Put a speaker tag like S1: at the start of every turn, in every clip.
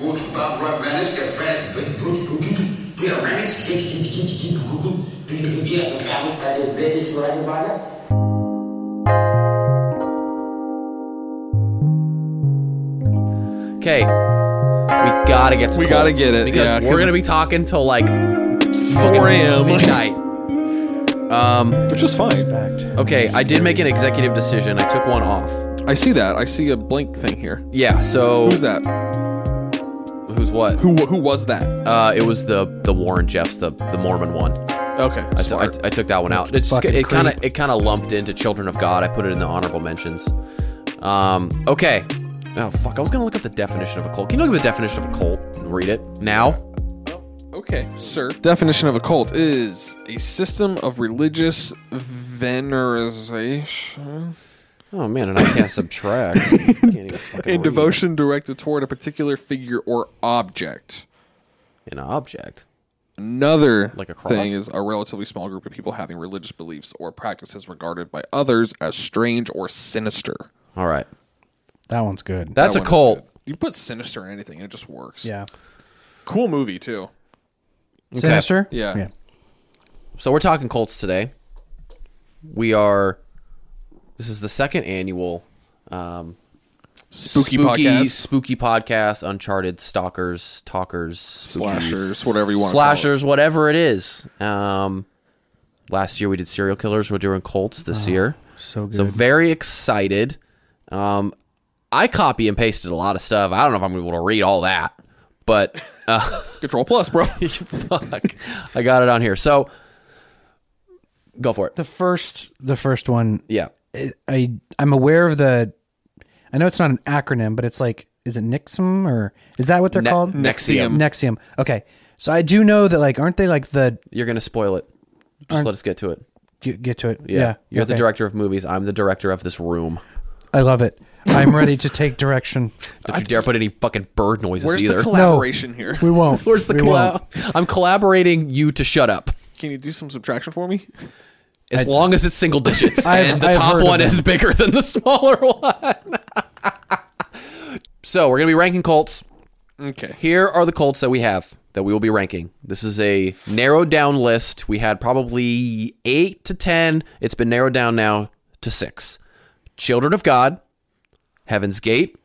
S1: Outros para Fernandes, que é Fernandes, Pyramids,
S2: Carlos Fernandes, Vélez, Suárez, Vaga.
S3: Okay, we gotta get to
S4: We gotta
S3: Colts
S4: get it,
S3: because
S4: yeah,
S3: we're
S4: 'cause-
S3: gonna be talking till like
S4: 4 a.m.
S3: midnight. Um.
S4: Which is fine.
S5: Fact.
S3: Okay, I did make an executive decision. I took one off.
S4: I see that. I see a blank thing here.
S3: Yeah. So
S4: Who's that?
S3: Who's what?
S4: Who who was that?
S3: Uh, it was the the Warren Jeffs, the the Mormon one.
S4: Okay.
S3: I, t- I,
S4: smart.
S3: t- I took that one out. It's just,
S5: fucking
S3: it kind of
S5: creep.
S3: it kind of lumped into Children of God. I put it in the honorable mentions. Um, okay. Oh fuck! I was gonna look up the definition of a cult. Can you look up the definition of a cult and read it now?
S4: Okay, sir. Definition of a cult is a system of religious veneration
S3: Oh man, and I can't subtract. I can't even fucking read
S4: and devotion directed toward a particular figure or object.
S3: an object.
S4: Another
S3: Like a cross?
S4: thing is a relatively small group of people having religious beliefs or practices regarded by others as strange or sinister.
S3: All right,
S5: That one's good.
S3: that's
S4: That
S3: a
S4: one is
S3: cult.
S4: good. You put sinister in anything and it just works.
S5: yeah.
S4: Cool movie too.
S5: Sinister.
S4: Yeah.
S5: Yeah.
S3: So we're talking Colts today. We are. This is the second annual um,
S4: Spooky, podcast.
S3: spooky podcast, Uncharted, Stalkers, Talkers, spookies,
S4: Slashers, whatever you want to call it.
S3: slashers, whatever it is. Um, last year we did serial killers. We're doing Colts
S4: Oh,
S3: this year.
S5: so
S3: So
S5: good.
S3: very excited. Um, I copy and pasted a lot of stuff. I don't know if I'm able to read all that, but uh,
S4: Control plus, bro.
S3: fuck, I got it on here. So go for it.
S5: The first, the first one.
S3: Yeah.
S5: I- I I'm aware of the. I know it's not an acronym, but it's like, is it Nixum or is that what they're
S3: Ne-
S5: called?
S3: Nexium.
S5: Nexium. Okay, so I do know that like, aren't they like the?
S3: You're gonna spoil it. Just let us get to it.
S5: Get, get to it.
S3: Yeah.
S5: Yeah,
S3: You're the
S5: okay.
S3: director of movies. I'm the director of this room.
S5: I love it. I'm ready to take direction.
S3: Don't you dare put any fucking bird noises
S4: Where's
S3: either.
S4: the collaboration here?
S5: We won't.
S3: Where's the
S5: we won't.
S3: collab? I'm collaborating you to shut up.
S4: Can you do some subtraction for me?
S3: As long as it's single digits
S5: I've-
S3: and the
S5: I've
S3: top
S5: heard of
S3: one
S5: them.
S3: is bigger than the smaller one. so we're gonna be ranking Colts.
S4: Okay.
S3: Here are the Colts that we have that we will be ranking. This is a narrowed down list. We had probably eight to ten. It's been narrowed down now to six. Children of God, Heaven's Gate,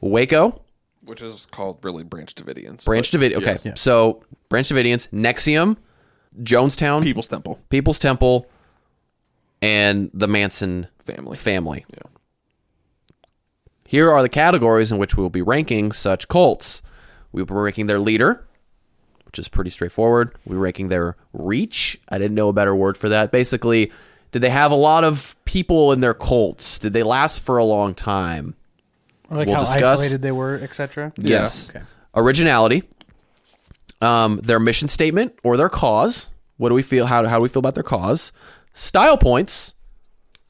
S3: Waco,
S4: Which is called really Branch Davidians.
S3: Branch Davidian. Okay, so Branch Davidians, Nexium, Jonestown,
S4: People's Temple
S3: People's Temple, and the Manson
S4: family.
S3: family. Here are the categories in which we will be ranking such cults. We will be ranking their leader, which is pretty straightforward. We're ranking their reach. I didn't know a better word for that. Basically, did they have a lot of people in their cults? Did they last for a long time?
S5: Or like
S3: We'll
S5: how
S3: discuss.
S5: isolated they were, etc.
S3: Yes. Originality. Um, their mission statement or their cause. What do we feel? How, how do we feel about their cause? Style points,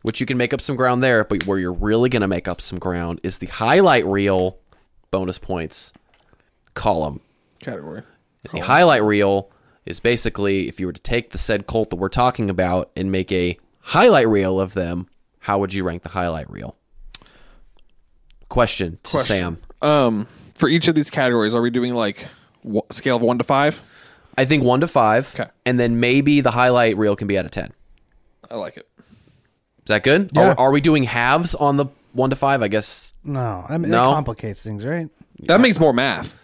S3: which you can make up some ground there, but where you're really going to make up some ground is the highlight reel bonus points column.
S4: Category.
S3: The highlight reel is basically if you were to take the said cult that we're talking about and make a highlight reel of them, how would you rank the highlight reel? Question to Sam.
S4: Um, for each of these categories, are we doing like w- scale of one to five?
S3: I think one to five.
S4: Okay.
S3: And then maybe the highlight reel can be out of 10. Is
S4: I like it.
S3: that good?
S5: Yeah.
S3: Are, are we doing halves on the one to five? I guess
S5: No, I mean,
S3: No.
S5: that complicates things, right?
S4: That makes more math.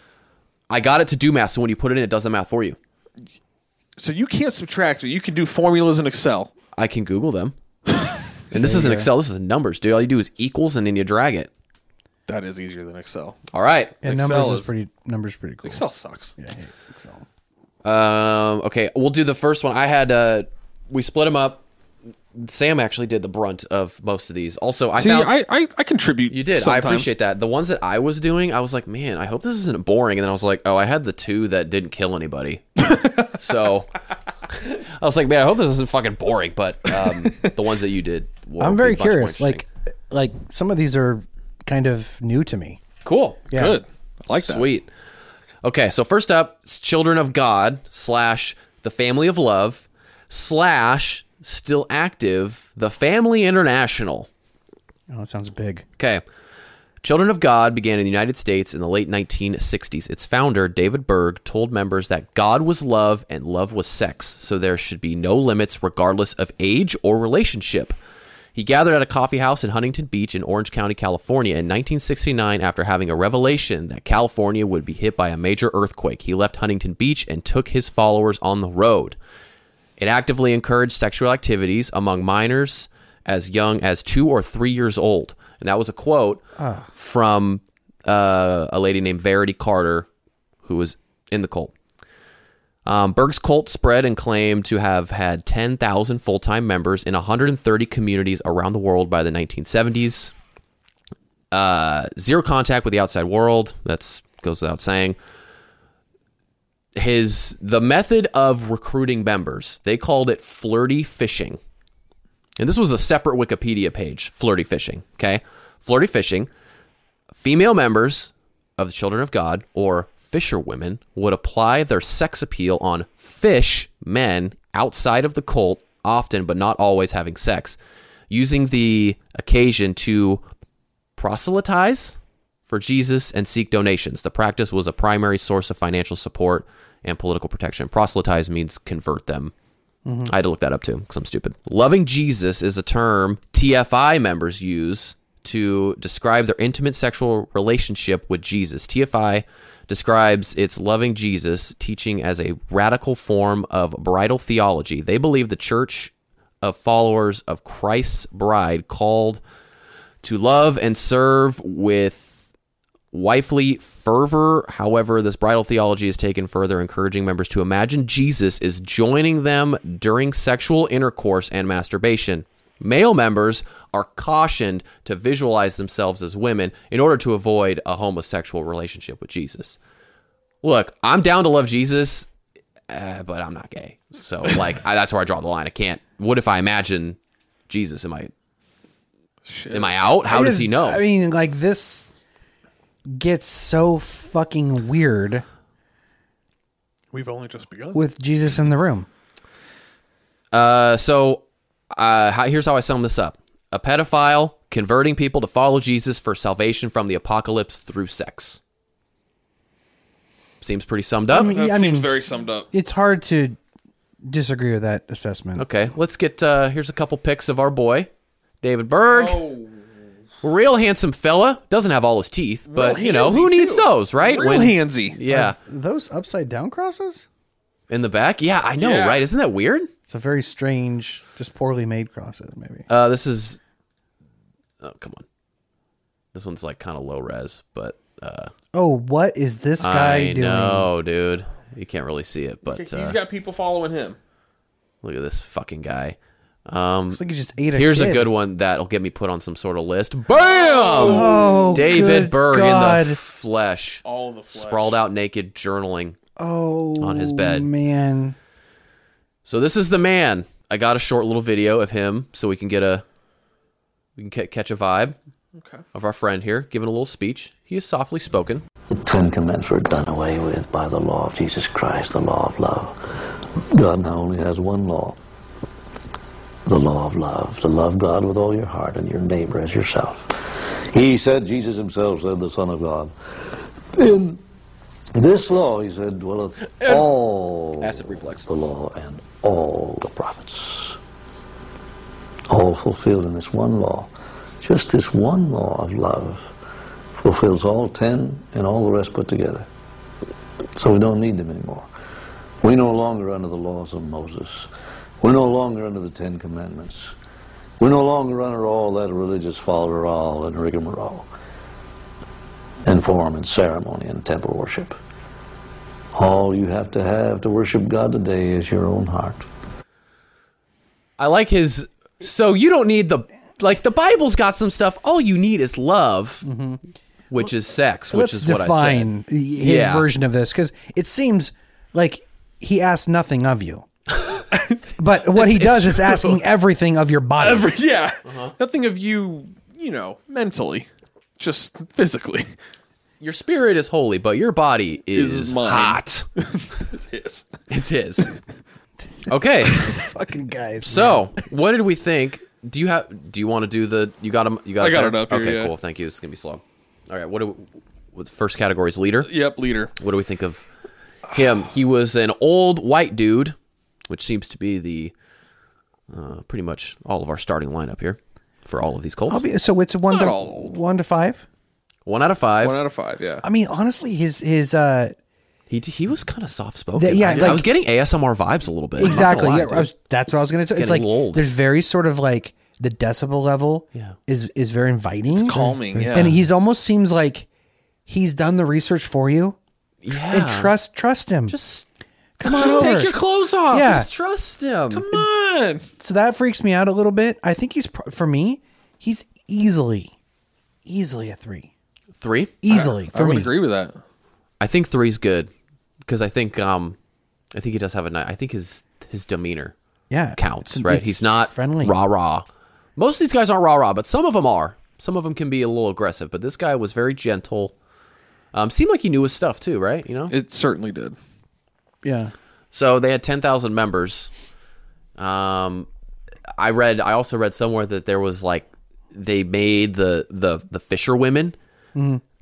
S3: I got it to do math. So when you put it in, it does the math for you.
S4: So you can't subtract, but you can do formulas in Excel.
S3: I can Google them. and this isn't Excel. This is numbers, dude. All you do is equals and then you drag it.
S4: That is easier than Excel.
S3: All right.
S5: Yeah, numbers
S4: Excel
S5: is,
S4: is-
S5: pretty. Numbers pretty cool.
S4: Excel sucks.
S5: I hate Excel.
S3: Um, okay, we'll do the first one. I had uh, we split them up. Sam actually did the brunt of most of these. Also, I
S4: See,
S3: found
S4: I, I, I contribute.
S3: you did.
S4: Sometimes.
S3: I appreciate that. The ones that I was doing, I was like, man, I hope this isn't boring. And then I was like, oh, I had the two that didn't kill anybody. so I was like, man, I hope this isn't fucking boring. But um, the ones that you did, were
S5: I'm very
S3: much more
S5: curious. Like,
S3: interesting.
S5: like some of these are kind of new to me.
S3: cool,
S5: Yeah.
S4: Good. I like that.
S3: Sweet. Okay, so first up, it's Children of God slash The Family of Love slash still active The Family International.
S5: Oh, it sounds big.
S3: Okay. Children of God began in the United States in the late 1960s. Its founder, David Berg, told members that God was love and love was sex, so there should be no limits regardless of age or relationship. He gathered at a coffee house in Huntington Beach in Orange County, California in 1969 after having a revelation that California would be hit by a major earthquake. He left Huntington Beach and took his followers on the road. It actively encouraged sexual activities among minors as young as two or three years old. And that was a quote from uh, a lady named Verity Carter, who was in the cult. Um, Berg's cult spread and claimed to have had 10,000 full time members in 130 communities around the world by the 1970s. Uh, zero contact with the outside world. That goes without saying his the method of recruiting members they called it flirty fishing and this was a separate wikipedia page flirty fishing okay flirty fishing female members of the children of god or fisherwomen would apply their sex appeal on fish men outside of the cult often but not always having sex using the occasion to proselytize for Jesus and seek donations. The practice was a primary source of financial support and political protection. Proselytize means convert them. I had to look that up too because I'm stupid. Loving Jesus is a term TFI members use to describe their intimate sexual relationship with Jesus. TFI describes its loving Jesus teaching as a radical form of bridal theology. They believe the church of followers of Christ's bride called to love and serve with wifely fervor. However, this bridal theology is taken further, encouraging members to imagine Jesus is joining them during sexual intercourse and masturbation. Male members are cautioned to visualize themselves as women in order to avoid a homosexual relationship with Jesus. Look, I'm down to love Jesus, uh, but I'm not gay. So, like, I, that's where I draw the line. I can't. What if I imagine Jesus? Am I Am I out? How
S5: I
S3: does
S5: just-
S3: he know?
S5: I mean, like this gets so fucking weird
S6: We've only just begun.
S5: with Jesus in the room.
S3: Uh, so uh, how, here's how I sum this up a pedophile converting people to follow Jesus for salvation from the apocalypse through sex. Seems pretty summed up.
S4: That
S5: I
S4: seems
S5: mean-
S4: very summed up.
S5: It's hard to disagree with that assessment.
S3: Okay, let's get uh, here's a couple pics of our boy, David Berg.
S4: Oh.
S3: Real handsome fella. Doesn't have all his teeth, but you know, who needs those, right?
S4: Real
S3: When-
S4: handsy.
S3: Yeah.
S5: Those upside down crosses?
S3: In the back? Yeah, I know, right? Isn't that weird?
S5: It's a very strange, just poorly made crosses, maybe.
S3: Uh, this is. Oh come on, this one's like kind of low res, but uh,
S5: Oh, what is this guy
S3: I
S5: doing?
S3: know, dude. You can't really see it, but uh,
S4: He's got people following him.
S3: look at this fucking guy. Um,
S5: It's like he just ate a
S3: here's a
S5: kid.
S3: good one that'll get me put on some sort of list. Bam!
S5: Oh,
S3: David
S5: good
S3: Berg
S5: God.
S3: in the flesh,
S4: All the flesh.
S3: sprawled out naked, journaling.
S5: oh,
S3: on his bed.
S5: Man,
S3: So this is the man. I got a short little video of him, so we can get a we can ca- catch a vibe
S4: Okay.
S3: of our friend here, giving a little speech. He is softly spoken.
S7: The Ten Commandments were done away with by the law of Jesus Christ, the law of love. God now only has one law the law of love, to love God with all your heart and your neighbor as yourself. He said, Jesus himself said, the Son of God. In this law, he said, dwelleth all
S3: Acid reflux.
S7: the law and all the prophets. All fulfilled in this one law. Just this one law of love fulfills all ten and all the rest put together. So we don't need them anymore. We're no longer under the laws of Moses. We're no longer under the Ten Commandments. We're no longer under all that religious folderol and rigmarole and form and ceremony and temple worship. All you have to have to worship God today is your own heart.
S3: I like his. So you don't need the like the Bible's got some stuff. All you need is love, which is sex, which
S5: Mm-hmm. let's
S3: is what I said.
S5: define his
S3: Yeah.
S5: version of this because it seems like he asked nothing of you, but what he
S3: It's-
S5: does
S3: it's
S5: is asking everything of your body.
S4: yeah.
S3: Uh-huh.
S4: Nothing of you, you know, mentally, just physically.
S3: Your spirit is holy, but your body is,
S4: Is mine.
S3: hot.
S4: Yes.
S3: It's his. okay,
S5: Fucking guys.
S3: so what did we think? Do you have? Do you want to do the? You got him. You got.
S4: I got
S3: there?
S4: it up here,
S3: Okay,
S4: yeah.
S3: cool. Thank you. This is gonna be slow. All right. What do what the first category is leader?
S4: Yep, leader.
S3: What do we think of him? He was an old white dude, which seems to be the uh, pretty much all of our starting lineup here for all of these Colts.
S5: I'll be, so it's one
S4: Not
S5: to
S4: old.
S5: one to five.
S3: one out of five.
S4: One out of five. Yeah.
S5: I mean, honestly, his his uh
S3: he he was kind of soft spoken.
S5: Yeah,
S3: I, I
S5: like-
S3: was getting ASMR vibes a little bit. I'm not gonna
S5: exactly.
S3: lie,
S5: yeah,
S3: dude.
S5: I was, that's what I was gonna say. It's
S3: getting
S5: like
S3: a little old.
S5: there's very sort of like the decibel level
S3: Yeah.
S5: is is very inviting, it's
S4: calming, yeah.
S5: and he's almost seems like he's done the research for you.
S3: yeah.
S5: And trust trust him.
S3: Just
S5: come on
S3: just
S5: over.
S3: take your clothes off.
S5: Yeah.
S3: Just trust him.
S4: Come on.
S5: so that freaks me out a little bit. I think he's pro- for me. He's easily, easily a three.
S3: Three.
S5: Easily
S4: I
S5: for
S4: would
S5: me.
S4: agree with that.
S3: I think three's good because I think um I think he does have a night. I think his his demeanor
S5: Yeah,
S3: counts,
S5: It's-
S3: right?
S5: it's
S3: He's not
S5: friendly.
S3: rah rah. Most of these guys aren't rah rah, but some of them are. Some of them can be a little aggressive, but this guy was very gentle. Um, seemed like he knew his stuff too, right? You know.
S4: It certainly did.
S5: Yeah,
S3: So they had 10,000 members. Um, I read, I also read somewhere that there was like, they made the, the, the fisher women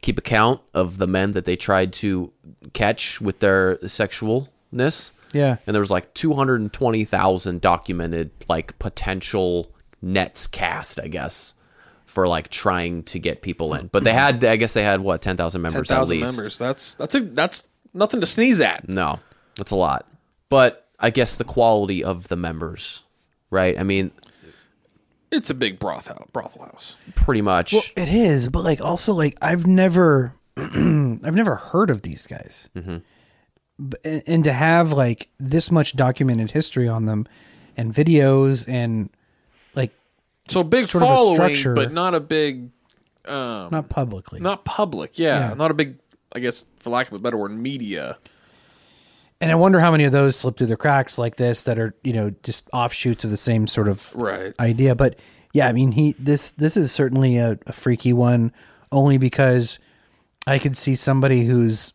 S3: keep account of the men that they tried to catch with their sexualness.
S5: Yeah.
S3: And there was like 220,000 documented like potential nets cast, I guess. For like trying to get people in, but they had, I guess they had what ten thousand
S4: Ten
S3: members at
S4: thousand
S3: least.
S4: members. That's that's a that's nothing to sneeze at.
S3: No, that's a lot. But I guess the quality of the members, right? I mean,
S4: It's a big broth house, brothel house.
S3: pretty much.
S5: it is. But like, also, like, I've never, I've never heard of these guys,
S3: Mm-hmm.
S5: B- and, and to have like this much documented history on them, and videos, and like
S4: So a big
S5: Sort of a
S4: following,
S5: structure.
S4: but not a big,
S5: not publicly,
S4: Um, not public. Yeah,
S5: Yeah.
S4: not a big. I guess, for lack of a better word, media.
S5: and I wonder how many of those slip through the cracks like this that are you know just offshoots of the same sort of
S4: Right.
S5: idea. But yeah, I mean, he this this is certainly a, a freaky one, only because I could see somebody who's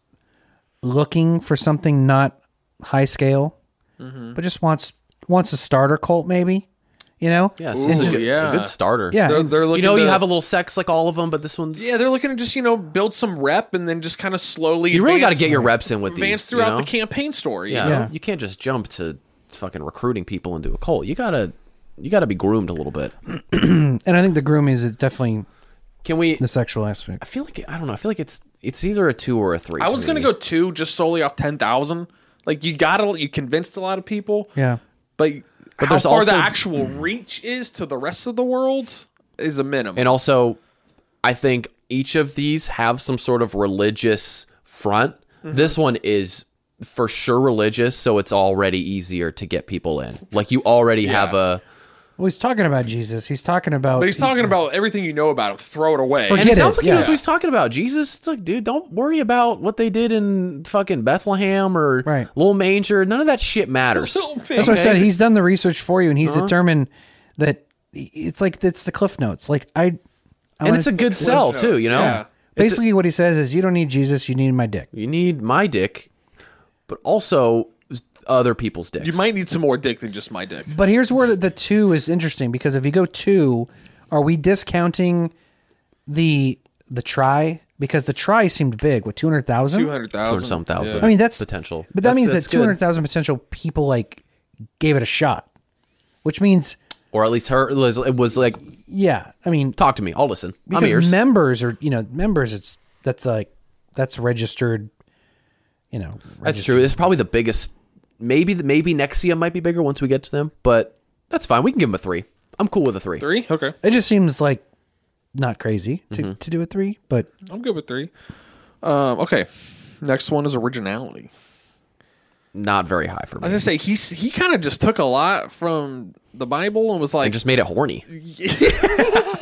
S5: looking for something not high scale,
S4: Mm-hmm.
S5: but just wants wants a starter cult, maybe. You know,
S3: yeah, this is
S4: Ooh,
S3: a, good, a
S4: yeah.
S3: good starter.
S5: Yeah.
S4: They're, they're
S3: You
S4: looking.
S3: know, you
S4: to-
S3: have a little sex like all of them, but this one's.
S4: Yeah, they're looking to just you know build some rep and then just kind of slowly.
S3: you really got to
S4: advance-
S3: get your reps in with
S4: advance
S3: these.
S4: throughout
S3: you know?
S4: the campaign story.
S3: Yeah.
S5: Yeah.
S3: You can't just jump to fucking recruiting people into a cult. You got to. You got to be groomed a little bit.
S5: and I think the groom is definitely
S3: Can we?
S5: the sexual aspect.
S3: I feel like I don't know. I feel like it's it's either a two or a three.
S4: I
S3: to
S4: was gonna
S3: me.
S4: go two just solely off ten thousand. Like you gotta, you convinced a lot of people.
S5: Yeah,
S4: but, how
S3: there's
S4: far the
S3: also-
S4: actual reach is to the rest of the world is a minimum.
S3: And also, I think each of these have some sort of religious front. This one is for sure religious, so it's already easier to get people in. Like you already have a
S5: well, he's talking about Jesus. He's talking about.
S4: but he's talking about everything you know about him. Throw it away.
S5: Forget
S3: and it
S5: it,
S3: sounds like he
S5: yeah.
S3: knows what he's talking about. Jesus, it's like, dude, don't worry about what they did in fucking Bethlehem or
S5: Right.
S3: Little Manger. None of that shit matters.
S5: That's what I said. He's done the research for you, and he's
S3: Uh-huh.
S5: determined that it's like it's the cliff notes. Like I, I
S3: and
S5: wanna-
S3: it's a good sell too, you know.
S4: Yeah.
S5: Basically, what he says is, you don't need Jesus, you need my dick.
S3: You need my dick, but also other people's dicks.
S4: You might need some more dick than just my dick.
S5: But here's where the two is interesting because if you go two, are we discounting the the try? Because the try seemed big with two hundred
S4: Two
S5: thousand.
S4: hundred
S3: or
S4: thousand.
S3: some thousand.
S5: I mean, that's
S3: potential.
S5: but that
S3: That's-
S5: means
S3: that's
S5: that two
S3: good.
S5: hundred thousand potential people like gave it a shot, which means
S3: or at least her Liz, it was like
S5: yeah. I mean,
S3: talk to me i'll listen i'm
S5: because
S3: yours
S5: members are you know members it's that's like that's registered you know
S3: that's true it's probably the biggest maybe maybe nexia might be bigger once we get to them but that's fine we can give them a three i'm cool with a three
S4: Three? Okay.
S5: it just seems like not crazy to,
S3: Mm-hmm.
S5: to do a three but
S4: I'm good with three. Um, okay. Next one is originality.
S3: not very high for me
S4: I was gonna say he's he kind of just took a lot from the Bible and was
S3: i
S4: like
S3: just made it horny
S5: he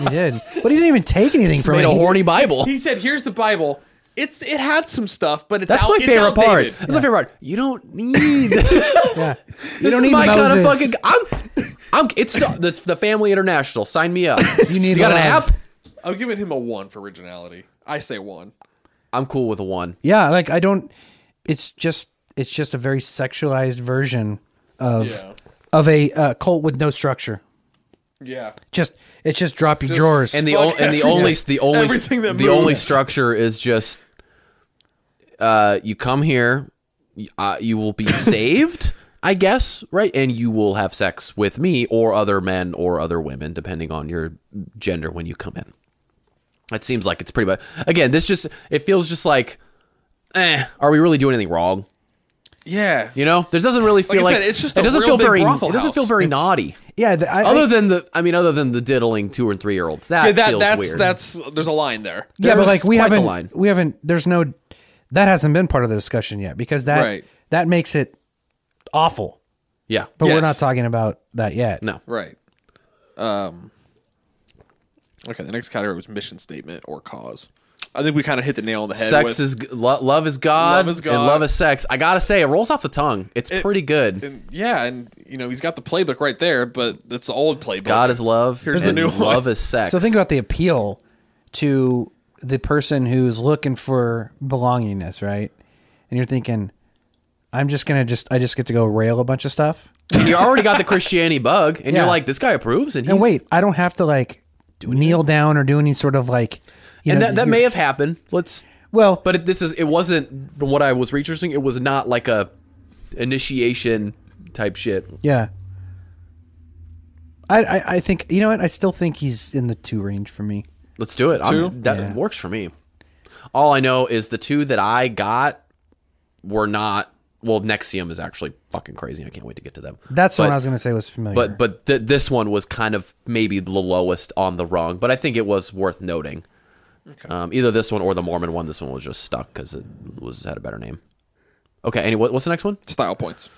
S5: did but he didn't even take anything from
S3: made
S5: it
S3: a
S5: He-
S3: horny bible
S4: he said, "Here's the Bible. It's it had some stuff, but it's
S3: that's
S4: out-
S3: my
S4: it's
S3: favorite part
S4: outdated."
S3: that's my favorite part you don't need you
S5: yeah you
S3: this
S5: don't
S3: is
S5: need
S3: my kind of
S5: Moses.
S3: fucking i'm i'm it's the, the family international sign me up you
S5: need
S3: got an
S5: love.
S3: app
S4: I'm giving him a one for originality. I say one.
S3: i'm cool with a one
S5: yeah like i don't it's just it's just a very sexualized version of
S4: Yeah.
S5: of a uh, cult with no structure
S4: Yeah.
S5: Just it's just drop your drawers.
S3: and the o- and the
S4: everything.
S3: only the only
S4: Everything that
S3: the only
S4: moves.
S3: structure is just uh you come here y- uh, you will be saved i guess right and you will have sex with me or other men or other women depending on your gender when you come in it seems like it's pretty much again this just it feels just like eh are we really doing anything wrong
S4: Yeah.
S3: you know there doesn't really feel
S4: I
S3: like,
S4: said, it's just
S3: it
S4: a
S3: doesn't feel
S4: real big
S3: very
S4: brothel
S3: it doesn't
S4: house.
S3: feel very naughty
S5: yeah, the, I,
S3: other
S5: I-
S3: than the i mean other than the diddling two and three year olds that,
S4: Yeah, that
S3: feels
S4: that's
S3: weird.
S4: that's there's a line there.
S5: yeah, but
S3: there's
S5: like we
S3: quite the
S5: haven't
S3: line.
S5: we haven't there's no that hasn't been part of the discussion yet because that
S4: Right.
S5: that makes it awful.
S3: yeah
S5: But we're
S4: Yes.
S5: not talking about that yet.
S3: No.
S4: Right. Um Okay, the next category was mission statement or cause. I think we kind of hit the nail on the head.
S3: sex
S4: with-
S3: is g- lo- love is God.
S4: Love is
S3: And
S4: God.
S3: love is sex. I gotta say, it rolls off the tongue. It's pretty good.
S4: and, yeah, and you know, he's got the playbook right there, but it's the old playbook.
S3: God is love.
S4: Here's the
S3: and
S4: new one.
S3: love is sex.
S5: So think about the appeal to the person who's looking for belongingness, right? And you're thinking, I'm just gonna just I just get to go rail a bunch of stuff.
S3: you already got the Christianity bug, and
S5: Yeah.
S3: you're like, this guy approves, and he's
S5: And wait, I don't have to like kneel down or do any sort of like. You
S3: and
S5: know,
S3: that, that
S5: you're-
S3: may have happened. Let's,
S5: well,
S3: but it, this is it wasn't from what I was researching. It was not like a initiation type shit.
S5: yeah. I, I I think you know what I still think he's in the two range for me.
S3: Let's do it.
S4: Two?
S3: I'm, that works for me. All I know is the two that I got were not. Well, Nexium is actually fucking crazy. I can't wait to get to them.
S5: That's the
S3: But-
S5: one I was gonna say was familiar.
S3: but but th- this one was kind of maybe the lowest on the rung, but I think it was worth noting. Um, either this one or the Mormon one. This one was just stuck because it was had a better name. Okay, any what, what's the next one?
S4: style points.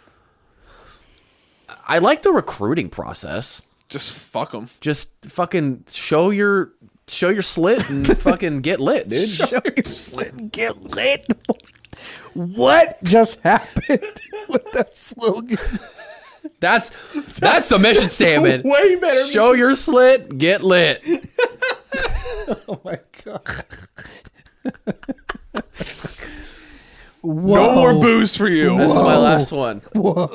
S3: I like the recruiting process.
S4: Just fuck them.
S3: Just fucking show your show your slit and fucking get lit, dude.
S5: get lit. What just happened with that slogan?
S3: That's that's a mission statement.
S4: way better
S3: Show your slit, get lit.
S5: my god.
S4: No
S5: Whoa.
S4: more booze for you.
S3: Oh. This is my last one.
S5: Whoa.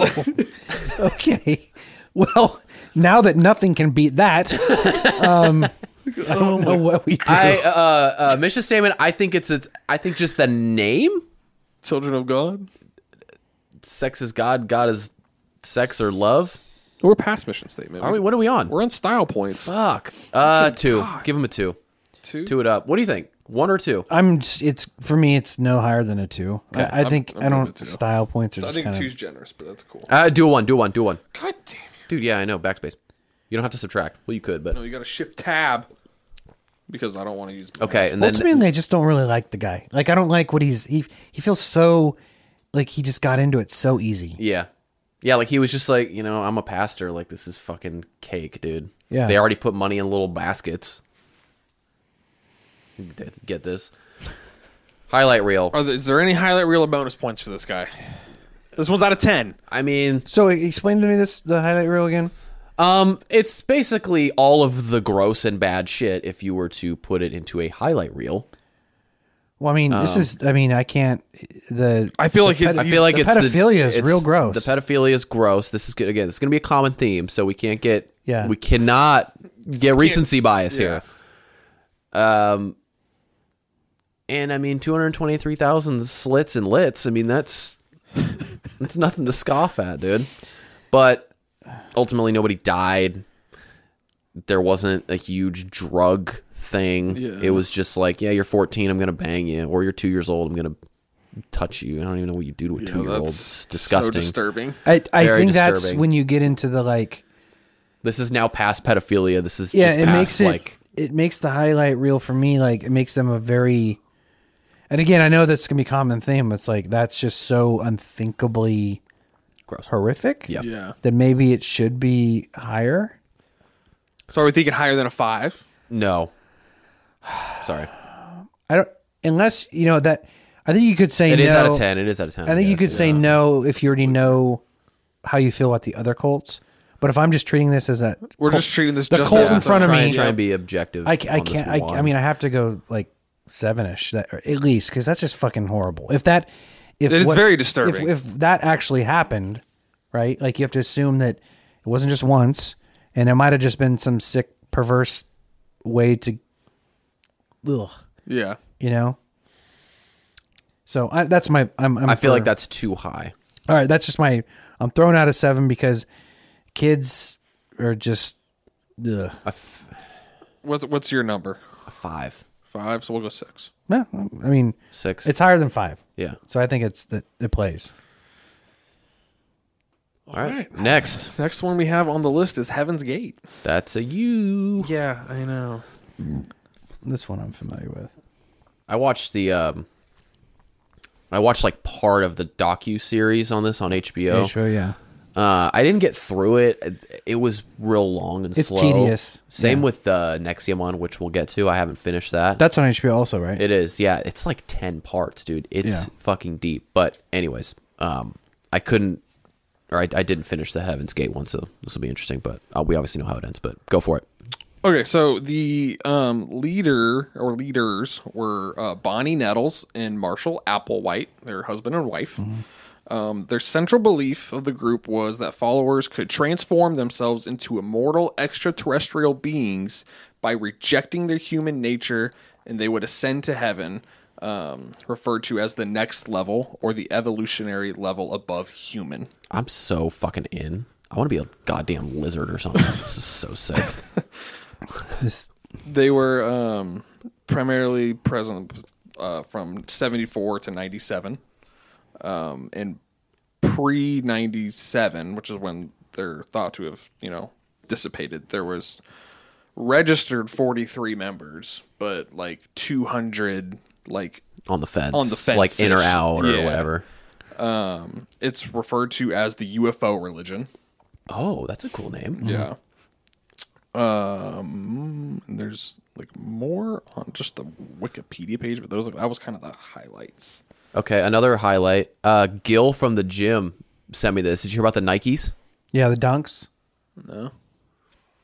S5: okay. Well, now that nothing can beat that, um, I
S4: Oh
S5: don't know what we do.
S3: I uh, uh, mission statement. I think it's a, I think just the name
S4: Children of God
S3: sex is God, God is sex or love.
S4: or past mission statement.
S3: Are we? What are we on?
S4: We're on style points.
S3: Fuck. Uh, two. Give him a two.
S4: Two?
S3: Two it up. What do you think? One or two?
S5: I'm. just- It's for me. It's no higher than a two. I, I
S4: I'm-
S5: think
S4: I'm
S5: I'm
S4: giving
S5: I do not
S4: it a two.
S5: style points are
S4: I
S5: just
S4: think
S5: kind
S4: two's
S5: of.
S4: generous, but that's cool.
S3: Uh, do a one. Do a one. Do a one.
S4: God damn you!
S3: Dude, yeah, I know. Backspace. You don't have to subtract. Well, you could, but
S4: No, you got to shift tab because I don't want to use. my-
S3: okay. And then
S5: Ultimately, I just don't really like the guy. Like I don't like what he's. He he feels so, like he just got into it so easy.
S3: yeah, yeah. Like he was just like, you know, I'm a pastor. Like this is fucking cake, dude.
S5: Yeah.
S3: They already put money in little baskets. Get this. Highlight reel.
S4: Are there, is there any highlight reel or bonus points for this guy? This one's out of ten.
S3: I mean,
S5: So explain to me this the highlight reel again.
S3: Um, it's basically all of the gross and bad shit if you were to put it into a highlight reel.
S5: Well, I mean, this is. I mean, I can't. The
S4: I feel like it's.
S3: Um, I feel like
S5: the
S3: it's
S5: pedophilia is
S3: it's-
S5: real gross.
S3: The pedophilia is gross. This is good again. This is going to be a common theme, so we can't get
S5: Yeah.
S3: we cannot get recency bias here. Um, and I mean, two hundred twenty-three thousand slits and lits. I mean, that's that's nothing to scoff at, dude. But ultimately, nobody died. There wasn't a huge drug thing. It was just like, yeah, you're 14, I'm gonna bang you, or you're two years old, I'm gonna touch you. I don't even know what you do to a two year old. It's disgusting.
S4: So disturbing.
S5: I, I
S3: Very
S5: think that's
S3: disturbing.
S5: when you get into the like
S3: this is now past pedophilia. This is
S5: yeah
S3: just
S5: it
S3: past,
S5: makes it
S3: like
S5: it makes the highlight reel for me like it makes them a very and again I know that's gonna be a common theme it's like that's just so unthinkably
S3: Gross.
S5: horrific
S3: Yeah.
S4: Yeah.
S5: that maybe it should be higher
S4: So are we thinking higher than a five?
S3: no. Sorry,
S5: I don't unless you know that I think you could say
S3: it
S5: no,
S3: is out of ten. It is out of ten.
S5: I think you could say no if you already know how you feel about the other cults but if I'm just treating this as a
S4: We're just treating this
S5: the
S4: just
S5: cold
S4: as
S5: in
S4: a-
S5: front of
S3: Try
S5: me.
S3: and try and be objective.
S5: I, ca- I
S3: on this
S5: can't. I, I
S3: one.
S5: mean, I have to go like seven ish that or at least because that's just fucking horrible. If that, if
S4: It is very disturbing.
S5: If, if that actually happened, right? Like you have to assume that it wasn't just once, and it might have just been some sick, perverse way to, ugh,
S4: Yeah.
S5: you know. So I, that's my. I'm, I'm
S3: I feel like
S5: for-
S3: that's too high.
S5: all right, that's just my. I'm throwing out a seven because kids are just. Ugh.
S3: A, f-
S4: What's what's your number?
S3: a five,
S4: Five. So we'll go six.
S5: No, I mean,
S3: six.
S5: it's higher than five,
S3: yeah.
S5: so I think it's that it plays.
S3: All right. Next,
S4: Next one we have on the list is Heaven's Gate.
S3: that's a you.
S4: Yeah, I know.
S5: This one I'm familiar with.
S3: I watched the um I watched like part of the docu series on this on HBO.
S5: Sure, yeah.
S3: Uh I didn't get through it. It- It was real long and
S5: It's
S3: slow.
S5: tedious.
S3: Same
S5: Yeah.
S3: with uh, Nexiamon, which we'll get to. I haven't finished that.
S5: That's on HBO also, right?
S3: It is, yeah. It's like ten parts, dude. It's
S5: Yeah.
S3: fucking deep. But anyways, um, I couldn't, or I, I didn't finish the Heaven's Gate one, so this will be interesting. But uh, we obviously know how it ends. But go for it.
S4: Okay, so the um, leader or leaders were uh, Bonnie Nettles and Marshall Applewhite, their husband and wife. Um, their central belief of the group was that followers could transform themselves into immortal extraterrestrial beings by rejecting their human nature, and they would ascend to heaven, um, referred to as the next level or the evolutionary level above human.
S3: I'm so fucking in. I want to be a goddamn lizard or something. this is so sick.
S5: This-
S4: They were um, primarily present uh, from 74 to 97. Um, and pre 97, which is when they're thought to have, you know, dissipated, there was registered 43 members, but like 200, like
S3: on the fence,
S4: On the
S3: like in or
S4: fence-ish.
S3: out or
S4: Yeah.
S3: whatever.
S4: it's referred to as the UFO religion.
S3: Oh, that's a cool name.
S4: Yeah. Um, and there's like more on just the Wikipedia page, but those that was kind of the highlights.
S3: Okay, another highlight. Uh, Gil from the gym sent me this. Did you hear about the Nikes?
S5: yeah, the dunks.
S4: No.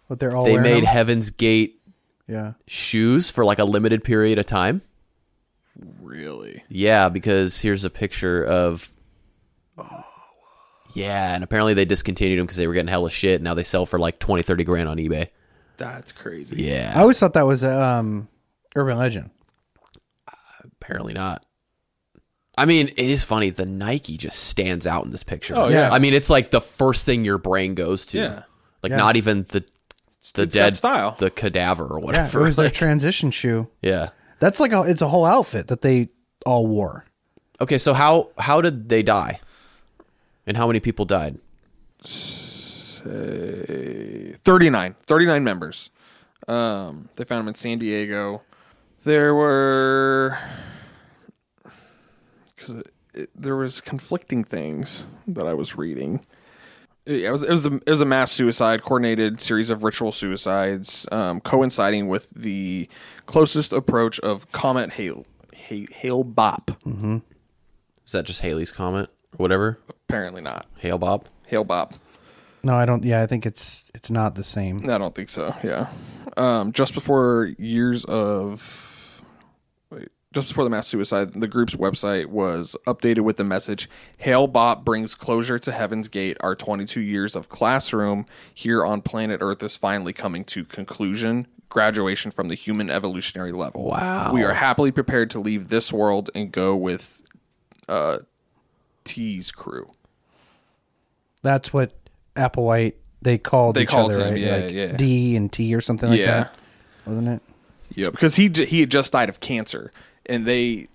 S5: What they're all
S3: They
S5: wearing.
S3: made Heaven's Gate
S5: yeah.
S3: shoes for like a limited period of time.
S4: Really?
S3: Yeah, because here's a picture of. Yeah, and apparently they discontinued them because they were getting hella shit. Now they sell for like 20, 30 grand on eBay.
S4: That's crazy.
S5: I
S3: Yeah,
S5: always thought that was um, urban legend.
S3: apparently not. I mean, it is funny. The Nike just stands out in this picture.
S4: Oh, yeah.
S3: I mean, it's like the first thing your brain goes to.
S4: Yeah.
S3: Like
S5: Yeah.
S3: not even the the
S4: it's got
S3: dead
S4: style.
S3: the cadaver or
S5: Yeah, it
S3: whatever.
S5: was their
S3: Like,
S5: transition shoe.
S3: yeah.
S5: That's like a, it's a whole outfit that they all wore.
S3: Okay, so how how did they die? And how many people died?
S4: 39. 39 members. Um, they found them in San Diego. There were because it, it, there was conflicting things that I was reading. Yeah, It was it was a, it was a mass suicide, coordinated series of ritual suicides, um, coinciding with the closest approach of comet hail hail, hail bop.
S3: Is that just Haley's comment or whatever?
S4: Apparently not
S3: Hail Bob.
S4: hail bop.
S5: No, I don't. Yeah, I think it's it's not the same.
S4: I don't think so. Yeah, um, just before years of wait, just before the mass suicide, the group's website was updated with the message: "Hail Bop brings closure to Heaven's Gate. Our 22 years of classroom here on planet Earth is finally coming to conclusion." Graduation from the human evolutionary level. Wow. We are happily prepared to leave this world and go with uh, T's crew.
S5: That's what Applewhite they called
S4: They
S5: each
S4: called
S5: other,
S4: him,
S5: right?
S4: yeah,
S5: like
S4: yeah.
S5: D and T or something like
S4: Yeah.
S5: that, wasn't it?
S4: Yeah, because he j- he had just died of cancer, and they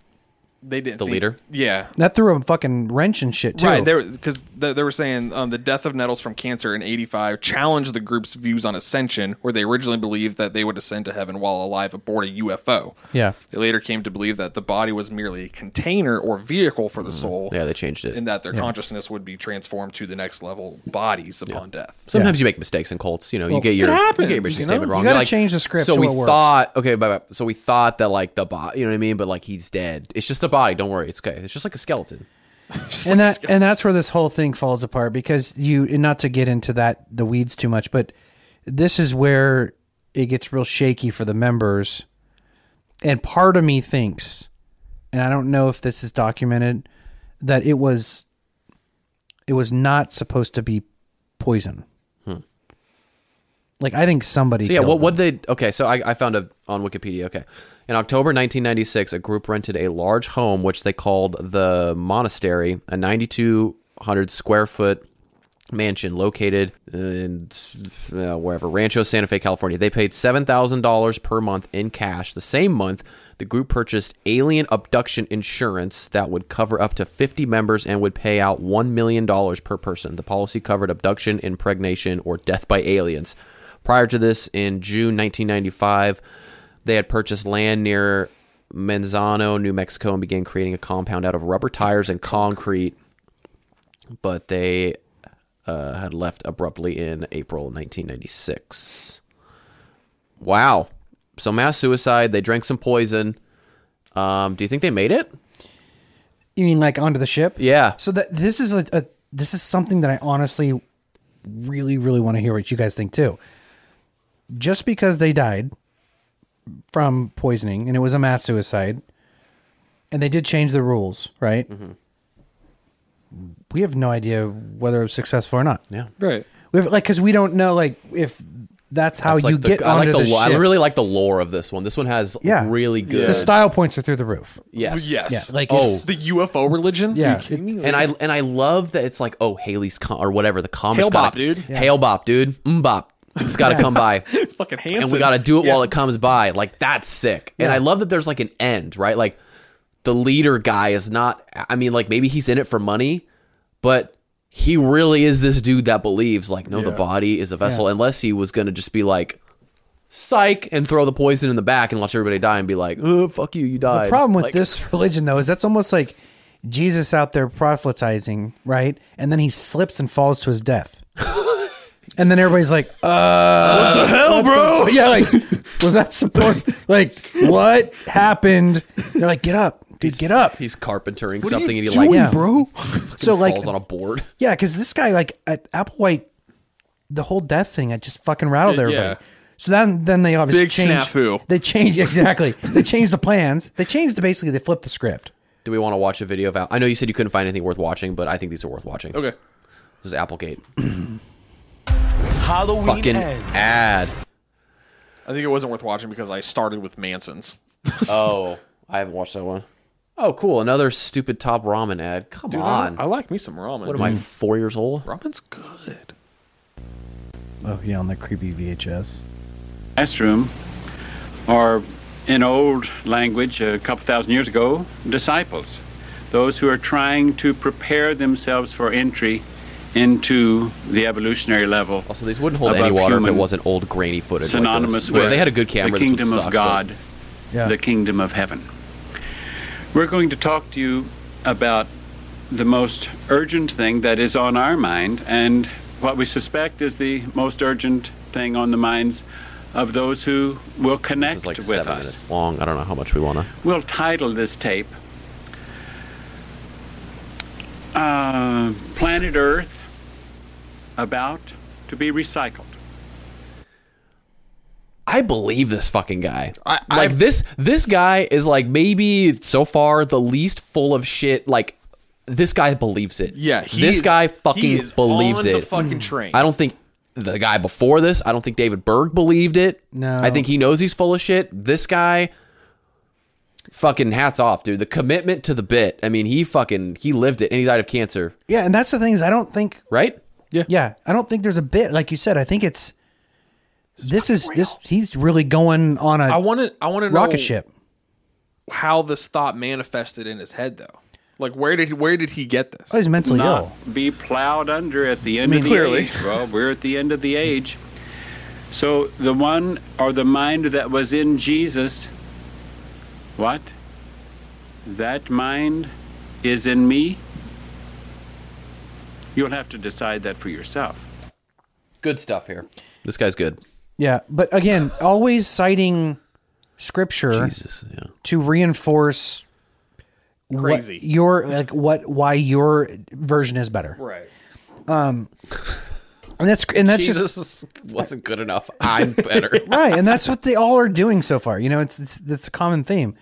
S4: they didn't
S3: The
S4: think-
S3: leader?
S4: Yeah,
S5: That threw a fucking wrench and shit too.
S4: right. They because they, they were saying um, the death of Nettles from cancer in '85 challenged the group's views on ascension, where they originally believed that they would ascend to heaven while alive aboard a UFO.
S5: Yeah.
S4: they later came to believe that the body was merely a container or vehicle for the soul.
S3: Mm-hmm. Yeah, they changed it.
S4: and that their consciousness would be transformed to the next level bodies upon death.
S3: Sometimes you make mistakes in cults. You know, you get your
S4: happens,
S3: you get your mission
S4: you know?
S3: statement
S5: You
S3: wrong.
S5: gotta
S3: You're like-
S5: change the script
S3: So
S5: to
S3: we
S5: what works.
S3: thought okay, bye, bye. so we thought that like the body, you know what I mean? But like he's dead. It's just a body. Don't worry, it's okay. It's just like a skeleton.
S5: and that and that's where this whole thing falls apart because you and not to get into that the weeds too much, but this is where it gets real shaky for the members. And part of me thinks, and I don't know if this is documented, that it was it was not supposed to be poison. Like I think somebody.
S3: Hmm. So yeah,
S5: killed
S3: what what
S5: them.
S3: they okay? So I, I found a on Wikipedia. Okay, in October 1996, a group rented a large home which they called the monastery, a 9,200 square foot mansion located in uh, wherever Rancho Santa Fe, California. They paid seven thousand dollars per month in cash. The same month, the group purchased alien abduction insurance that would cover up to fifty members and would pay out one million dollars per person. The policy covered abduction, impregnation, or death by aliens. Prior to this, in June 1995, they had purchased land near Menzano, New Mexico, and began creating a compound out of rubber tires and concrete. But they uh, had left abruptly in April 1996. Wow. So mass suicide. They drank some poison. Um, do you think they made it?
S5: You mean like onto the ship?
S3: Yeah.
S5: So that this is a, a this is something that I honestly really really want to hear what you guys think too. Just because they died from poisoning and it was a mass suicide and they did change the rules, right?
S3: Mm-hmm.
S5: We have no idea whether it was successful or not.
S3: Yeah.
S4: Right.
S5: We have, like cuz we don't know like if that's how
S3: It's like
S5: Oh, you
S3: the-
S5: get
S3: I like
S5: onto
S3: the,
S5: the,
S3: lo- I
S5: ship.
S3: really like the lore of this one. This one has
S5: yeah.
S3: really good.
S5: The style points are through the roof.
S3: yes.
S5: Yeah,
S4: Yes.
S5: like
S3: Oh.
S5: it's,
S4: The UFO religion?
S5: Yeah.
S4: Are you kidding me?
S3: And I and I love that it's like oh Haley's con- or whatever the comics
S4: Hail
S3: gotta-
S4: Bop, dude.
S3: Hail bop dude mm bop it's got to come by
S4: fucking Hanson.
S3: and we got to do it while it comes by. Like that's sick. And I love that there's like an end, right? Like the leader guy is not. I mean, like maybe he's in it for money, but he really is this dude that believes like no, the body is a vessel. Unless he was gonna just be like. Psych and throw the poison in the back and watch everybody die and be like, "Oh fuck you, you died."
S5: The problem with
S3: Like,
S5: this religion, though, is that's almost like Jesus out there proselytizing, right? And then he slips and falls to his death. and then everybody's like, uh. What the hell, bro? yeah, like, was that supposed Like, what happened? They're like, get up, dude, get up.
S3: he's carpentering something and he
S5: doing,
S3: like
S5: Yeah.
S4: bro.
S5: So, like,
S3: falls on a board.
S5: yeah, because this guy, like, at Applewhite, the whole death thing, it just fucking rattled
S4: Yeah.
S5: everybody. So then, then they obviously
S4: Big
S5: changed.
S4: snafu.
S5: They changed exactly. they changed the plans. They changed the basically. They flipped the script.
S3: Do we want to watch a video of? Al- I know you said you couldn't find anything worth watching, but I think these are worth watching.
S4: Okay.
S3: This is Applegate.
S8: Halloween
S3: Fucking
S8: ends.
S3: ad.
S4: I think it wasn't worth watching because I started with Manson's.
S3: Oh, I haven't watched that one. Oh, cool. Another stupid top ramen ad. Come
S4: Dude, I,
S3: on.
S4: I like me some ramen. Mm.
S3: what am
S8: Mm.
S3: I, four years old?
S4: Ramen's good.
S5: Oh yeah, on the creepy VHS.
S9: classroom, or in old language a couple thousand years ago, disciples, those who are trying to prepare themselves for entry into the evolutionary level.
S3: Also, these wouldn't hold
S9: Above
S3: any water if it
S9: human.
S3: wasn't old grainy footage. like
S9: synonymous
S3: this.
S9: with
S3: Well, if they had a good
S9: the
S3: camera.
S9: kingdom
S3: this would suck,
S9: of
S3: but-
S9: God,
S5: Yeah.
S9: the kingdom of heaven. We're going to talk to you about the most urgent thing that is on our mind, and what we suspect is the most urgent thing on the minds of those who will
S3: This
S9: connect
S3: is like
S9: with
S3: seven
S9: us.
S3: minutes long. I don't know how much we want to.
S9: We'll title this tape uh, Planet Earth About to Be Recycled.
S3: I believe this fucking guy.
S4: I- I-
S3: like this this guy is like maybe so far the least full of shit. Like this guy believes it.
S4: Yeah, he
S3: this
S4: is-
S3: guy
S4: he
S3: fucking
S4: is
S3: believes
S4: on
S3: it.
S4: the fucking train.
S3: I don't think the guy before this. I don't think David Berg believed it.
S5: No.
S3: I think he knows he's full of shit. This guy, fucking hats off, dude. The commitment to the bit. I mean, he fucking he lived it, and he died of cancer,
S5: Yeah, and that's the thing is I don't think.
S3: right?
S5: Yeah, I don't think there's a bit like you said. I think it's this is this. He's really going on a
S4: I want to. I want to know
S5: rocket ship.
S4: how this thought manifested in his head, though. Like where did where did he get this?
S5: Oh, he's mentally ill.
S9: Not be plowed under at the end
S4: mean,
S9: of the
S4: clearly.
S9: age. Well, we're at the end of the age. So the one or the mind that was in Jesus, what? That mind is in me? You'll have to decide that for yourself.
S3: Good stuff here. This guy's good.
S5: Yeah, but again, always citing scripture
S3: Jesus, yeah.
S5: to reinforce what
S4: Crazy.
S5: your like what why your version is better.
S4: right.
S5: And that's and that's just
S3: Jesus wasn't good enough. I'm better.
S5: right and that's what they all are doing so far you know it's, it's it's a common theme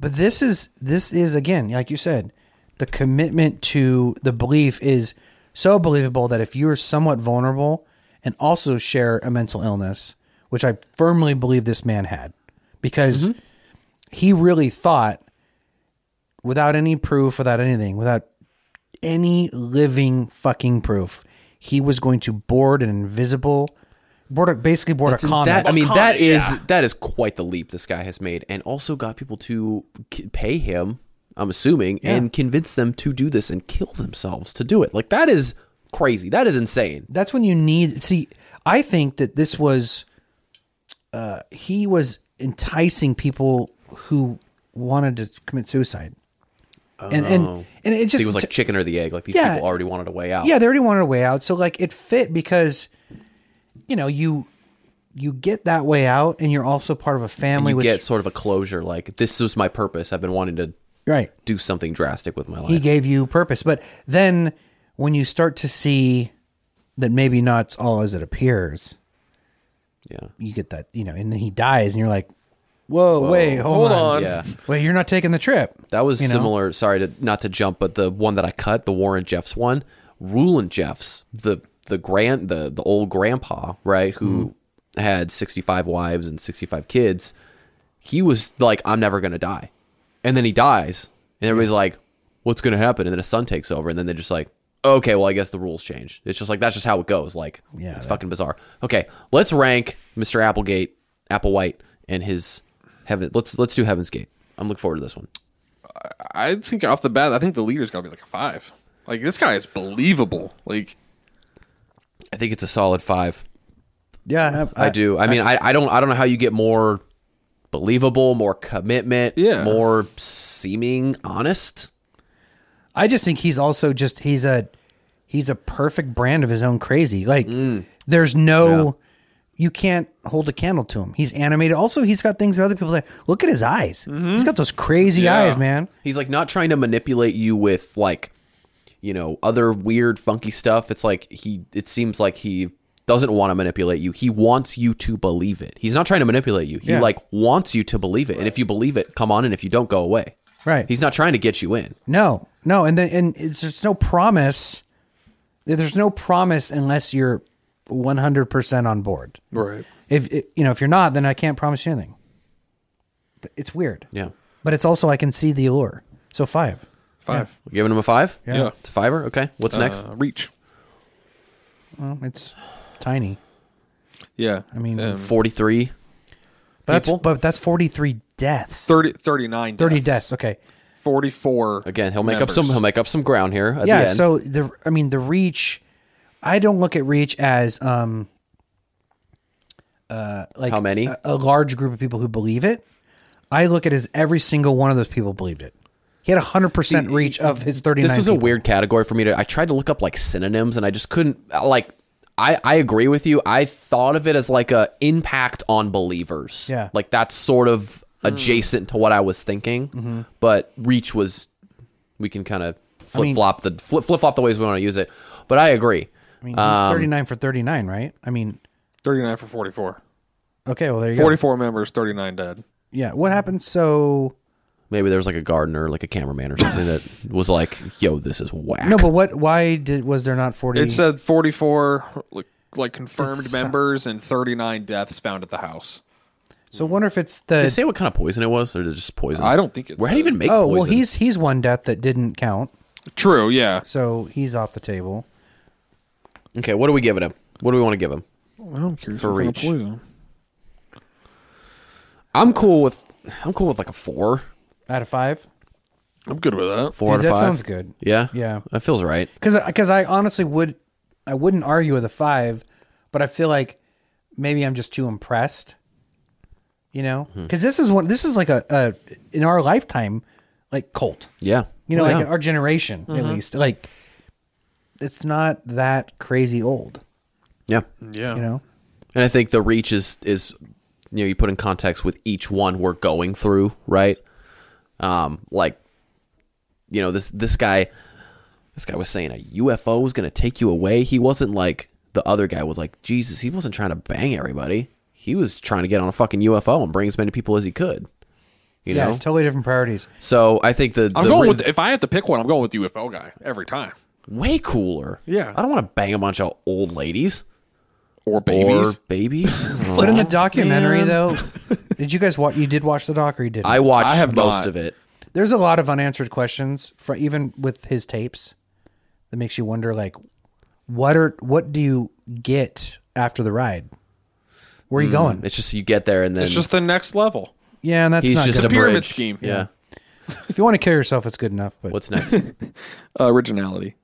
S5: but this is this is again like you said the commitment to the belief is so believable that if you're somewhat vulnerable and also share a mental illness, which I firmly believe this man had because
S3: Mm-hmm.
S5: he really thought without any proof, without anything, without any living fucking proof, he was going to board an invisible board a, basically board a comet.
S3: That, I mean,
S6: Comet,
S3: that is
S6: yeah.
S3: that is quite the leap this guy has made, and also got people to k- pay him. I'm assuming, and convince them to do this and kill themselves to do it. Like that is crazy. That is insane.
S5: that's when you need see i think that this was uh he was enticing people who wanted to commit suicide and and and it just
S3: Oh. So he was like chicken or the egg. Like these
S5: Yeah.
S3: people already wanted a way out.
S5: yeah they already wanted a way out so like it fit because you know you you get that way out and you're also part of a family
S3: you
S5: which
S3: get sort of a closure. Like this was my purpose. I've been wanting to
S5: right
S3: do something drastic with my life.
S5: he gave you purpose but then when you start to see that maybe not it's all as it appears
S3: yeah,
S5: you get that you know and then he dies and you're like whoa, wait hold,
S4: hold on.
S3: yeah.
S5: Wait, you're not taking the trip.
S3: That was
S5: You know?
S3: similar. Sorry to not to jump, but the one that I cut, the Warren Jeffs one, Ruland Jeffs, the the grand the the old grandpa, right, who
S5: Mm-hmm.
S3: had sixty five wives and sixty five kids. He was like, "I'm never gonna die," and then he dies, and everybody's like, "What's gonna happen?" And then his son takes over, and then they're just like, "Okay, well, I guess the rules change." It's just like that's just how it goes. Like,
S5: Yeah,
S3: it's
S5: that-
S3: fucking bizarre. Okay, let's rank Mr. Applegate, Applewhite, and his heaven. Let's let's do Heaven's Gate. I'm looking forward to this one.
S4: I think off the bat, I think the leader's got to be like a five. Like this guy is believable. Like
S3: I think it's a solid five.
S5: Yeah,
S3: I, do. I mean, I, I don't I don't know how you get more believable, more commitment,
S4: Yeah.
S3: more seeming honest.
S5: I just think he's also just he's a he's a perfect brand of his own crazy. Like there's no you can't hold a candle to him. He's animated. Also, he's got things that other people say. Look at his eyes. He's got those crazy eyes, man.
S3: He's like not trying to manipulate you with like, you know, other weird funky stuff. It's like he it seems like he doesn't want to manipulate you. He wants you to believe it. He's not trying to manipulate you. He
S5: Yeah.
S3: like wants you to believe it. And if you believe it, come on and if you don't go away.
S5: Right.
S3: He's not trying to get you in.
S5: no, no, and then and it's there's no promise. There's no promise unless you're 100 percent on board.
S4: right.
S5: If it, you know if you're not, then I can't promise you anything. It's weird.
S3: Yeah.
S5: But it's also I can see the allure. So five.
S4: Five.
S3: We're giving him a five?
S4: Yeah.
S3: It's a fiver? Okay. What's next?
S4: Uh, reach.
S5: Well, it's tiny.
S4: Yeah. I
S5: mean,
S3: Forty three.
S5: But that's,
S3: People?
S5: but that's 43 deaths.
S4: 30, 39
S5: 30
S4: deaths.
S5: deaths. Okay.
S4: 44
S3: Again, he'll make
S4: members.
S3: up some. He'll make up some ground here. At
S5: yeah.
S3: the end.
S5: So the, I mean, the reach, I don't look at reach as, um, uh, like
S3: How many?
S5: a, a large group of people who believe it. I look at it as every single one of those people believed it. He had a hundred percent reach of his 39.
S3: this was a
S5: people.
S3: weird category for me to. I tried to look up like synonyms, and I just couldn't. Like, I I agree with you. I thought of it as like a impact on believers.
S5: Yeah.
S3: like that's sort of adjacent to what I was thinking.
S5: Mm-hmm.
S3: But reach was, we can kind of flip flop the flip flip flop the ways we want to use it. But I agree.
S5: I mean, he's
S3: Um,
S5: 39 for 39, right? I mean,
S4: 39 for 44.
S5: okay, well, there you go.
S4: 44 members, 39 dead.
S5: Yeah. What happened? So,
S3: Maybe there was like a gardener, like a cameraman or something that was like, "Yo, this is whack."
S5: no, but what, why did, was there not 40?
S4: It said uh, 44 like, like confirmed
S5: It's-
S4: members and 39 deaths found at the house.
S5: so I wonder if it's
S3: Did
S5: the,
S3: they say what kind of poison it was, or did it just poison?
S4: I don't think it's
S3: Where do you even make?
S5: Oh well,
S3: poison?
S5: he's he's one death that didn't count,
S4: True, yeah.
S5: so he's off the table.
S3: Okay, what are we giving him? What do we want to give him?
S4: I'm curious
S3: For what kind of reach. I'm cool with I'm cool with like a four.
S5: Out of five,
S4: I'm good with that.
S3: Four
S5: Dude,
S3: out
S5: that
S3: of five.
S5: sounds good.
S3: Yeah?
S5: Yeah.
S3: That feels right.
S5: Because because I honestly would I wouldn't argue with a five, but I feel like maybe I'm just too impressed. You know,
S3: Hmm.
S5: because this is one. This is like a, a in our lifetime, like cult.
S3: Yeah.
S5: You know,
S3: Oh,
S5: like
S3: yeah.
S5: our generation at least. Like, it's not that crazy old.
S3: yeah.
S6: Yeah.
S5: You know,
S3: And I think the reach is is you know, you put in context with each one we're going through, right? Um, like you know, this this guy this guy was saying a UFO was gonna take you away. He wasn't like the other guy was like, Jesus, he wasn't trying to bang everybody. He was trying to get on a fucking UFO and bring as many people as he could. You
S5: yeah,
S3: know?
S5: totally different priorities.
S3: so I think the
S4: I'm
S3: the
S4: going
S3: re-
S4: with, if I have to pick one, I'm going with the UFO guy every time.
S3: way cooler.
S4: Yeah.
S3: I don't want to bang a bunch of old ladies.
S4: or babies.
S3: or babies.
S5: But in the documentary, though, did you guys watch? You did watch the doc, or you didn't?
S3: I watched
S4: I have
S3: most
S4: not.
S3: of it.
S5: There's a lot of unanswered questions, for, even with his tapes, that makes you wonder, like, what are what do you get after the ride? Where are
S3: Hmm.
S5: you going?
S3: It's just you get there and then
S4: it's just the next level.
S5: Yeah, and that's
S3: he's
S5: not
S3: just
S5: good.
S3: a
S4: Pyramid
S3: bridge.
S4: scheme.
S3: Yeah.
S5: if you want to kill yourself, it's good enough. But
S3: What's next?
S4: Uh, originality.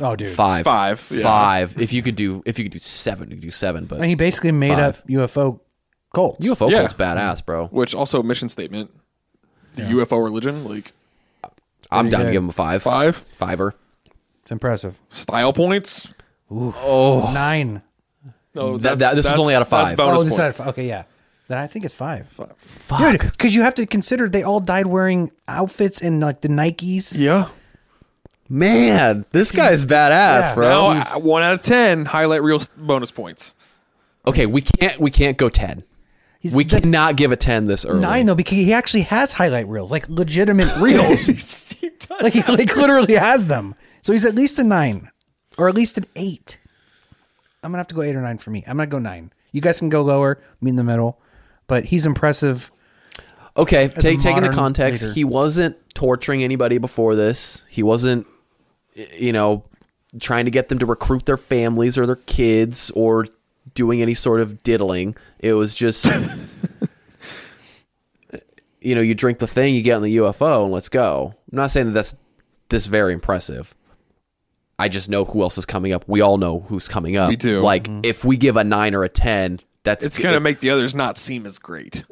S5: oh, dude,
S3: Five.
S4: Five, yeah.
S3: Five. If you could do, if you could do seven, you could do seven. But
S5: I mean, he basically made
S3: Five.
S5: up UFO cults.
S3: UFO
S4: Yeah.
S3: cult's badass, bro.
S4: Which also mission statement. The UFO religion, like
S3: I'm down to
S5: good.
S3: give him a five.
S4: five
S3: Fiver.
S5: it's impressive.
S4: style points.
S5: Oh, nine.
S4: No,
S3: That- that- this was only out of
S4: That's
S3: five.
S4: bonus
S5: oh, this
S4: point.
S5: had- okay, yeah. Then I think it's five. Dude, because you have to consider they all died wearing outfits and like the Nikes.
S4: yeah.
S3: Man, this guy's badass,
S5: Yeah.
S3: bro.
S4: Now
S3: He's-
S4: uh, one out of ten highlight real s- bonus points.
S3: okay, we can't we can't go ten.
S5: He's
S3: We
S5: the
S3: cannot give a ten this early.
S5: nine though because he actually has highlight reels, like legitimate reels.
S4: he does.
S5: like he like literally has them. So he's at least a nine, or at least an eight. I'm gonna have to go eight or nine for me. I'm gonna go nine. You guys can go lower, meet in the middle. But he's impressive.
S3: Okay,
S5: a
S3: take taking the
S5: modern
S3: context,
S5: leader.
S3: he wasn't torturing anybody before this. He wasn't, y- you know, trying to get them to recruit their families or their kids or doing any sort of diddling. It was just, you know, you drink the thing, you get on the UFO, and let's go. I'm not saying that that's this very impressive. I just know who else is coming up. We all know who's coming up.
S4: We do.
S3: Like
S5: Mm-hmm.
S3: if we give a nine or a ten, that's
S4: It's
S3: g-
S4: gonna make the others not seem as great.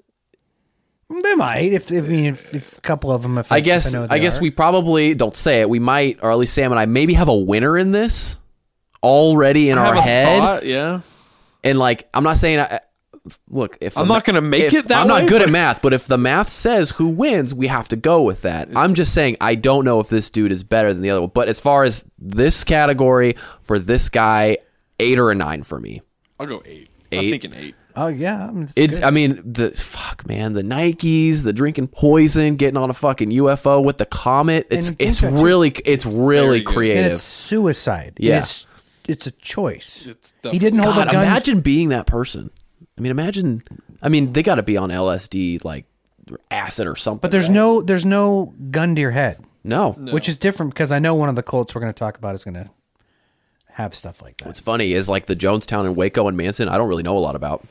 S5: They might if if- I mean if, if a couple of them. If
S3: I
S5: if
S3: guess
S5: know
S3: I,
S5: they
S3: guess
S5: are.
S3: we probably don't say it. We might, or at least Sam and I, maybe have a winner in this already in
S4: I
S3: our
S4: have a
S3: head.
S4: thought, yeah.
S3: And like, I'm not saying. I, look, if
S4: I'm
S3: the-
S4: not gonna make
S3: if-
S4: it that
S3: I'm
S4: way,
S3: not good
S4: but-
S3: at math, but if the math says who wins, we have to go with that. I'm just saying I don't know if this dude is better than the other one. But as far as this category for this guy, eight or a nine for me.
S4: I'll go eight.
S3: Eight?
S4: I'm thinking eight.
S5: Oh yeah, I mean, it's
S3: It, I mean, the fuck, man, the Nikes, the drinking poison, getting on a fucking UFO with the comet. It's
S5: And
S3: it's
S5: contract-
S3: really it's really
S4: good. And
S5: and
S3: creative.
S5: it's suicide.
S3: Yeah.
S5: it's, it's a choice.
S4: It's
S5: he didn't hold
S3: God,
S5: a gun.
S3: imagine being that person. I mean, imagine. I mean, they got to be on LSD, like acid or something.
S5: but there's no there's no gun to your head,
S3: no.
S5: which is different because I know one of the cults we're going to talk about is going to have stuff like that.
S3: What's funny is like the Jonestown and Waco and Manson. I don't really know a lot about.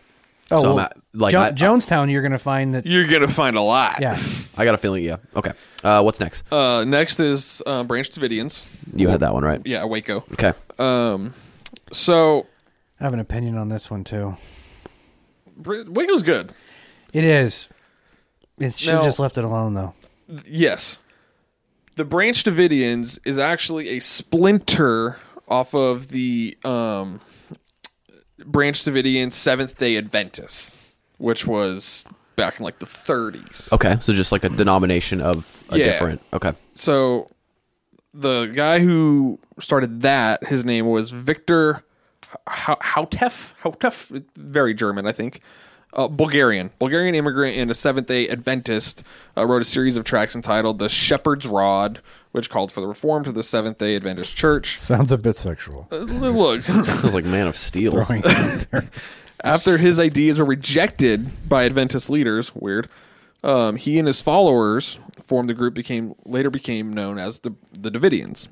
S5: oh,
S3: so I'm
S5: well,
S3: at- like,
S5: Jo-
S3: I- I-
S5: Jonestown, you're going to find that.
S4: You're gonna find a lot.
S5: Yeah,
S3: I got a feeling. Yeah. Okay. Uh, what's next?
S4: Uh, next is uh, Branch Davidians.
S3: You had that one right.
S4: Yeah, Waco.
S3: Okay.
S4: Um, so
S5: I have an opinion on this one too.
S4: Br- Waco's good.
S5: It is. It should have
S4: No.
S5: just left it alone though.
S4: Yes. The Branch Davidians is actually a splinter off of the um, Branch Davidian Seventh day Adventists, which was back in like the 30s.
S3: Okay. So just like a denomination of a
S4: Yeah.
S3: different. Okay.
S4: So the guy who started that, his name was Victor H- Houtef. Houtef, very German, I think. Uh, Bulgarian, Bulgarian immigrant and a Seventh Day Adventist, uh, wrote a series of tracts entitled "The Shepherd's Rod," which called for the reform to the Seventh Day Adventist Church.
S5: Sounds a bit sexual.
S4: Uh, Look,
S3: Sounds like Man of Steel.
S4: After his ideas were rejected by Adventist leaders, weird, um, he and his followers formed a group became later became known as the the Davidians.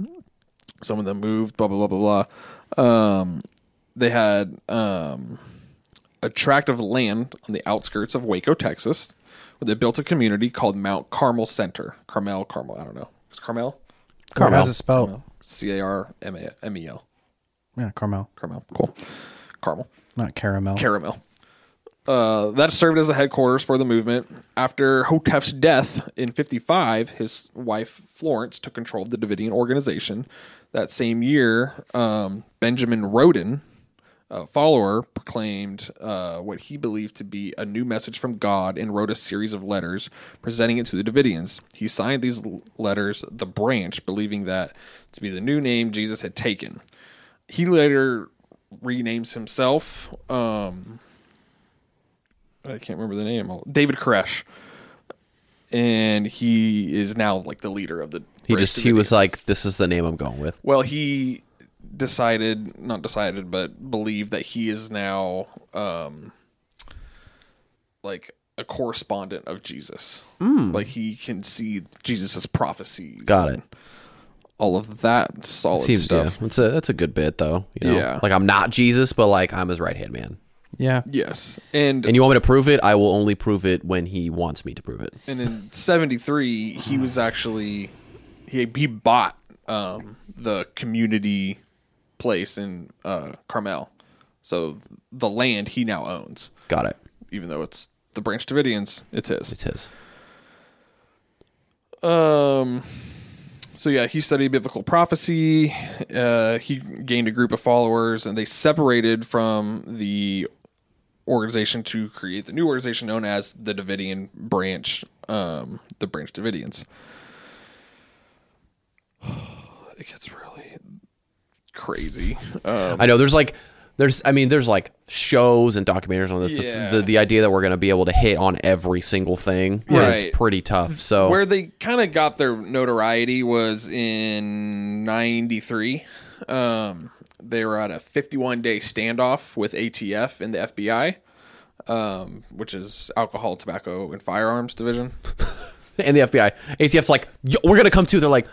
S4: Some of them moved, blah blah blah blah blah. Um, they had um, a tract of land on the outskirts of Waco, Texas, where they built a community called Mount Carmel Center. Carmel, Carmel, I don't know. Is Carmel?
S5: Carmel.
S3: Carmel.
S5: How's it spelled?
S4: C A R M A M E L.
S5: Yeah, Carmel,
S4: Carmel. Cool. Carmel.
S5: not caramel.
S4: Caramel. Uh, that served as the headquarters for the movement. After Hotef's death in 55, his wife Florence took control of the Davidian organization. That same year, um, Benjamin Roden, a follower, proclaimed uh, what he believed to be a new message from God and wrote a series of letters presenting it to the Davidians. He signed these l- letters the branch, believing that to be the new name Jesus had taken. He later renames himself. Um, I can't remember the name. David Koresh. And he is now like the leader of the.
S3: He
S4: British
S3: just he was
S4: Davidians.
S3: like, this is the name I'm going with.
S4: Well, he decided, not decided, but believe that he is now um like a correspondent of Jesus. Like he can see Jesus's prophecies.
S3: Hmm. Got it.
S4: and All of that solid
S3: Seems
S4: stuff.
S3: yeah. That's a that's a good bit though. You know?
S4: Yeah.
S3: Like I'm not Jesus, but like I'm his right hand man.
S5: Yeah.
S4: Yes. And
S3: And you want me to prove it? I will only prove it when he wants me to prove it.
S4: and in 73 he was actually he, he bought um, the community place in uh, carmel so the land he now owns
S3: Got it.
S4: even though it's the branch davidians it's his
S3: It's his.
S4: um so yeah he studied biblical prophecy uh, he gained a group of followers and they separated from the organization to create the new organization known as the davidian branch um, the branch davidians it gets really crazy um,
S3: I know there's like there's I mean there's like shows and documentaries on this. The-
S4: Yeah.
S3: The, the idea that we're going to be able to hit on every single thing
S4: Right.
S3: is pretty tough. So
S4: where they kind of got their notoriety was in 93 um, they were at a 51 day standoff with atf and the fbi um, which is alcohol tobacco and firearms division
S3: and the FBI, ATF's like "Yo, we're going to come too. They're like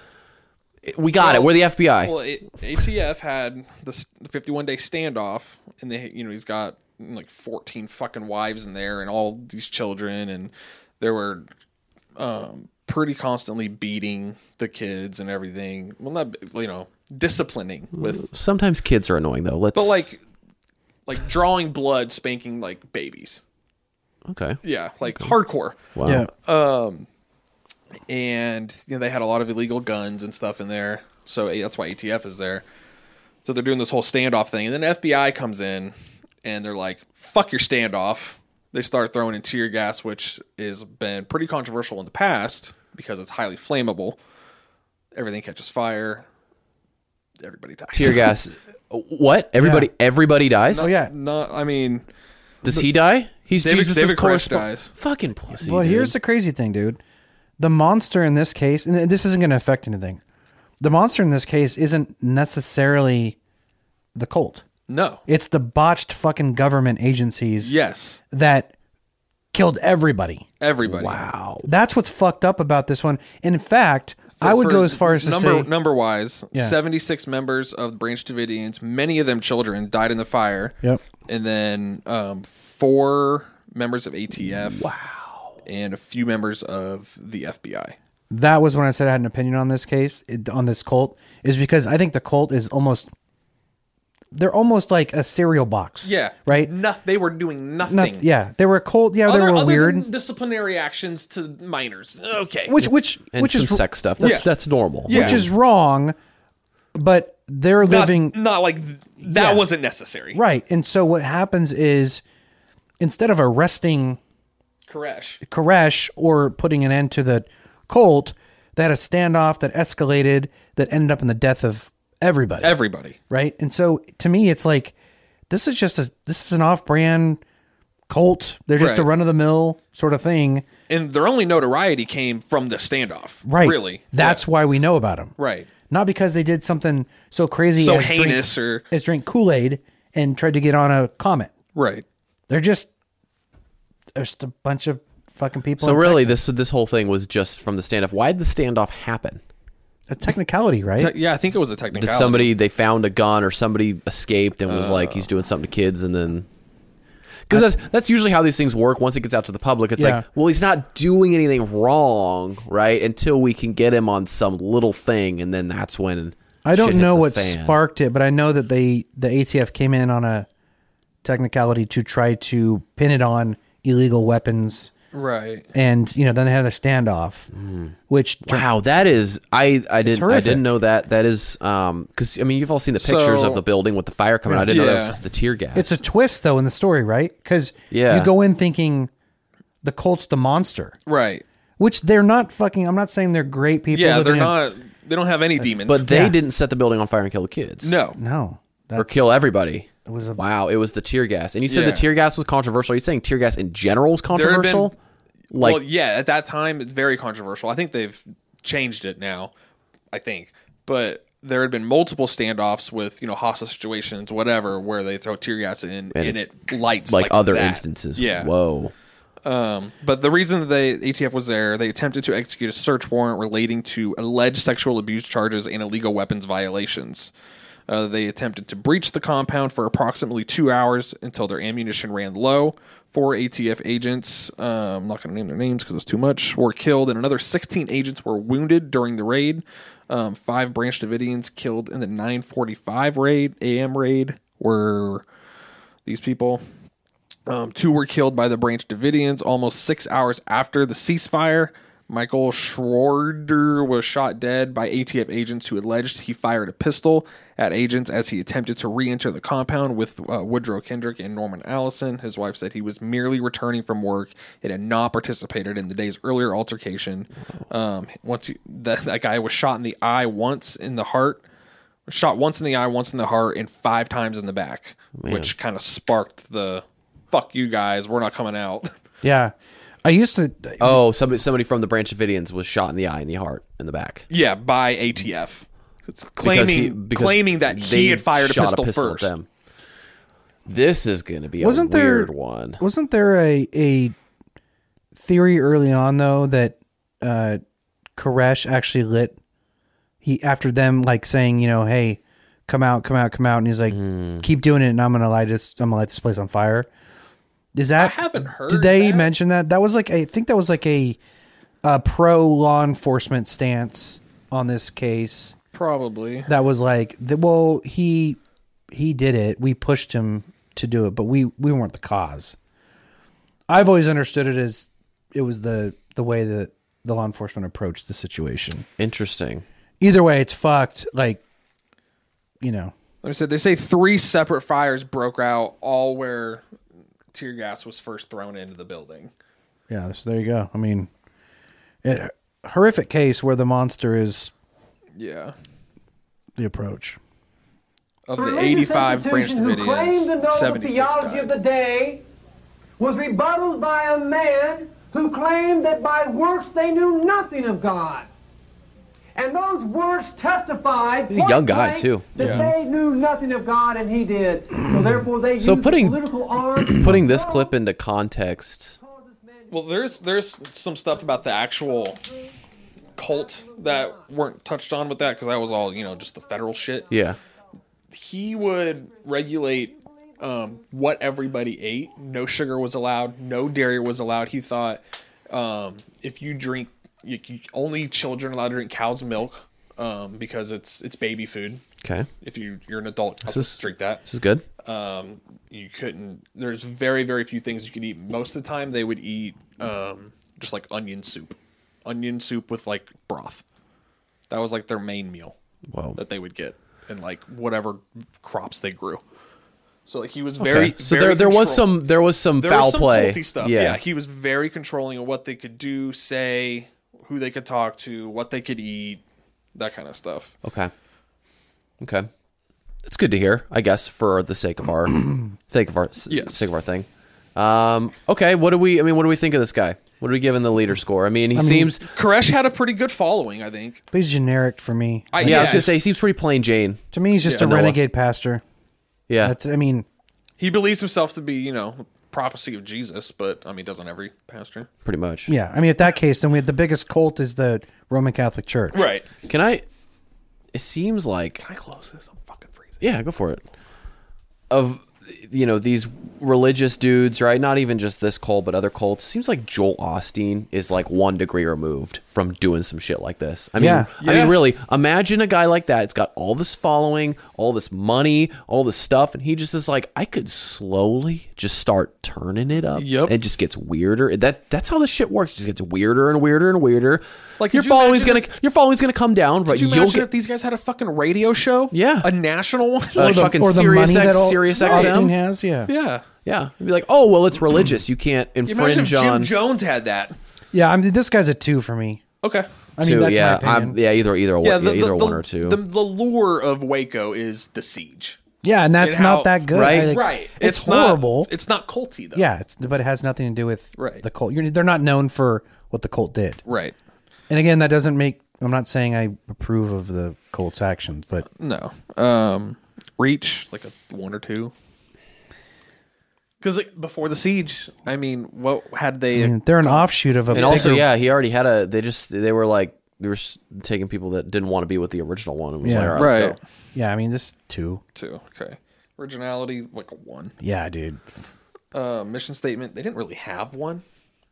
S3: we got it. We're the FBI.
S4: well A- atf had this 51 day standoff and they you know he's got like 14 fucking wives in there and all these children and there were um, pretty constantly beating the kids and everything well not you know disciplining with
S3: Sometimes kids are annoying though. Let's
S4: But like, like drawing blood, spanking like babies.
S3: okay.
S4: Yeah, like hardcore.
S3: Wow.
S5: Yeah.
S4: And you know they had a lot of illegal guns and stuff in there, so eh, that's why ATF is there. So they're doing this whole standoff thing, and then FBI comes in, and they're like, "Fuck your standoff." They start throwing in tear gas, which has been pretty controversial in the past because it's highly flammable. Everything catches fire. Everybody dies.
S3: Tear gas. Uh, What? Everybody everybody dies?
S5: Oh yeah.
S4: Not, I mean,
S3: Does he die? He's
S4: David-
S3: Jesus'
S4: David Koresh
S3: correspon-
S4: dies.
S3: Fucking pussy.
S5: Well,
S3: dude.
S5: here's the crazy thing, dude. The monster in this case, and this isn't going to affect anything. The monster in this case isn't necessarily the cult.
S4: no.
S5: It's the botched fucking government agencies
S4: Yes,
S5: that killed everybody.
S4: everybody.
S3: wow.
S5: That's what's fucked up about this one. In fact, I would
S4: for
S5: go as far as to
S4: number
S5: say,
S4: number wise,
S5: Yeah.
S4: seventy six members of the Branch Davidians, many of them children, died in the fire.
S5: Yep.
S4: And then um, four members of ATF. Wow. And a few members of the FBI.
S5: that was when I said I had an opinion on this case, it- on this cult, is because I think the cult is almost, they're almost like a cereal box.
S4: Yeah.
S5: Right?
S4: No, they were doing nothing.
S5: Noth- yeah. They were cold. Yeah,
S4: Other,
S5: they were
S4: other
S5: weird.
S4: than disciplinary actions to minors. Okay.
S5: which which
S3: And
S5: which
S3: some
S5: is
S3: sex stuff. That's
S4: Yeah.
S3: that's normal.
S4: Yeah.
S5: which is wrong, but they're
S4: not,
S5: living
S4: not like th- that
S5: Yeah.
S4: wasn't necessary.
S5: right. And so what happens is instead of arresting
S4: Koresh.
S5: Koresh or putting an end to the cult, they had a standoff that escalated that ended up in the death of everybody.
S4: Everybody.
S5: right? And so to me, it's like this is just a this is an off-brand cult. They're just a
S4: Right.
S5: run-of-the-mill sort of thing,
S4: And their only notoriety came from the standoff.
S5: right?
S4: Really.
S5: That's why we know about them,
S4: Right.
S5: not because they did something so crazy,
S4: So
S5: as
S4: heinous
S5: drink,
S4: or-
S5: as drink Kool Aid and tried to get on a comet.
S4: Right.
S5: They're just there's just a bunch of fucking people.
S3: So
S5: in
S3: really,
S5: Texas.
S3: this this whole thing was just from the standoff. Why did the standoff happen?
S5: a technicality, right?
S4: Te- yeah, I think it was a technicality.
S3: Did somebody they found a gun or somebody escaped and
S4: Uh.
S3: was like he's doing something to kids and then because that's that's usually how these things work. Once it gets out to the public, it's
S5: Yeah.
S3: like well he's not doing anything wrong, right? Until we can get him on some little thing, and then that's when
S5: I
S3: shit
S5: don't
S3: hits
S5: know
S3: the
S5: what
S3: fan.
S5: sparked it, but I know that they the ATF came in on a technicality to try to pin it on illegal weapons,
S4: Right.
S5: and you know then they had a standoff, which
S3: Hmm. Wow, that is I I didn't I
S5: horrific.
S3: didn't know that. That is um because I mean you've all seen the pictures
S4: So-
S3: of the building with the fire coming. out. I didn't know that
S4: Yeah.
S3: was the tear gas.
S5: it's a twist though in the story, right? Because
S3: Yeah.
S5: you go in thinking the Colt's the monster.
S4: Right.
S5: which they're not fucking. I'm not saying they're great people.
S4: Yeah,
S5: living
S4: they're
S5: in-
S4: not. They don't have any demons.
S3: but they
S5: Yeah.
S3: didn't set the building on fire and kill the kids.
S4: no,
S5: No, that's,
S3: or kill everybody. It
S5: was a-
S3: wow. It was the tear gas, and you said
S4: Yeah.
S3: the tear gas was controversial. Are you saying tear gas in general is
S4: have been-
S3: controversial? like
S4: well, yeah. At that time, it's very controversial. I think they've changed it now. I think, but there had been multiple standoffs with you know hostile situations, whatever, where they throw tear gas in and, it lights
S3: like,
S4: like
S3: other
S4: that.
S3: instances.
S4: Yeah,
S3: Whoa.
S4: but the reason that they ATF was there, they attempted to execute a search warrant relating to alleged sexual abuse charges and illegal weapons violations. Uh, they attempted to breach the compound for approximately two hours until their ammunition ran low. Four ATF agents, um, I'm not going to name their names because it's too much, were killed, and another 16 agents were wounded during the raid. Um, five Branch Davidians killed in the 945 raid, AM raid, were these people. Um, two were killed by the Branch Davidians almost six hours after the ceasefire. Michael Schroeder was shot dead by ATF agents who alleged he fired a pistol at agents as he attempted to re enter the compound with uh, Woodrow Kendrick and Norman Allison. His wife said he was merely returning from work and had not participated in the day's earlier altercation. Um, once he, that, that guy was shot in the eye once, in the heart, shot once in the eye, once in the heart, and five times in the back, which kind of sparked the "fuck you guys, we're not coming out."
S5: Yeah. I used to.
S3: Oh, somebody somebody from the Branch Davidians was shot in the eye, in the heart, in the back.
S4: yeah, by ATF. It's claiming claiming that he
S3: they
S4: had fired a
S3: shot
S4: pistol,
S3: at
S4: first.
S3: them. This is going to be
S5: Wasn't
S3: a
S5: there-
S3: weird one.
S5: Wasn't there a, a theory early on, though, that uh, Koresh actually lit. He, after them, like saying, you know, hey, come out, come out, come out. And he's like, keep doing it. And I'm going to light this, I'm going to light this place on fire. Is that.
S4: I haven't heard.
S5: Did they
S4: that.
S5: mention that? That was like a- I think that was like a, a pro law enforcement stance on this case.
S4: Probably.
S5: That was like, the, well, he he did it. We pushed him to do it, but we we weren't the cause. I've always understood it as it was the the way that the law enforcement approached the situation.
S3: Interesting.
S5: Either way, it's fucked. Like, you know,
S4: Like I said, they say three separate fires broke out, all where tear gas was first thrown into the building.
S5: yeah. So there you go. I mean, it, horrific case where the monster is
S4: Yeah.
S5: the approach.
S4: Of the 85 Branch
S8: who claimed to know
S4: Davidians,
S8: the
S4: 76
S8: theology of
S4: died.
S8: the day was rebutted by a man who claimed that by works they knew nothing of God. And those works testified.
S3: He's a young
S8: point
S3: guy,
S8: blank
S3: too.
S8: That they knew nothing of God, and he did. So therefore, they
S3: So
S8: used
S3: putting-
S8: the political arm.
S3: Putting this clip into context,
S4: Well, there's there's some stuff about the actual cult that weren't touched on with that because that was all you know just the federal shit.
S3: yeah,
S4: he would regulate um, what everybody ate. No sugar was allowed. No dairy was allowed. He thought um, if you drink, you, you- only children allowed to drink cow's milk um, because it's it's baby food.
S3: okay,
S4: If you you're an adult, I'll
S3: is-
S4: drink that.
S3: this is good.
S4: Um, you couldn't. There's very very few things you could eat. Most of the time, they would eat um, just like onion soup, onion soup with like broth. That was like their main meal
S3: Whoa.
S4: that they would get and like whatever crops they grew. So like he was
S3: Okay.
S4: very
S3: so
S4: very
S3: there there was
S4: control-
S3: some there was some
S4: there
S3: foul
S4: was some
S3: play.
S4: culty stuff. Yeah. he was very controlling of what they could do, say, who they could talk to, what they could eat, that kind of stuff.
S3: Okay. Okay. It's good to hear, I guess, for the sake of our sake of our s-
S4: Yes.
S3: sake of our thing. Um, okay, what do we I mean, what do we think of this guy? What are we giving the leader score? I mean, he seems
S4: Koresh had a pretty good following, I think.
S5: But he's generic for me.
S4: I,
S3: yeah, I was going to say he seems pretty plain Jane.
S5: To me, he's just
S3: Yeah.
S5: a
S3: Noah.
S5: renegade pastor.
S3: Yeah.
S5: That's, I mean,
S4: he believes himself to be, you know, prophecy of Jesus, but I mean, doesn't every pastor?
S3: pretty much.
S5: yeah. I mean, at that case, then we the biggest cult is the Roman Catholic Church.
S4: Right.
S3: Can I It seems like
S4: I close this. I'm fucking freezing.
S3: yeah, go for it. Of you know, these religious dudes, right? Not even just this cult, but other cults. Seems like Joel Austin is like one degree removed from doing some shit like this. I mean,
S5: Yeah.
S3: I mean,
S4: Yeah.
S3: really, imagine a guy like that. It's got all this following, all this money, all this stuff, and he just is like, I could slowly just start turning it up.
S4: Yep.
S3: It just gets weirder. That that's how this shit works. It just gets weirder and weirder and weirder. Like
S4: Like,
S3: your
S4: could you
S3: following's gonna
S4: imagine
S3: your following's gonna come down, but
S4: Could you
S3: you'll
S4: imagine
S3: get
S4: if these guys had a fucking radio show?
S3: Yeah.
S4: A national one?
S3: Uh,
S4: Like,
S3: the- fucking Sirius X-
S5: all-
S3: Sirius
S5: Austin
S3: XM.
S5: has. Yeah.
S4: yeah.
S3: Yeah, you'd be like, oh well, it's religious. You can't
S4: Imagine if
S3: infringe
S4: Jim
S3: on.
S4: Jones had that.
S5: Yeah. I mean, this guy's a two for me.
S4: Okay.
S5: I mean,
S3: to-
S5: that's
S3: yeah,
S5: my
S3: I'm,
S5: opinion.
S3: yeah, either either one, yeah, either one or two.
S4: The, the lure of Waco is the siege.
S5: yeah. And that's
S4: and how-
S5: not that good.
S3: Right.
S5: I, like,
S4: Right.
S5: It's,
S4: not-
S5: horrible.
S4: it's not culty, though.
S5: yeah. It's, but it has nothing to do with
S4: Right.
S5: the cult. You're, they're not known for what the cult did.
S4: Right.
S5: And again, that doesn't make I'm not saying I approve of the Colts' actions, but
S4: No. Um, reach like a one or two. Because like, before the siege, I mean, what had they?
S5: I mean, they're an offshoot of a.
S3: And also,
S5: bigger-
S3: yeah, he already had a. They just they were like they were s- taking people that didn't want to be with the original one. And was
S5: Yeah.
S3: like, All right,
S4: right.
S3: Let's go.
S5: yeah. I mean, this two.
S4: Two. Okay. Originality like a one.
S5: Yeah, dude.
S4: Uh, mission statement. They didn't really have one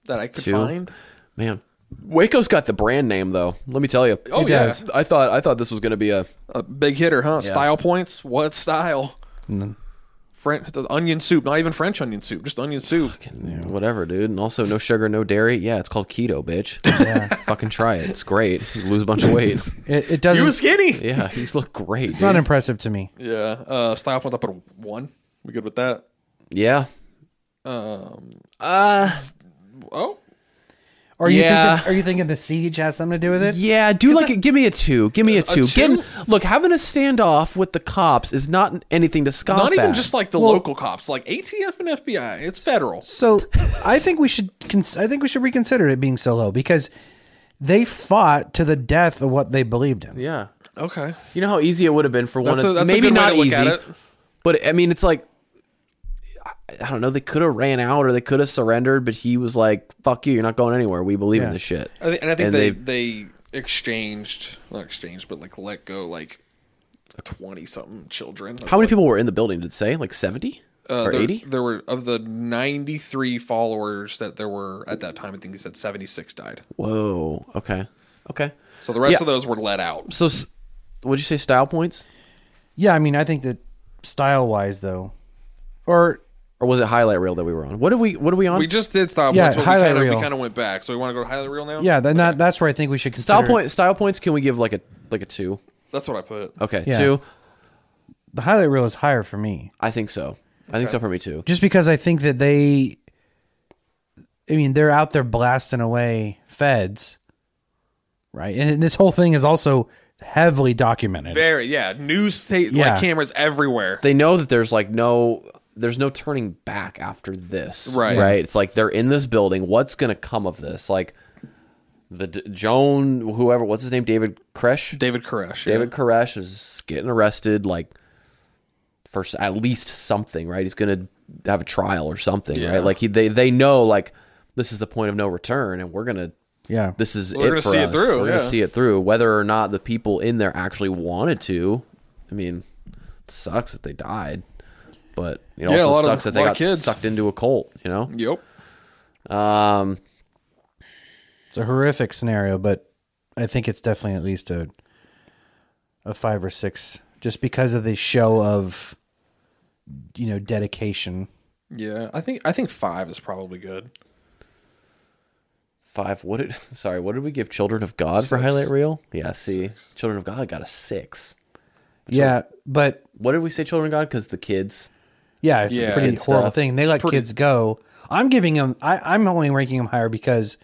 S4: that I could
S3: Two.
S4: find.
S3: Man, Waco's got the brand name though. Let me tell you.
S4: Oh
S5: It
S4: yeah,
S5: does.
S3: I thought I thought this was going to be a.
S4: a big hitter, huh? Style points. What style? French the onion soup. Not even French onion soup. Just onion soup.
S3: Whatever, dude. And also, no sugar, no dairy. Yeah, it's called keto, bitch. Yeah. Fucking try it. It's great. You lose a bunch of weight.
S5: It, it doesn't.
S4: You were skinny.
S3: Yeah, you look great.
S5: it's not impressive to me.
S4: Yeah. Uh, style points. I put a one. We good with that?
S3: yeah.
S4: Oh,
S5: Are you?
S3: Yeah.
S5: Thinking, are you thinking the siege has something to do with it?
S3: Yeah, do like a, give me a two. Give me a two. Getting- look, having a standoff with the cops is not anything to scoff
S4: not even
S3: at.
S4: just like the local cops, like ATF and FBI. It's federal.
S5: So I think we should. Cons- I think we should reconsider it being so low because they fought to the death of what they believed in.
S3: yeah.
S4: Okay.
S3: You know how easy it would have been for one
S4: That's
S3: of
S4: a- that's a
S3: maybe
S4: good way
S3: not
S4: to look
S3: easy,
S4: at it.
S3: but I mean it's like I- I don't know. They could have ran out or they could have surrendered, but he was like, "Fuck you! You're not going anywhere. We believe in this shit."
S4: I thi- and I think
S3: And
S4: they,
S3: they-
S4: they exchanged not exchanged, but like let go like twenty something children.
S3: How many people were in the building? Did it say like seventy or
S4: there,
S3: eighty?
S4: There were of the ninety three followers that there were at that time. I think he said seventy six died.
S3: Whoa. Okay. Okay.
S4: So the rest
S3: Yeah.
S4: of those were let out.
S3: So, s- would you say style points,
S5: Yeah, I mean, I think that style wise though, or
S3: or was it highlight reel that we were on? What did we? What are we on?
S4: We just did style
S5: Yeah,
S4: points, but
S5: highlight
S4: we kind of
S5: reel.
S4: we kind of went back. So we want to go to highlight reel now.
S5: yeah, then that, that's where I think we should consider
S3: style point. Style points. Can we give like a like a two?
S4: that's what I put.
S3: Okay,
S5: Yeah.
S3: two.
S5: The highlight reel is higher for me,
S3: I think so. I think so for me too.
S5: just because I think that they. I mean, they're out there blasting away feds, right? And this whole thing is also heavily documented.
S4: Very yeah, news state
S5: Yeah.
S4: like cameras everywhere.
S3: They know that there's like no there's no turning back after this.
S4: Right.
S3: Right. It's like they're in this building. What's going to come of this? Like the D- Joan whoever what's his name David Kresh?
S4: David Koresh. yeah.
S3: David Koresh is getting arrested like for s- at least something, right? He's going to have a trial or something,
S4: Yeah.
S3: right? Like he, they they know like this is the point of no return and we're going to
S5: Yeah,
S3: this is
S4: We're
S3: it
S4: gonna
S3: for
S4: see it
S3: us.
S4: through,
S3: We're
S4: yeah.
S3: gonna see it through, whether or not the people in there actually wanted to. I mean, it sucks that they died, but it
S4: Yeah, a lot
S3: also
S4: of-
S3: sucks that they
S4: lot
S3: got
S4: of kids.
S3: sucked into a cult. You know,
S4: Yep.
S3: um,
S5: It's a horrific scenario, but I think it's definitely at least a a five or six, just because of the show of you know dedication.
S4: Yeah, I think I think five is probably good.
S3: five. What did? Sorry, what did we give Children of God for highlight reel? Yeah, see, Children of God got a six.
S5: yeah, but
S3: What did we say, Children of God? Because the kids.
S5: yeah, it's
S4: Yeah.
S5: a pretty
S4: Kid
S5: horrible
S3: stuff.
S5: thing. They let kids go. I'm giving them. I, I'm only ranking them higher because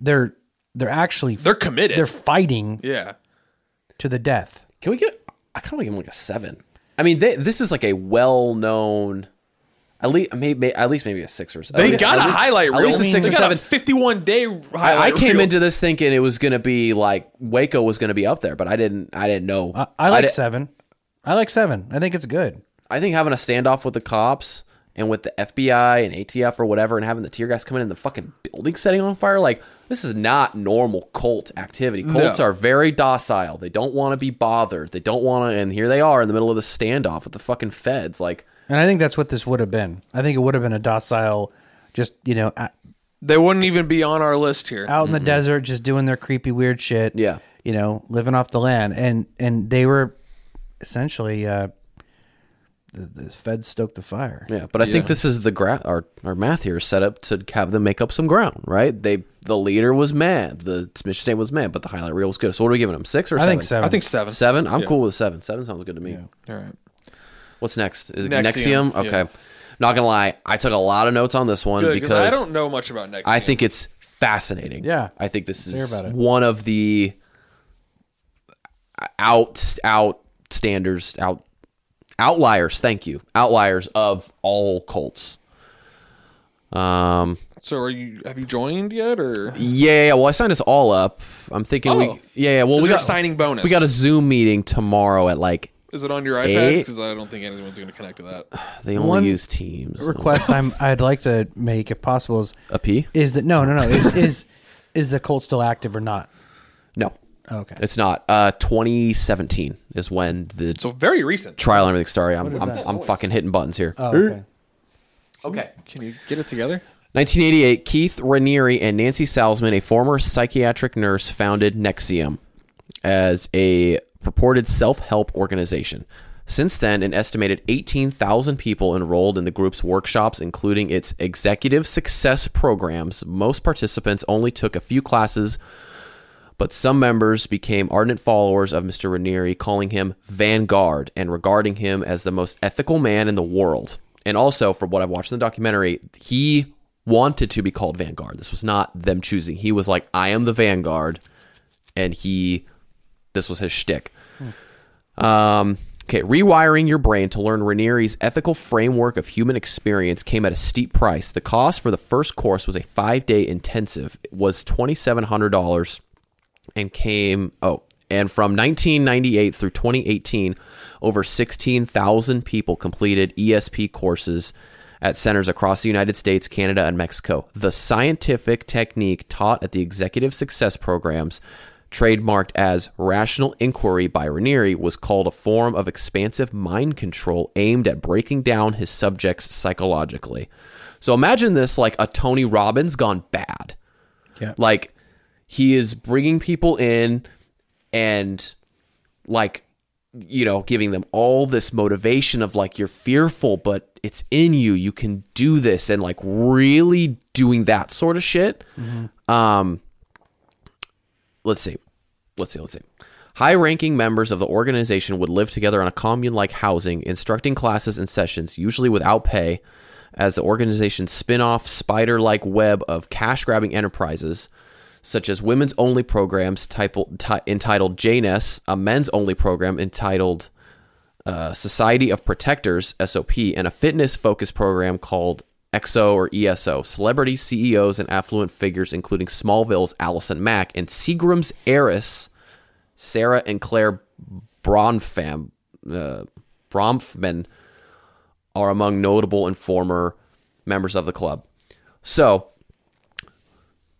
S5: they're they're actually
S4: They're committed.
S5: they're fighting
S4: yeah.
S5: to the death.
S3: Can we get? I kind of give them like a seven. I mean, they, this is like a well-known. At least, maybe, at least maybe a six or
S4: They
S3: at least-
S4: got
S3: at
S4: a
S3: lea-
S4: highlight reel.
S3: At least a six
S4: they
S3: or
S4: got
S3: seven.
S4: a 51 day
S3: I,
S4: highlight
S3: I came
S4: reel.
S3: into this thinking it was going to be like Waco was going to be up there, but I didn't. I didn't know.
S5: I, I like
S3: di-
S5: seven. I like seven. I think it's good.
S3: I think having a standoff with the cops and with the FBI and ATF or whatever, and having the tear gas come in and the fucking building setting on fire. Like this is not normal cult activity. Cults are very docile. They don't want to be bothered. They don't want to. And here they are in the middle of the standoff with the fucking feds. Like
S5: And I think that's what this would have been. I think it would have been a docile, just you know, a-
S4: They wouldn't even be on our list here.
S5: out in the desert, just doing their creepy, weird shit.
S3: Yeah.
S5: you know, living off the land, and and they were essentially uh, the, the feds stoked the fire.
S3: Yeah, but I think this is the gra- our our math here is set up to have them make up some ground, right? They the leader was mad, the mission state was mad, but the highlight reel was good. So what are we giving them? Six or
S5: I
S3: seven?
S5: think seven.
S4: I think seven.
S3: Seven? I'm
S4: Yeah.
S3: cool with seven. Seven sounds good to me.
S4: All right.
S3: What's next? Is it Nexium?
S4: Nexium, yeah.
S3: Okay. Not gonna lie, I took a lot of notes on this one
S4: Good, because
S3: because
S4: I don't know much about next.
S3: I
S4: game.
S3: think it's fascinating.
S5: Yeah.
S3: I think this
S5: hear
S3: is
S5: about it.
S3: one of the out out standards out outliers. Thank you, outliers of all cults. Um,
S4: So are you? Have you joined yet? Or
S3: Yeah, yeah, well, I signed us all up. I'm thinking we.
S4: Oh.
S3: Yeah, yeah, well,
S4: Is
S3: we
S4: there a
S3: got
S4: signing bonus?
S3: We got a Zoom meeting tomorrow at like
S4: is it on your iPad?
S3: Eight?
S4: Because I don't think anyone's going to connect to that.
S3: they only
S5: One
S3: use Teams. so-
S5: Request I'm I'd like to make, if possible, is
S3: a P?
S5: is that no no no is is is the Colt still active or not?
S3: No,
S5: Oh, Okay.
S3: it's not. Uh, 2017 is when the
S4: So very recent.
S3: trial and everything. Sorry, I'm I'm, I'm fucking hitting buttons here.
S5: Oh, okay.
S3: okay.
S4: Can you get it together?
S3: 1988, Keith Raniere and Nancy Salzman, a former psychiatric nurse, founded Nexium as a purported self help organization. Since then, an estimated 18,000 people enrolled in the group's workshops, including its executive success programs. Most participants only took a few classes, but some members became ardent followers of Mr. Ranieri, calling him Vanguard and regarding him as the most ethical man in the world. And also, from what I've watched in the documentary, he wanted to be called Vanguard. This was not them choosing. He was like, I am the Vanguard. And he, this was his shtick. Um, okay, rewiring your brain to learn Ranieri's ethical framework of human experience came at a steep price. The cost for the first course was a five day intensive, it was $2,700 and came oh and from 1998 through 2018 over 16,000 people completed ESP courses at centers across the United States, Canada, and Mexico. The scientific technique taught at the executive success programs, trademarked as rational inquiry by Ranieri, was called a form of expansive mind control aimed at breaking down his subjects psychologically. So imagine this like a Tony Robbins gone bad.
S5: Yeah.
S3: Like he is bringing people in and like you know giving them all this motivation of like you're fearful but it's in you you can do this and like really doing that sort of shit um let's see let's see let's see high ranking members of the organization would live together on a commune like housing instructing classes and sessions usually without pay as the organization's spin-off spider-like web of cash-grabbing enterprises such as women's only programs type, ti entitled JNES, a men's only program entitled uh, Society of Protectors (SOP), and a fitness focused program called EXO or ESO. Celebrity CEOs and affluent figures, including Smallville's Allison Mack and Seagram's heiress Sarah and Claire Bronfam, uh, Bromfman, are among notable and former members of the club. So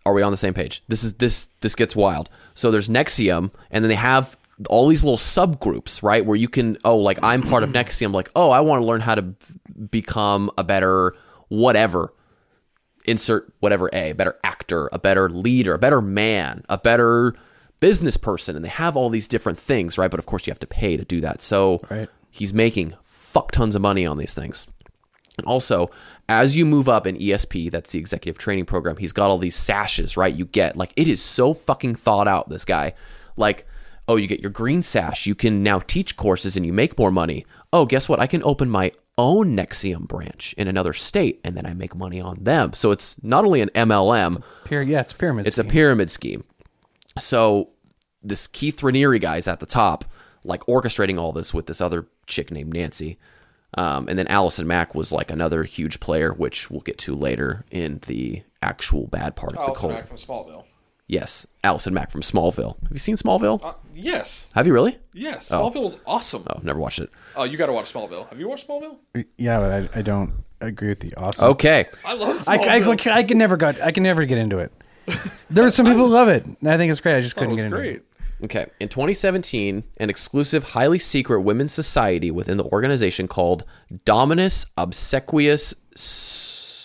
S3: are we on the same page? This is this this gets wild. So there's Nexium, and then they have all these little subgroups, right? Where you can oh, like I'm part of Nexium. Like oh, I want to learn how to b- become a better whatever. Insert whatever a, a better actor, a better leader, a better man, a better business person, and they have all these different things, right? But of course, you have to pay to do that. So
S5: Right.
S3: he's making fuck tons of money on these things. And also, as you move up in ESP, that's the executive training program, he's got all these sashes, right? You get like it is so fucking thought out, this guy. Like, oh, you get your green sash, you can now teach courses and you make more money. Oh, guess what? I can open my own Nexium branch in another state and then I make money on them. So it's not only an MLM,
S5: Pyra- yeah, it's a pyramid.
S3: it's
S5: scheme.
S3: a pyramid scheme. So this Keith Raniere guy's at the top, like orchestrating all this with this other chick named Nancy. Um, and then Allison Mack was like another huge player, which we'll get to later in the actual bad part of the cult.
S4: from Smallville.
S3: Yes, Allison Mack from Smallville. Have you seen
S4: Uh,
S3: Smallville?
S4: Yes,
S3: Have you really?
S4: yes. Smallville is awesome.
S3: Oh, never watched it.
S4: Oh, you got to watch Smallville. Have you watched Smallville?
S5: yeah, but I, I don't agree with the awesome.
S3: Okay.
S4: I love Smallville.
S5: I, I, I, can never got I can never get into it. There were some people who love it, and I think it's great. I just
S4: Thought Oh, it
S5: couldn't
S4: was
S5: get into
S4: great.
S5: it.
S3: Okay. In 2017, an exclusive, highly secret women's society within the organization called Dominus Obsequious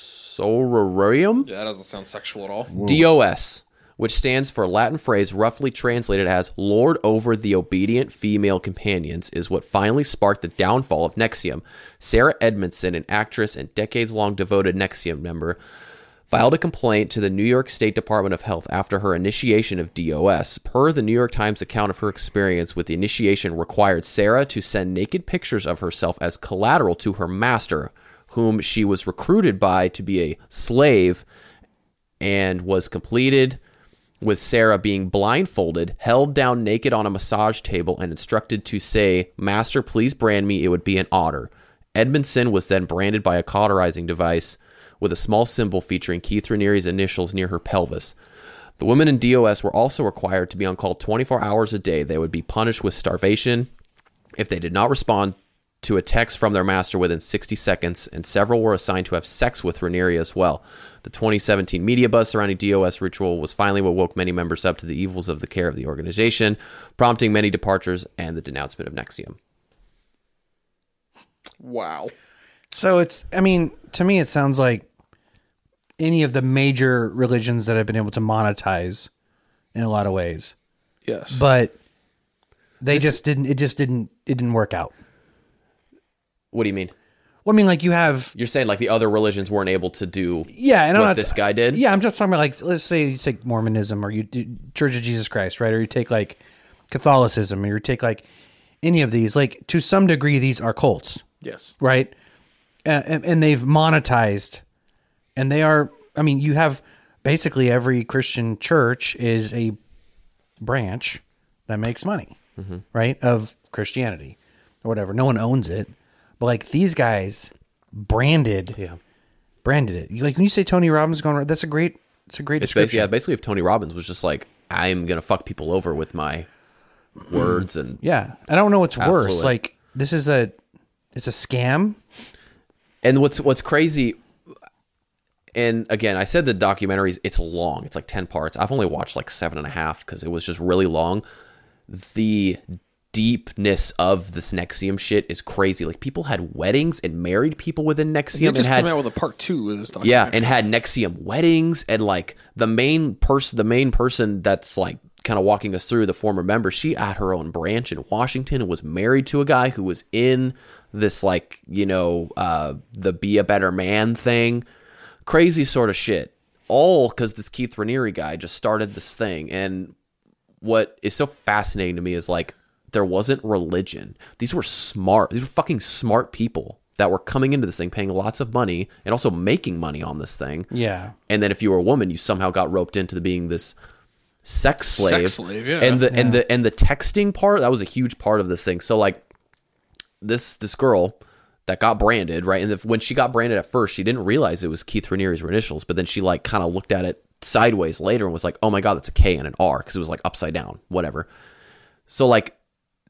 S3: Sororium.
S4: Yeah, that doesn't sound sexual at all.
S3: DOS, which stands for a Latin phrase roughly translated as Lord over the obedient female companions, is what finally sparked the downfall of Nexium. Sarah Edmondson, an actress and decades long devoted Nexium member, filed a complaint to the New York State Department of Health after her initiation of DOS. Per the New York Times account of her experience with the initiation required Sarah to send naked pictures of herself as collateral to her master, whom she was recruited by to be a slave and was completed with Sarah being blindfolded, held down naked on a massage table, and instructed to say, Master, please brand me. It would be an otter. Edmondson was then branded by a cauterizing device, with a small symbol featuring Keith Raniere's initials near her pelvis. The women in DOS were also required to be on call 24 hours a day. They would be punished with starvation if they did not respond to a text from their master within 60 seconds, and several were assigned to have sex with Ranieri as well. The 2017 media buzz surrounding DOS ritual was finally what woke many members up to the evils of the care of the organization, prompting many departures and the denouncement of Nexium.
S4: Wow.
S5: So it's, I mean, to me, it sounds like any of the major religions that have been able to monetize in a lot of ways,
S4: Yes.
S5: but they just didn't, it just didn't, it didn't work out.
S3: What do you mean?
S5: Well, I mean, like you have,
S3: You're saying like the other religions weren't able to do
S5: yeah, and I'm
S3: what
S5: not,
S3: this guy did?
S5: Yeah, I'm just talking about like, let's say you take Mormonism or you do Church of Jesus Christ, right? Or you take like Catholicism or you take like any of these. Like to some degree, these are cults.
S4: yes.
S5: right? Uh, and, and they've monetized, and they are. I mean, you have basically every Christian church is a branch that makes money,
S3: Mm-hmm.
S5: right? Of Christianity or whatever. No one owns it, but like these guys branded,
S3: Yeah.
S5: branded it. You- Like when you say Tony Robbins going, that's a great, it's a great
S3: It's basically,
S5: description.
S3: yeah, basically if Tony Robbins was just like, I'm gonna fuck people over with my words and
S5: yeah, I don't know what's worse.
S3: Affluent.
S5: Like this is a, it's a scam.
S3: And what's what's crazy, and again, I said the documentaries. It's long. It's like ten parts. I've only watched like seven and a half because it was just really long. The deepness of this Nexium shit is crazy. Like people had weddings and married people within Nexium.
S4: He just
S3: and had,
S4: came out with a part two of this documentary.
S3: yeah, and had Nexium weddings and like the main person, the main person that's like kind of walking us through the former member. She had her own branch in Washington and was married to a guy who was in this like you know uh, the be a better man thing, crazy sort of shit. All because this Keith Raniere guy just started this thing, and what is so fascinating to me is like there wasn't religion. These were smart, these were fucking smart people that were coming into this thing, paying lots of money and also making money on this thing.
S5: Yeah,
S3: And then if you were a woman, you somehow got roped into being this sex slave.
S4: Sex slave, yeah.
S3: And the and the and the texting part, that was a huge part of this thing. So like this this girl that got branded, right? And if, when she got branded at first, she didn't realize it was Keith Raniere's initials, but then she like kind of looked at it sideways later and was like, "Oh my god, that's a K and an R" because it was like upside down, whatever. So like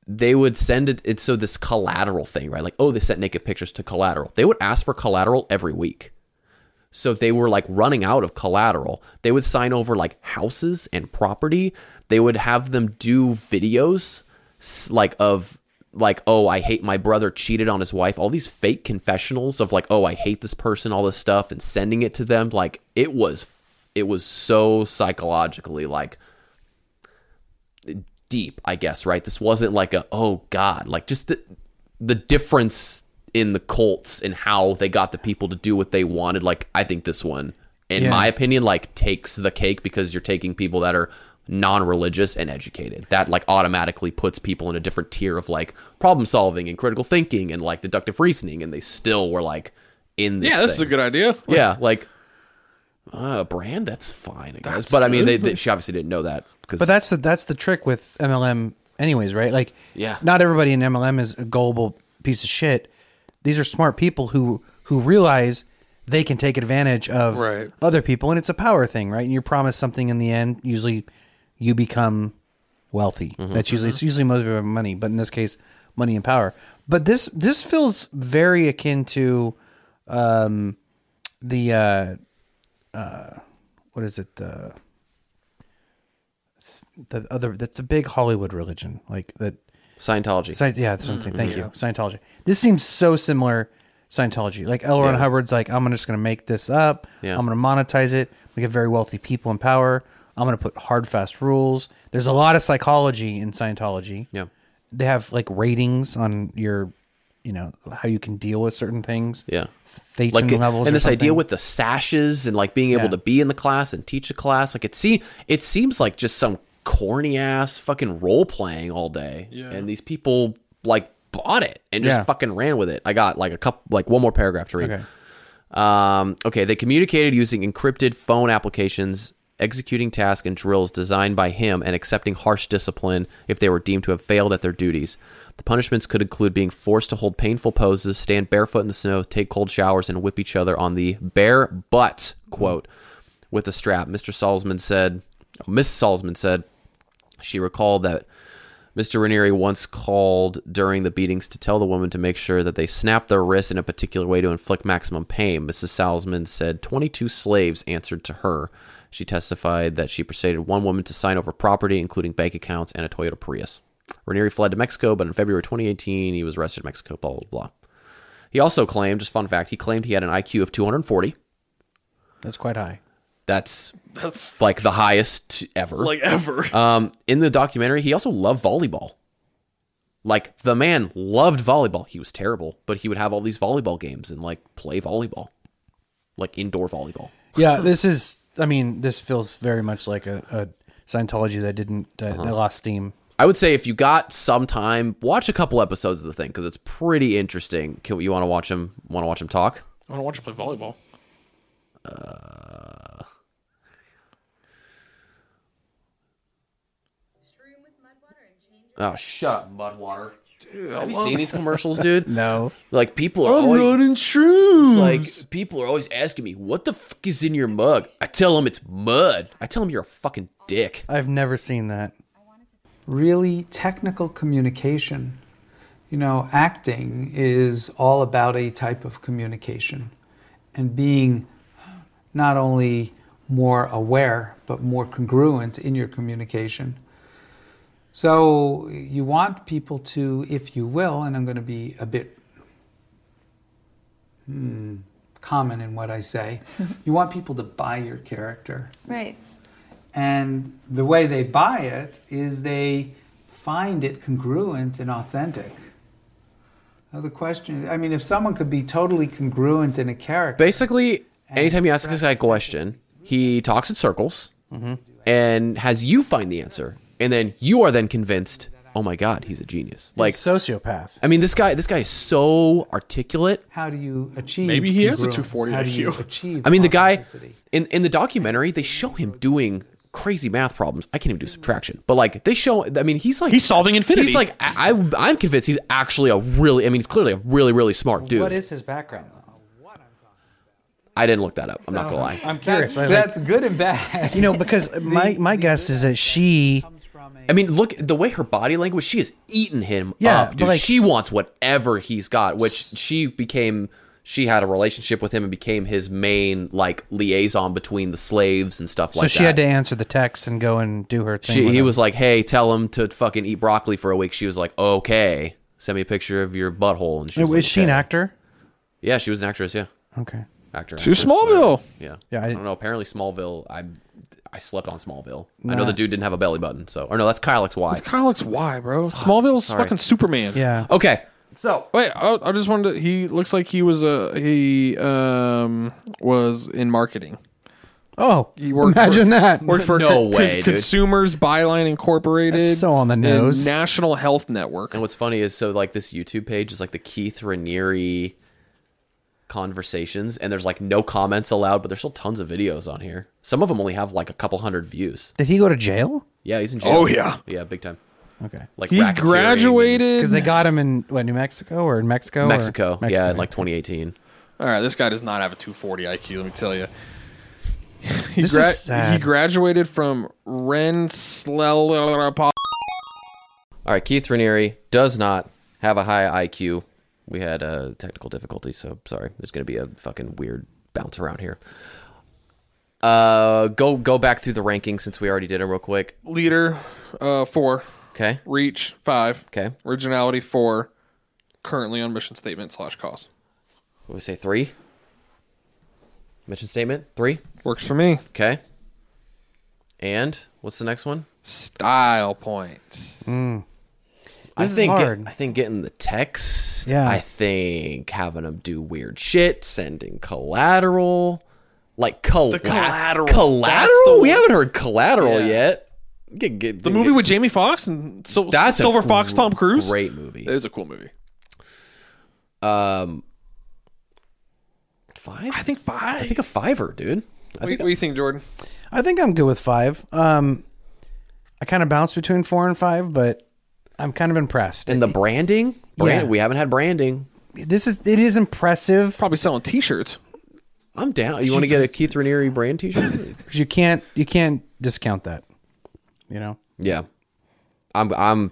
S3: they would send it it's so this collateral thing, right? Like, "Oh, they sent naked pictures to collateral." They would ask for collateral every week. So they were like running out of collateral. They would sign over like houses and property. They would have them do videos s- like of like oh I hate my brother cheated on his wife. All these fake confessionals of like oh I hate this person all this stuff and sending it to them like it was it was so psychologically like deep, I guess, right? This wasn't like a oh god, like just the the difference in the Colts and how they got the people to do what they wanted. Like I think this one, in
S5: Yeah.
S3: my opinion, like takes the cake because you're taking people that are non-religious and educated. That like automatically puts people in a different tier of like problem solving and critical thinking and like deductive reasoning, and they still were like in this.
S4: Yeah, this is a
S3: thing.
S4: good idea.
S3: yeah, like. Uh, brand, that's fine, I guess. but I mean, they, they, she obviously didn't know that. Cause,
S5: But that's the that's the trick with MLM, anyways, right? Like,
S3: Yeah.
S5: not everybody in MLM is a gullible piece of shit. These are smart people who who realize they can take advantage of
S4: Right.
S5: other people, and it's a power thing, right? And you promise something in the end, usually you become wealthy. That's usually it's usually motivated by money, but in this case, money and power. But this this feels very akin to um, the uh, uh, what is it? Uh, the other that's a big Hollywood religion, like that.
S3: Scientology.
S5: Sci- yeah, that's what I'm thinking. Thank
S3: Mm-hmm.
S5: you, Scientology. This seems so similar. Scientology, like L. Ron Hubbard's, like I'm just going to make this up.
S3: Yeah.
S5: I'm going to monetize it. We get very wealthy people in power. I'm going to put hard, fast rules. There's a lot of psychology in Scientology.
S3: Yeah.
S5: they have like ratings on your, you know, how you can deal with certain things.
S3: Yeah.
S5: Satan
S3: like it-
S5: levels
S3: and
S5: or
S3: this idea
S5: something.
S3: with the sashes and like being able
S5: Yeah.
S3: to be in the class and teach a class like it see it seems like just some corny ass fucking role playing all day and these people like bought it and just
S5: Yeah.
S3: fucking ran with it i got like a couple like one more paragraph to read
S5: Okay.
S3: um okay they communicated using encrypted phone applications executing tasks and drills designed by him and accepting harsh discipline if they were deemed to have failed at their duties. The punishments could include being forced to hold painful poses, stand barefoot in the snow, take cold showers, and whip each other on the bare butt, quote, with a strap. Mr. Salzman said, oh, Miss Salzman said, she recalled that Mr. Ranieri once called during the beatings to tell the woman to make sure that they snap their wrists in a particular way to inflict maximum pain. Mrs. Salzman said 22 slaves answered to her. She testified that she persuaded one woman to sign over property, including bank accounts and a Toyota Prius. Ranieri fled to Mexico, but in February 2018, he was arrested in Mexico, blah, blah, blah. He also claimed, just fun fact, he claimed he had an IQ of 240.
S5: That's quite high.
S3: That's
S4: That's
S3: like the highest ever.
S4: like ever.
S3: Um, in the documentary, he also loved volleyball. Like the man loved volleyball. He was terrible, but he would have all these volleyball games and like play volleyball, like indoor volleyball.
S5: Yeah, this is. I mean, this feels very much like a, a Scientology that didn't uh,
S3: Uh-huh.
S5: that lost steam.
S3: I would say if you got some time, watch a couple episodes of the thing because it's pretty interesting. Can, you want to watch him? Want to watch him talk?
S6: I want to watch him play volleyball.
S3: Oh, shut up, Mudwater. Have you seen these commercials, dude?
S5: No,
S3: Like people are always,
S4: intrigued.
S3: It's like people are always asking me, "What the fuck is in your mug?" I tell them it's mud. I tell them you're a fucking dick.
S5: I've never seen that.
S10: really technical communication. You know, acting is all about a type of communication and being not only more aware, but more congruent in your communication. So you want people to, if you will, and I'm going to be a bit hmm, common in what I say, you want people to buy your character.
S11: Right.
S10: And the way they buy it is they find it congruent and authentic. Now the question is, I mean, if someone could be totally congruent in a character,
S3: basically anytime you ask this guy a question he talks in circles and has you find the answer and then you are then convinced oh my god he's a genius like
S5: sociopath.
S3: i mean this guy this guy is so articulate
S10: how do you achieve?
S4: Maybe he has a
S10: congruence?
S4: 240
S10: How do you
S4: IQ.
S10: achieve?
S3: i mean the guy
S10: authenticity?
S3: in, in the documentary they show him doing crazy math problems i can't even do subtraction but like they show i mean he's like
S4: He's solving infinity.
S3: he's like I, I i'm convinced he's actually a really i mean he's clearly a really really smart dude
S5: What is his background? though?
S3: i didn't look that up i'm not gonna lie
S5: I'm curious. I, like,
S10: That's good and bad.
S5: you know, because my my guess is that she
S3: I mean, look the way her body language. She has eaten him
S5: Yeah,
S3: up,
S5: but
S3: dude.
S5: like-
S3: she wants whatever he's got, which she became. She had a relationship with him and became his main like liaison between the slaves and stuff
S5: so
S3: like that.
S5: she had to answer the text and go and do her thing.
S3: She,
S5: with
S3: he
S5: him.
S3: was like, "Hey, tell him to fucking eat broccoli for a week." She was like, "Okay." Send me a picture of your butthole. And she was
S5: Is
S3: like,
S5: she an
S3: "Okay."
S5: actor?
S3: Yeah, she was an actress. Yeah,
S5: Okay.
S3: actor.
S4: to
S3: actress,
S4: Smallville.
S3: Yeah,
S5: Yeah, I
S3: I,
S5: didn't-
S3: don't know. Apparently, Smallville. I I slept on Smallville. I know the dude didn't have a belly button. So, or no, that's Kyle X Y.
S4: It's kind of looks why, bro. Smallville's fucking Superman.
S5: Yeah.
S3: Okay, so
S4: Wait, I, I just wanted to. He looks like he was a he um was in marketing.
S5: Oh,
S4: He worked for-
S5: imagine that.
S4: Worked for
S3: No way, dude.
S4: Consumers Byline Incorporated.
S5: That's so on the
S4: and
S5: nose.
S4: National Health Network.
S3: And what's funny is so like this YouTube page is like the Keith Raniere conversations, and there's like no comments allowed, but there's still tons of videos on here. Some of them only have like a couple hundred views.
S5: Did he go to jail?
S3: Yeah, he's in jail.
S4: Oh, yeah.
S3: yeah, big time.
S5: Okay.
S3: Like
S4: He
S3: racketeering and-
S4: graduated.
S5: Because they got him in what New Mexico or in Mexico? or-
S3: Mexico, yeah, in like 2018.
S4: All right, this guy does not have a 240 IQ. Let me tell you. He,
S5: This
S4: gra-
S5: is sad.
S4: he graduated from Rensselaer.
S3: All right, Keith Raniere does not have a high IQ. We had a technical difficulty, so sorry. There's going to be a fucking weird bounce around here. Uh, go go back through the rankings since we already did them real quick.
S4: Leader, uh, four.
S3: Okay,
S4: Reach, five.
S3: okay.
S4: Originality, four. Currently on mission statement slash cause.
S3: What we say three? Mission statement three.
S4: Works for me.
S3: Okay. And what's the next one?
S4: Style points.
S3: I
S5: This is
S3: think get-
S5: hard.
S3: I think getting the text.
S5: Yeah.
S3: I think having them do weird shit, sending collateral, like colla-
S4: collateral. That's the
S3: Collateral. We
S4: one.
S3: haven't heard collateral yet. Get, get,
S4: The movie with Jamie Foxx and Sil-
S3: that's a
S4: Silver Fox, Tom Cruise. Uh,
S3: Great movie.
S4: It is a cool movie.
S3: Um, five.
S4: I think five.
S3: I think a fiver, dude.
S4: What, what do you think, Jordan?
S5: I think I'm good with five. Um, I kind of bounce between four and five, but I'm kind of impressed.
S3: And the branding, brand,
S5: Yeah.
S3: we haven't had branding.
S5: This is it is impressive.
S4: Probably selling T-shirts.
S3: I'm down. You want to get a Keith Raniere brand T-shirt?
S5: 'cause You can't you can't discount that. You know,
S3: yeah, I'm. I'm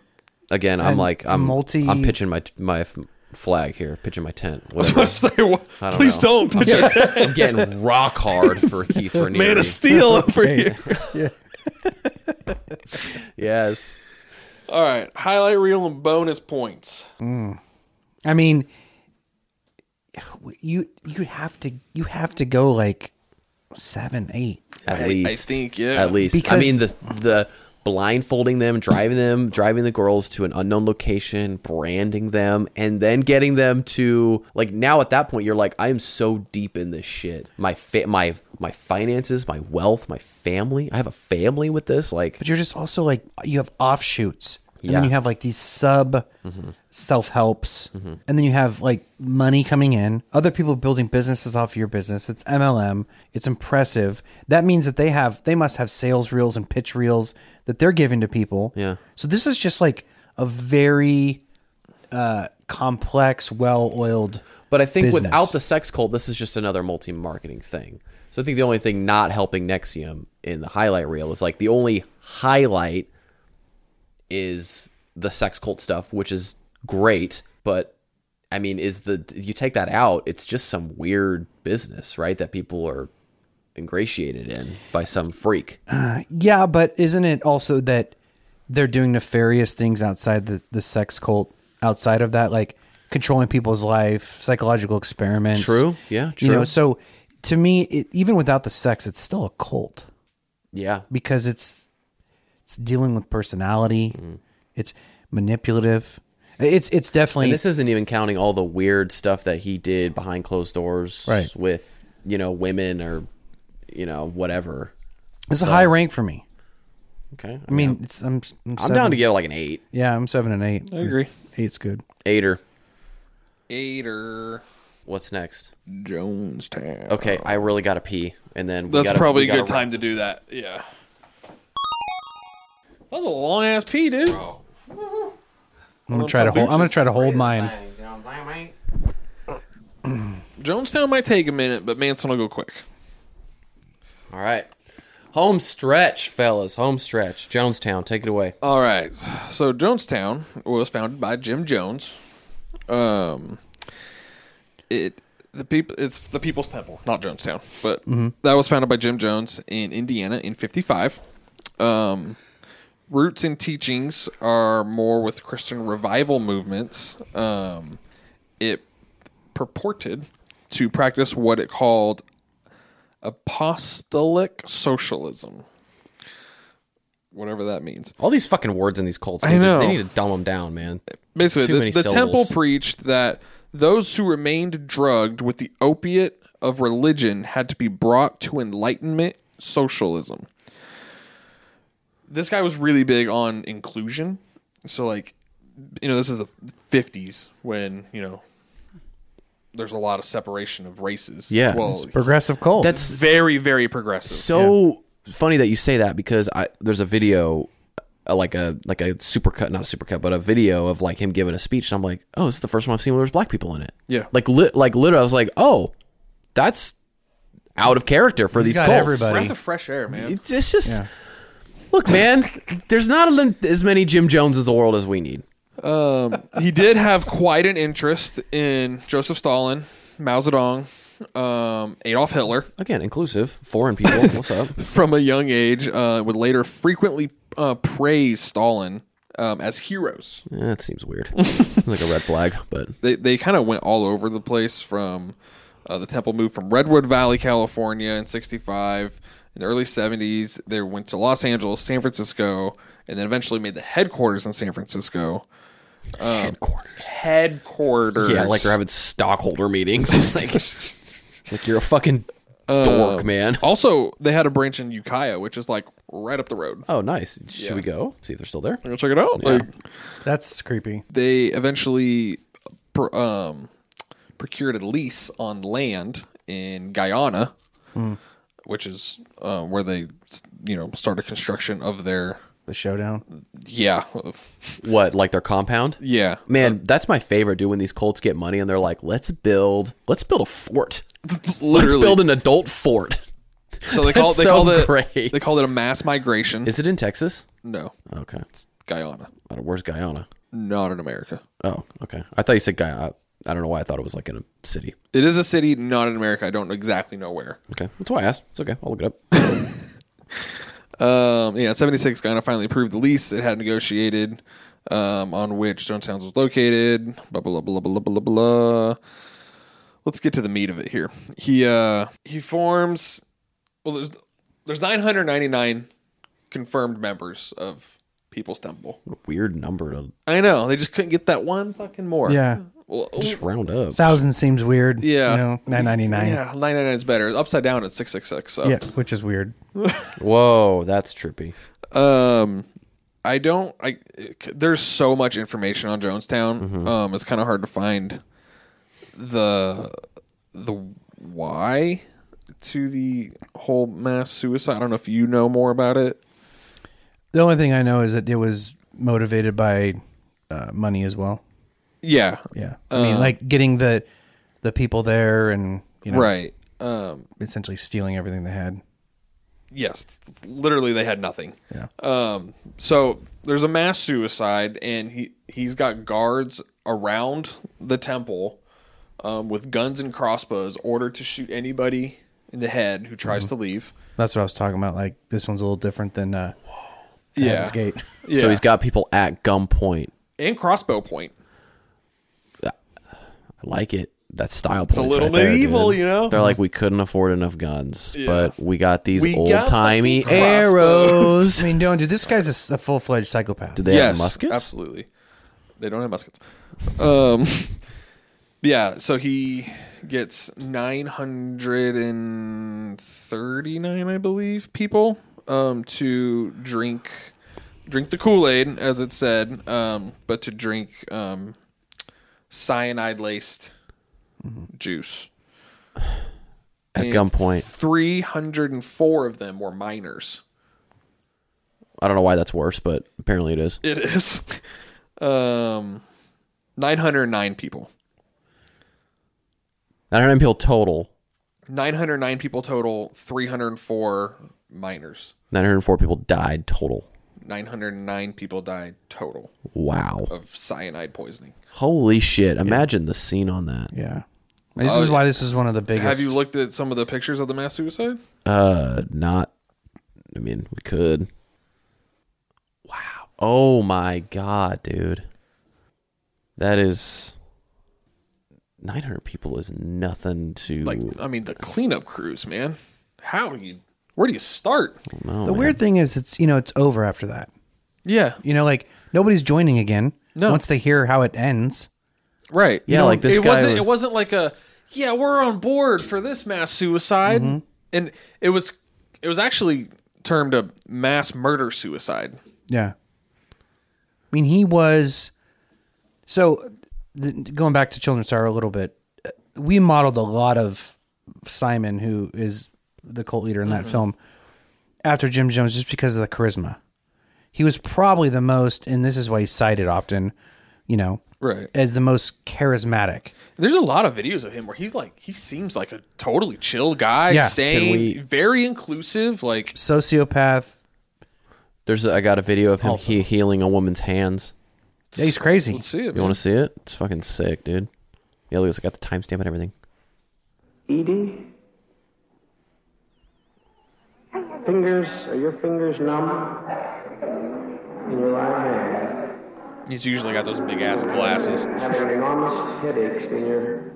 S3: again. I'm
S5: And
S3: like I'm.
S5: multi-
S3: I'm pitching my my f- flag here. Pitching my tent. Whatever.
S4: Say, what?
S3: I don't
S4: Please
S3: know.
S4: don't pitch a
S3: I'm getting rock hard for Keith Raniere.
S4: man of steel over here.
S3: yes.
S4: All right, highlight reel and bonus points.
S5: I mean, you you have to you have to go like seven eight.
S3: At
S4: I
S3: least.
S4: think, yeah.
S3: At least. I
S5: Because-
S3: mean the the blindfolding them, driving them, driving the girls to an unknown location, branding them, and then getting them to like now at that point you're like I am so deep in this shit. My fa- my my finances, my wealth, my family. I have a family with this like
S5: But you're just also like you have offshoots, and
S3: Yeah.
S5: then you have like these sub self helps,
S3: Mm-hmm.
S5: and then you have like money coming in, other people building businesses off your business. It's MLM. It's impressive. That means that they have they must have sales reels and pitch reels that they're giving to people.
S3: Yeah.
S5: So this is just like a very uh, complex, well oiled.
S3: But I think
S5: business.
S3: without the sex cult, this is just another multi marketing thing. So I think the only thing not helping Nexium in the highlight reel is like the only highlight is the sex cult stuff, which is great. But I mean, is the if you take that out, it's just some weird business, right? That people are ingratiated in by some freak.
S5: Yeah, but isn't it also that they're doing nefarious things outside the, the sex cult, outside of that, like controlling people's life, psychological experiments?
S3: True. Yeah,
S5: You know,
S3: true.
S5: so to me, it, even without the sex, it's still a cult
S3: Yeah.
S5: because it's it's dealing with personality,
S3: Mm.
S5: it's manipulative. It's it's definitely
S3: And this isn't even counting all the weird stuff that he did behind closed doors
S5: Right.
S3: with, you know, women or, you know, whatever.
S5: it's a high rank for me.
S3: Okay.
S5: I mean, it's I'm I'm,
S3: I'm down to give it like an eight,
S5: yeah, I'm seven and eight.
S4: I agree.
S5: Eight's good.
S3: eighter.
S4: Aider
S3: What's next?
S4: Jonestown.
S3: Okay, I really gotta pee, and then we
S4: That's
S3: gotta-
S4: probably
S3: we
S4: a good
S3: gotta-
S4: time to do that. Yeah. That was a long ass pee, dude.
S5: I'm gonna try to hold. I'm gonna try to hold mine.
S2: You know what I'm saying, mate?
S4: Jonestown might take a minute, but Manson will go quick.
S3: All right, home stretch, fellas, home stretch. Jonestown, take it away.
S4: All right. So Jonestown was founded by Jim Jones. Um, it the people it's the People's Temple, not Jonestown, but that was founded by Jim Jones in Indiana in '55. Um, roots and teachings are more with Christian revival movements. Um, it purported to practice what it called apostolic socialism, whatever that means.
S3: All these fucking words in these cults.
S4: I
S3: they need-
S4: know.
S3: they need to dumb them down, man.
S4: basically
S3: Too
S4: the,
S3: many
S4: the temple
S3: syllables.
S4: preached that those who remained drugged with the opiate of religion had to be brought to enlightenment socialism this guy was really big on inclusion so like you know this is the 50s when you know there's a lot of separation of races
S3: Yeah.
S4: well
S5: Progressive cult.
S3: That's
S4: very very progressive
S3: so funny that you say that because I there's a video uh, like a like a supercut not a supercut but a video of like him giving a speech and I'm like oh this is the first one I've seen where there's black people in it
S4: Yeah.
S3: like lit like literally I was like oh that's out of character for these
S5: got
S3: cults
S5: everybody.
S4: breath of fresh air man
S3: it's just, it's just look man there's not a, as many Jim Jones as the world as we need
S4: he did have quite an interest in Joseph Stalin, Mao Zedong, um, Adolf Hitler
S3: again inclusive foreign people what's up Eh,
S4: from a young age. Uh, would later frequently uh, praise Stalin um, as heroes.
S3: Eh, that seems weird like a red flag but
S4: They they kind of went all over the place. From uh, the temple moved from Redwood Valley, California, in '65. In the early '70s, they went to Los Angeles, San Francisco, and then eventually made the headquarters in San Francisco.
S5: Um,
S3: headquarters
S4: Headquarters,
S3: yeah like they're having stockholder meetings like like you're a fucking dork man
S4: Also, they had a branch in Ukiah, which is like right up the road.
S3: Oh, nice. Should we go? See if they're still there.
S4: I'm gonna check it out. Like
S5: that's creepy.
S4: they eventually pr-
S3: Hmm.
S4: um, procured a lease on land in Guyana, which is uh, where they you know started construction of their
S5: the showdown.
S4: yeah
S3: What, like their compound?
S4: yeah
S3: Man, that's my favorite. Dude, when these Colts get money and they're like, "Let's build, let's build a fort. Let's
S4: literally
S3: build an adult fort."
S4: so they call
S3: That's
S4: they call
S3: so
S4: it
S3: great.
S4: they call it a mass migration
S3: Is it in Texas?
S4: no
S3: Okay,
S4: Guyana
S3: Uh, where's Guyana?
S4: not in America
S3: Oh, okay. I thought you said Guyana. I don't know why I thought it was like in a city.
S4: it is a city not in America I don't exactly know where
S3: Okay, that's why I asked. It's okay. I'll look it up.
S4: Um, yeah, 76 Guyana finally approved the lease it had negotiated um, on which Jonestown was located. Blah, blah, blah, blah, blah, blah, blah. Let's get to the meat of it here. He uh, he forms, well, there's, there's 999 confirmed members of People's Temple.
S3: Weird number to
S4: I know. They just couldn't get that one fucking more.
S5: Yeah.
S4: Well,
S3: just round up.
S5: Thousand seems weird.
S4: Yeah.
S5: You know, nine ninety nine.
S4: yeah, 999 is better. Upside down, it's 666. So.
S5: Yeah, which is weird.
S3: Whoa, that's trippy.
S4: Um, I don't. I there's so much information on Jonestown. Um, it's kind of hard to find the the why to the whole mass suicide. I don't know if you know more about it.
S5: The only thing I know is that it was motivated by uh, money as well.
S4: Yeah,
S5: Yeah, I
S4: Uh.
S5: mean, like getting the the people there and you know,
S4: right. Um,
S5: essentially stealing everything they had.
S4: yes, literally they had nothing.
S5: Yeah.
S4: Um, so there's a mass suicide, and he he's got guards around the temple um, with guns and crossbows, ordered to shoot anybody in the head who tries to
S3: Mm-hmm.
S4: leave.
S5: That's what I was talking about. Like this one's a little different than uh,
S4: Yeah,
S5: Heaven's Gate.
S4: yeah,
S3: So he's got people at gunpoint.
S4: and crossbow point.
S3: I like it. That's style.
S4: a little medieval, you know?
S3: They're like, we couldn't afford enough guns, but we got these
S4: We got
S3: old timey
S4: fucking crossbows.
S3: arrows.
S5: I mean, no, dude, this guy's a s- a, full fledged psychopath.
S3: Do they have muskets?
S4: absolutely. They don't have muskets. Um, yeah. So he gets nine hundred and thirty-nine, I believe, people um, to drink drink the Kool Aid, as it said, um, but to drink um, cyanide laced juice.
S3: Mm-hmm. At gunpoint.
S4: three hundred and four of them were minors.
S3: I don't know why that's worse, but apparently it is.
S4: It is. Um, 909 people.
S3: 900 people total.
S4: 909 people total, 304 minors.
S3: 904 people died total.
S4: 909 people died total
S3: Wow.
S4: of cyanide poisoning.
S3: Holy shit. Imagine the scene on that.
S5: Yeah, this is why this is one of the biggest.
S4: Oh, Have you looked at some of the pictures of the mass suicide?
S3: Uh, not. I mean, we could. Wow. Oh my god, dude. That is. 900 people is nothing to.
S4: Like, I mean, the cleanup crews, man. How do you, where do you start?
S5: the weird thing is, it's you know, it's over after that.
S4: Yeah.
S5: You know, like nobody's joining again.
S4: No.
S5: Once they hear how it ends,
S4: Right.
S3: Yeah, like this
S4: it
S3: guy
S4: Wasn't,
S3: was-
S4: it wasn't like a yeah, we're on board for this mass suicide,
S3: Mm-hmm.
S4: and it was it was actually termed a mass murder suicide.
S5: yeah. I mean, he was. So, th- going back to Children's Sorrow a little bit, uh, we modeled a lot of Simon, who is the cult leader in that film, after Jim Jones just because of the charisma. He was probably the most, and this is why he's cited often, you know,
S4: Right.
S5: as the most charismatic.
S4: There's a lot of videos of him where he's like he seems like a totally chill guy,
S5: Yeah.
S4: sane,
S3: Can we-
S4: very inclusive. Like
S5: Sociopath.
S3: There's a, I got a video of him he- healing a woman's hands.
S5: Yeah, he's crazy.
S4: let's see it.
S3: You want to see it? It's fucking sick, dude. Yeah, look, it's got the timestamp and everything.
S2: Edie? Fingers, are your fingers numb? And your right hand.
S4: man. He's usually got those big ass glasses.
S2: Having enormous headaches in your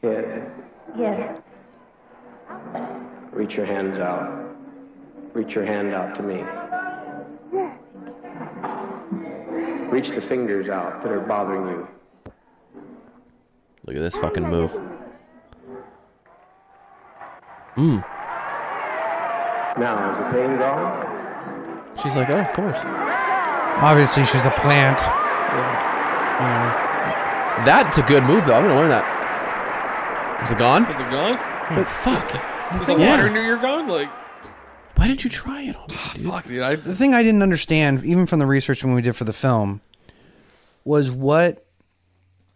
S2: head.
S11: Yes.
S2: Reach your hands out. Reach your hand out to me.
S11: Yes.
S2: Reach the fingers out that are bothering you.
S3: Look at this fucking move.
S2: Now, is the pain gone?
S3: She's like, oh, of course.
S5: Obviously, she's a plant.
S3: That's a good move, though. I'm going to learn that. Is it gone?
S4: Is it gone?
S3: But fuck.
S4: With the
S5: thing-
S4: water
S5: Yeah.
S4: near your gun? Like,
S3: why didn't you try it?
S4: Ah, fuck, dude. I,
S5: The thing I didn't understand, even from the research when we did for the film, was what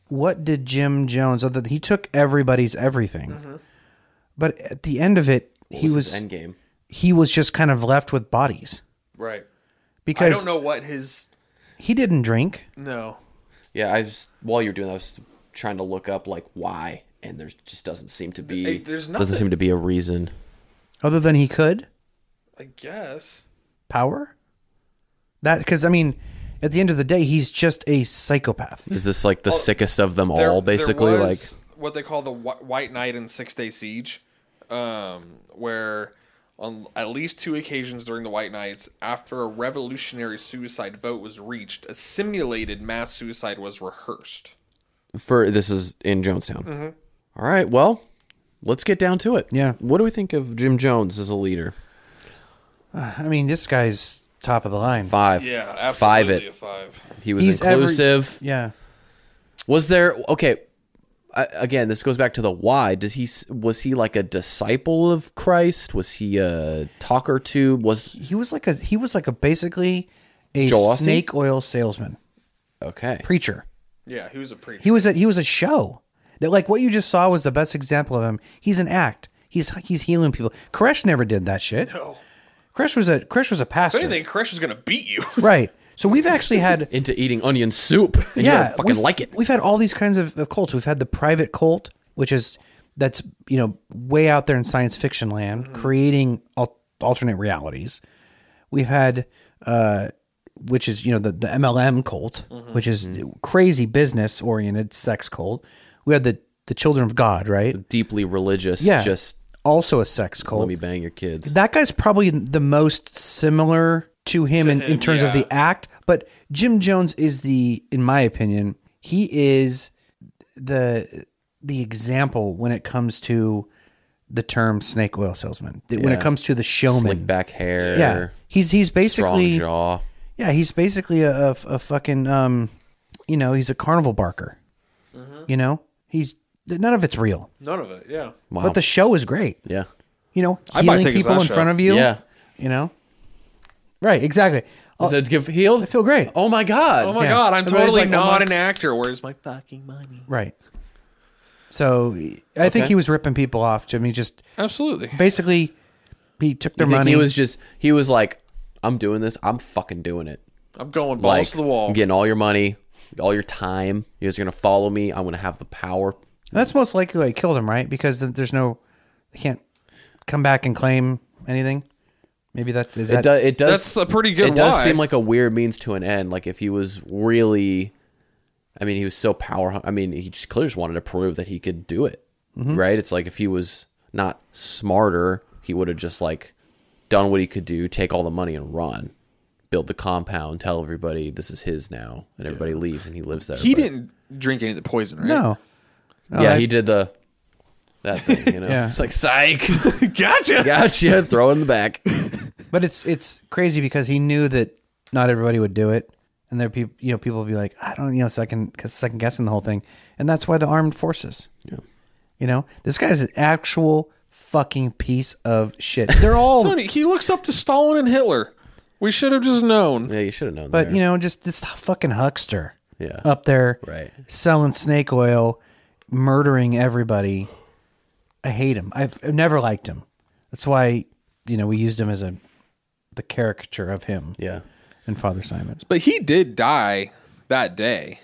S5: what did Jim Jones? Other he took everybody's everything,
S4: Mm-hmm.
S5: but at the end of it,
S3: What
S5: he
S3: was
S5: was
S3: his end game?
S5: He was just kind of left with bodies
S4: right. I
S5: because
S4: don't know what his.
S5: he didn't drink.
S4: No.
S3: Yeah, I was while you were doing that, I was trying to look up like why, and there just doesn't seem to be
S4: Hey, there's
S3: doesn't
S4: nothing.
S3: seem to be a reason.
S5: Other than he could
S4: I guess.
S5: power that because I mean, at the end of the day, he's just a psychopath.
S3: Is this like the sickest of them
S4: Oh, There-
S3: all?
S4: there
S3: Basically, like
S4: was what they call the Wh- White Night and Six Day Siege, um, where on at least two occasions during the White Nights, after a revolutionary suicide vote was reached, a simulated mass suicide was rehearsed.
S3: for this is in Jonestown.
S4: Mhm.
S3: All right, well, let's get down to it.
S5: Yeah.
S3: what do we think of Jim Jones as a leader?
S5: Uh, I mean, this guy's top of the line.
S3: Five.
S4: Yeah,
S3: Five
S4: absolutely
S3: it.
S4: a five.
S3: He was
S5: He's every-
S3: inclusive.
S5: yeah.
S3: Was there okay? I, again, this goes back to the why. Does he s- was he like a disciple of Christ? Was he a talker to? Was
S5: he was like a he was like a basically a
S3: Joel Osteen?
S5: snake oil salesman
S3: okay
S5: preacher.
S4: Yeah, he was a preacher.
S5: He was a he was a show that like what you just saw was the best example of him. He's an act. He's he's healing people. Koresh never did that shit.
S4: No.
S5: Koresh was a Koresh was a
S4: If
S5: pastor,
S4: anything, Koresh was going to beat you.
S5: right? So we've actually had
S3: into eating onion soup? And yeah,
S5: yeah,
S3: you don't fucking
S5: we've-
S3: like it.
S5: We've had all these kinds of, of cults. We've had the private cult, which is that's you know way out there in science fiction
S3: Mm-hmm.
S5: land, creating al- alternate realities. We've had, uh, which is you know the the MLM cult,
S3: Mm-hmm.
S5: which is crazy business oriented sex cult. We had the the Children of God, right?
S3: Deeply religious.
S5: Yeah,
S3: just
S5: also a sex cult.
S3: let me bang your kids.
S5: That guy's probably the most similar to him, in, in
S4: him,
S5: terms of
S4: yeah.
S5: the act, but Jim Jones is the, in my opinion, he is the the example when it comes to the term snake oil salesman. That When it
S3: Yeah.
S5: comes to the showman,
S3: Slick back hair.
S5: yeah, he's he's basically
S3: strong jaw.
S5: yeah, he's basically a, a, a fucking um, you know, he's a carnival barker.
S3: Mm-hmm.
S5: You know, he's none of it's real,
S4: None of it. Yeah.
S3: Wow.
S5: but the show is great.
S3: yeah.
S5: You know,
S4: I might
S5: healing
S4: take his
S5: people
S4: last
S5: in
S4: shot.
S5: front of you.
S3: Yeah.
S5: You know? Right, exactly. Oh,
S3: Is that give healed?
S5: I feel great.
S3: Oh my god.
S4: Oh my
S5: Yeah.
S4: god, I'm
S3: Everybody's
S4: totally
S3: like, oh
S4: not
S3: my-
S4: an actor. Where's my fucking money?
S5: Right. So I think
S3: Okay.
S5: he was ripping people off, Jimmy. Just
S4: Absolutely.
S5: basically, he took
S3: You
S5: their
S3: think
S5: money.
S3: He was just he was like, I'm doing this. I'm fucking doing it.
S4: I'm going balls
S3: like
S4: to the wall.
S3: I'm getting all your money, all your time. You guys are gonna follow me. I'm gonna have the power.
S5: That's most likely why he killed him, right? Because th- there's no, they can't come back and claim anything. Maybe that's is
S3: It,
S5: that,
S3: do, it does.
S4: That's a pretty good
S3: It does
S4: why.
S3: seem like a weird means to an end. Like if he was really, I mean, he was so power. hun- I mean, he just clearly just wanted to prove that he could do it,
S5: Mm-hmm.
S3: right? It's like if he was not smarter, he would have just like done what he could do, take all the money and run, build the compound, tell everybody this is his now, and everybody leaves and he lives there.
S4: he
S3: but-
S4: didn't drink any of the poison, right?
S5: no. No,
S3: yeah,
S5: that-
S3: he did the that thing. You know,
S5: Yeah.
S3: it's like psych.
S4: Gotcha.
S3: gotcha. Throw in the back.
S5: But it's it's crazy because he knew that not everybody would do it, and there people you know people would be like, I don't you know second cause second guessing the whole thing, and that's why the armed forces. Yeah, you know this guy's an actual fucking piece of shit. They're all,
S4: Tony, he looks up to Stalin and Hitler. We should have just known.
S3: Yeah, you should have known.
S5: but
S3: there.
S5: you know just this fucking huckster.
S3: Yeah.
S5: up there,
S3: Right.
S5: selling snake oil, murdering everybody. I hate him. I've, I've never liked him. That's why you know we used him as a the caricature of him.
S3: yeah.
S5: And Father Simon.
S4: But he did die that day.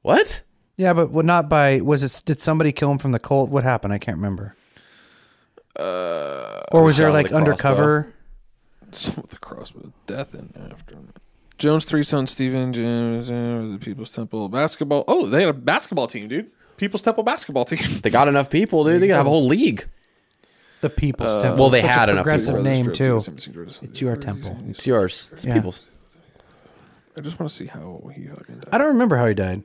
S3: What?
S5: Yeah, but what not by was it? Did somebody kill him from the cult? What happened? I can't remember. Uh, or was there
S3: shot with
S5: like
S3: a crossbow.
S5: undercover?
S4: Some with the cross with death in after him. Jones' three sons, Stephen, James, uh, the People's Temple basketball. Oh, they had a basketball team, dude. People's Temple basketball team.
S3: They got enough people, dude. They could have a whole league. Uh,
S5: The People's Temple.
S3: well, they
S5: Such
S3: had
S5: a
S3: enough
S5: progressive
S3: people.
S5: name too.
S4: It's
S5: It's your temple.
S3: It's yours. It's
S5: Yeah.
S3: people's.
S4: I just want to see how he fucking died.
S5: I don't remember how he died.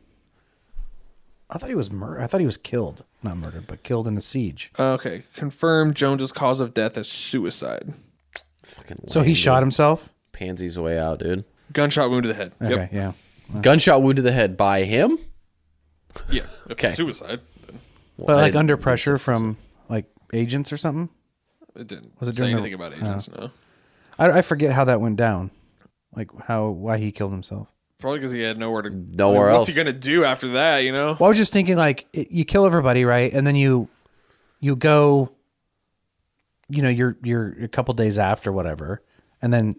S5: I thought he was mur- I thought he was killed, not murdered, but killed in a siege.
S4: Okay, confirm Jones's cause of death as suicide.
S3: Fucking
S5: So he
S3: lame,
S5: shot
S3: dude.
S5: himself.
S3: Pansy's way out, dude.
S4: Gunshot wound to the head.
S5: Okay,
S4: Yep.
S5: yeah.
S3: Gunshot wound to the head by him.
S4: Yeah. If
S3: Okay.
S4: it's suicide. then-
S5: But like
S3: I-
S5: under pressure from like agents or something.
S4: It didn't.
S5: Was it
S4: say
S5: during the-
S4: anything about agents?
S5: oh.
S4: No.
S5: I, I forget how that went down, like how why he killed himself.
S4: Probably because he had nowhere to.
S3: Nowhere
S4: what's
S3: else.
S4: he gonna do after that? You know.
S5: Well, I was just thinking like it, you kill everybody, right? And then you you go you know, you're you're a couple days after whatever. And then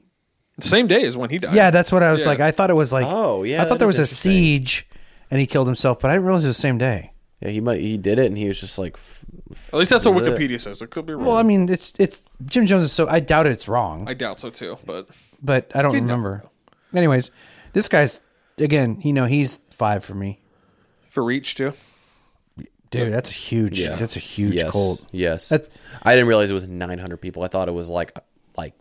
S4: Same day as when he died.
S5: Yeah, that's what I was
S4: Yeah.
S5: like. I thought it was like
S3: Oh, yeah,
S5: I thought
S3: that
S5: there
S3: is
S5: was a
S3: interesting.
S5: siege and he killed himself, but I didn't realize it was the same day.
S3: Yeah, he might he did it, and he was just like. f-
S4: At least that's
S3: this
S4: what
S3: is it.
S4: Wikipedia says. It could be wrong.
S5: Well, I mean, it's it's Jim Jones is so I doubt it's wrong,
S4: I doubt so too, but
S5: but I don't
S4: You never
S5: remember. Anyways, this guy's again, you know, he's 5 for me.
S4: for Reach too.
S5: Dude, that's a huge
S3: Yeah.
S5: that's a huge
S3: yes.
S5: cult.
S3: Yes.
S5: That's
S3: I didn't realize it was 900 people. I thought it was like like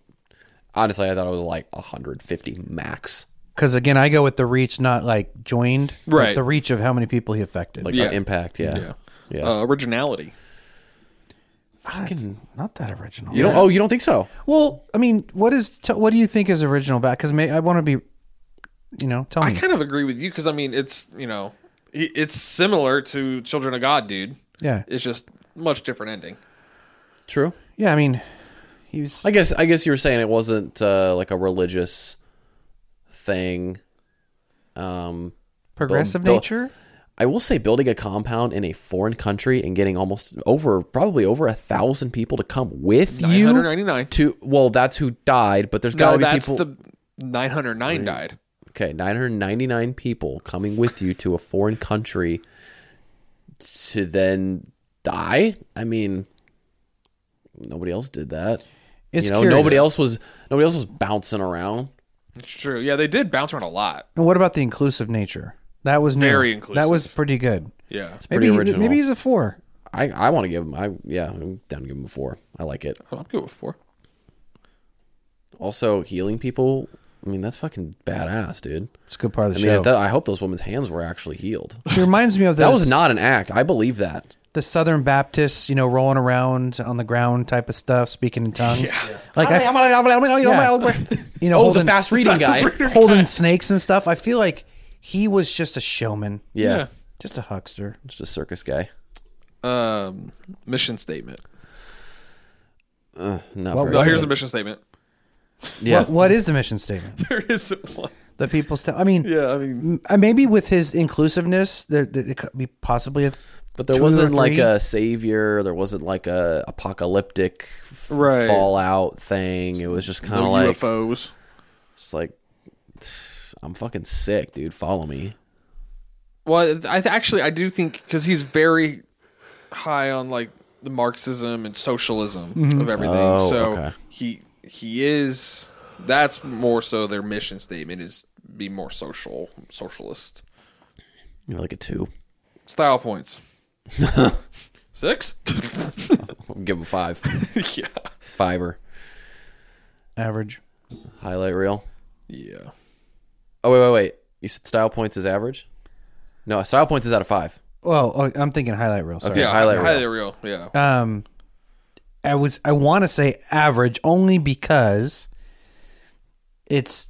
S3: honestly, I thought it was like 150 max.
S5: Because again, I go with the reach, not like joined, but
S4: Right.
S5: the reach of how many people he affected.
S3: Like
S5: Like,
S3: the
S4: Yeah.
S3: impact, yeah.
S4: Yeah.
S3: Yeah.
S4: Uh, originality.
S5: not that original.
S3: you don't oh, you don't think so?
S5: Well, I mean, what is t- what do you think is original about? Because I want to be, you know, tell
S4: I
S5: me.
S4: kind of agree with you because I mean it's you know i- it's similar to Children of God, dude.
S5: yeah,
S4: It's just much different ending.
S3: True.
S5: yeah. I mean, he was.
S3: I guess I guess you were saying it wasn't uh, like a religious thing. Um
S5: Progressive
S3: Bill- Bill-
S5: nature?
S3: I will say building a compound in a foreign country and getting almost over probably over a thousand people to come with
S4: Nine hundred
S3: you
S4: ninety nine.
S3: to well, that's who died, but there's
S4: No,
S3: gotta be
S4: that's
S3: people
S4: the nine hundred nine died.
S3: Okay, 999 people coming with you to a foreign country to then die? I mean, nobody else did that.
S5: It's
S3: you know,
S5: curious.
S3: nobody else was nobody else was bouncing around.
S4: It's true. Yeah, they did bounce around a lot.
S5: And what about the inclusive nature? That was new.
S4: Very inclusive.
S5: That was pretty good.
S4: Yeah,
S3: pretty
S5: maybe he-
S3: original.
S5: maybe he's a four.
S3: I, I want to give him I yeah, I'm down to give him a 4. I like it.
S4: Oh, I'm good with four.
S3: Also, healing people, I mean, that's fucking badass, dude.
S5: It's a good part of
S3: I
S5: the
S3: mean,
S5: show.
S3: if that, I hope those women's hands were actually healed.
S5: It reminds me of
S3: That
S5: those-
S3: was not an act. I believe that.
S5: the Southern Baptists, you know, rolling around on the ground type of stuff, speaking in tongues. Like I, Yeah. you
S3: Oh,
S5: know,
S3: the
S5: holding,
S3: fast reading guy.
S5: holding snakes and stuff. I feel like he was just a showman,
S3: Yeah.
S4: Yeah.
S5: just a huckster.
S3: Just a circus guy.
S4: Um, mission statement.
S3: Not
S5: Well,
S3: very
S4: No, here's
S3: good.
S4: a mission statement.
S3: yeah.
S5: What, what is the mission statement?
S4: There isn't one.
S5: The people's. T- I mean,
S4: Yeah, I mean,
S5: m- uh, maybe with his inclusiveness, there, there, there could be possibly a.
S3: But there
S5: two or
S3: wasn't like
S5: three.
S3: a savior. There wasn't like a apocalyptic f-
S4: Right.
S3: fallout thing. It was just kind
S4: no
S3: of like
S4: UFOs.
S3: it's like I'm fucking sick, dude. Follow me.
S4: Well, I th- actually I do think because he's very high on like the Marxism and socialism
S5: Mm-hmm.
S4: of everything.
S3: Oh,
S4: so
S3: okay.
S4: he he is. That's more so their mission statement is be more social socialist
S3: You know, like a two.
S4: style points. Six.
S3: I'll give him five.
S4: yeah.
S3: Fiber.
S5: Average.
S3: Highlight reel.
S4: Yeah.
S3: Oh wait, wait, wait. You said style points is average. No, style points is out of five.
S5: Well, oh, I'm thinking highlight reel. Sorry.
S3: Okay.
S4: Yeah.
S3: highlight reel.
S4: Highlight reel. Yeah.
S5: Um, I was I want to say average only because it's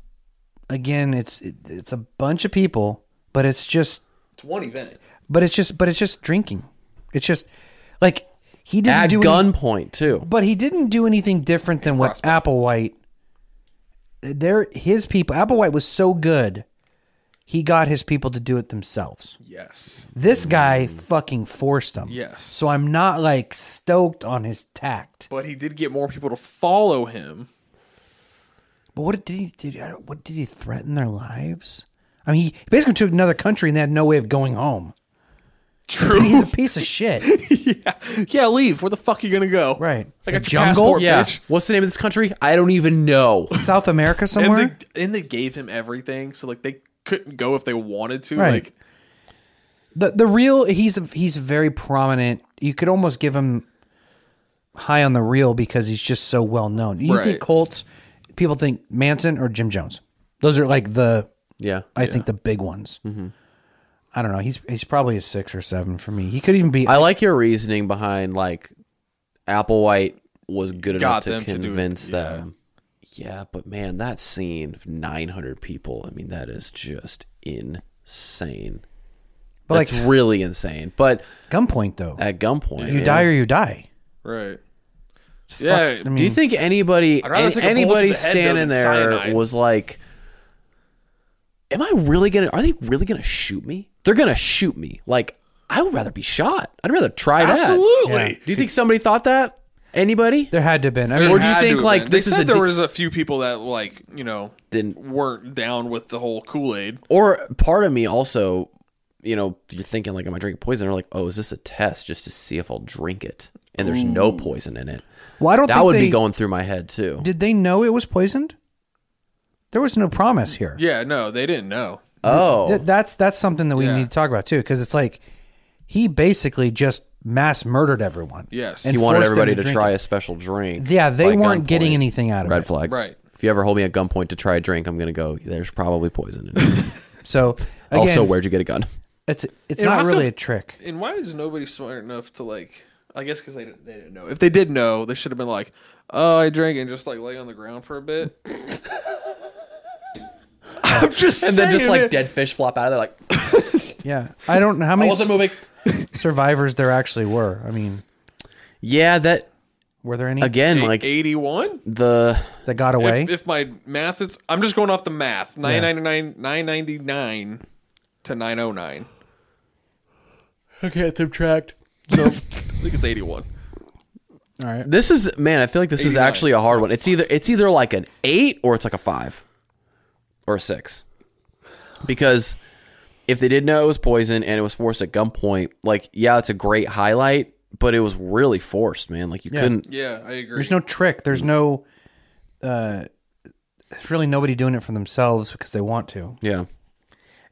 S5: again it's it, it's a bunch of people, but it's just
S4: it's one event.
S5: but it's just but it's just drinking. It's just like he didn't
S3: At
S5: do any-
S3: gunpoint too.
S5: but he didn't do anything different than what Applewhite. There, his people. Applewhite was so good, he got his people to do it themselves.
S4: Yes.
S5: This guy fucking forced them.
S4: Yes.
S5: So I'm not like stoked on his tact.
S4: But he did get more people to follow him.
S5: But what did he? Did, I don't- what did he threaten their lives? I mean, he basically took another country and they had no way of going home. True. He's a piece of shit.
S4: Yeah, leave. Where the fuck are you gonna go?
S5: Right.
S4: I
S5: The
S4: got your
S5: jungle?
S4: passport,
S3: yeah.
S4: bitch.
S3: What's the name of this country? I don't even know.
S5: South America
S4: and
S5: somewhere.
S4: they and they gave him everything, so like they couldn't go if they wanted to.
S5: Right.
S4: Like
S5: the the real he's a, he's very prominent. You could almost give him high on the real because he's just so well known. You
S4: Right.
S5: think Colts? People think Manson or Jim Jones. Those are like the
S3: Yeah. Mm-hmm.
S5: I think the big ones. I don't know. He's he's probably a six or seven for me. He could even be.
S3: I like your reasoning behind like Applewhite was good enough
S4: Got
S3: to
S4: them to do it,
S3: convince
S4: yeah.
S3: them. Yeah, but man, that scene of 900 people, I mean that is just insane.
S5: But,
S3: That's
S5: like-
S3: really insane. But Uh,
S5: gunpoint though.
S3: at gunpoint,
S5: you
S3: yeah.
S5: die or you die.
S4: right.
S5: Fuck-
S4: Yeah.
S5: I mean-
S3: Do you think anybody
S4: I'd rather
S3: an-
S4: take a bullet to
S3: anybody
S4: the head, though,
S3: standing
S4: than
S3: there
S4: cyanide.
S3: was like, "Am I really gonna? Are they really gonna shoot me? They're gonna shoot me. Like I would rather be shot. I'd rather try that.
S4: Absolutely.
S5: Yeah.
S3: Do you think somebody thought that? Anybody?
S5: There had to have been. I
S4: There
S5: mean,
S3: Or do you
S4: had to
S3: think,
S4: have
S3: like,
S4: been. they
S3: this is
S4: said
S3: a
S4: there
S3: di-
S4: was a few people that like you know
S3: Didn't-
S4: weren't down with the whole Kool Aid.
S3: Or part of me also, you know, you're thinking like, "Am I drinking poison?" Or like, "Oh, is this a test just to see if I'll drink it?" And there's no poison in it.
S5: well, I don't
S3: That
S5: think
S3: would
S5: they,
S3: be going through my head too.
S5: Did they know it was poisoned? There was no promise here.
S4: Yeah, no, they didn't know.
S3: oh,
S5: Th- that's that's something that we
S4: Yeah.
S5: need to talk about too, because it's like he basically just mass murdered everyone.
S4: Yes.
S5: And
S3: he wanted
S5: forced them
S3: everybody to,
S5: drink
S3: try
S5: it.
S3: a special drink.
S5: Yeah,
S3: by
S5: they weren't getting
S3: gunpoint.
S5: anything out of
S3: Red
S5: it.
S3: flag.
S4: Right.
S3: If you ever hold me at gunpoint to try a drink, I'm going to go, there's probably poison in it.
S5: So again,
S3: also, where'd you get a gun?
S5: it's it's
S4: And how
S5: not really
S4: come-
S5: a trick.
S4: And why is nobody smart enough to like? I guess because they didn't, they didn't know. If they did know, they should have been like, "Oh, I drank and just like lay on the ground for a bit." I'm just
S3: And then just
S4: saying,
S3: like
S4: man.
S3: dead fish flop out of there, like,
S5: Yeah, I don't know how
S3: I
S5: many
S3: wasn't moving.
S5: survivors there actually were. I mean,
S3: Yeah, that,
S5: were there any
S3: again, like
S4: eighty-one.
S3: the,
S5: that got away?
S4: If, if my math is, I'm just going off the math. Nine ninety nine, nine ninety nine to nine oh nine.
S3: I can't subtract.
S4: So I think it's eighty-one.
S5: All right,
S3: This is, man, I feel like this is
S4: 89.
S3: actually a hard one. It's either, it's either like an eight or it's like a five or a six. Because if they did know it was poison and it was forced at gunpoint, like, yeah, it's a great highlight, but it was really forced, man. Like, you couldn't,
S4: Yeah, I agree.
S5: there's no trick. There's no. Uh, there's really nobody doing it for themselves because they want to.
S3: yeah.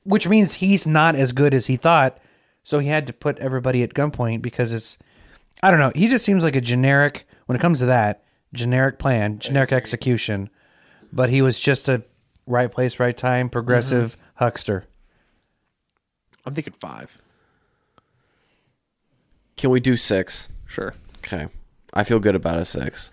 S5: which means he's not as good as he thought. So he had to put everybody at gunpoint because it's, I don't know. He just seems like a generic, when it comes to that, generic plan, generic execution. But he was just a right place, right time, progressive
S4: Mm-hmm.
S5: huckster.
S4: I'm thinking five.
S3: Can we do six?
S4: Sure.
S3: Okay, I feel good about a six.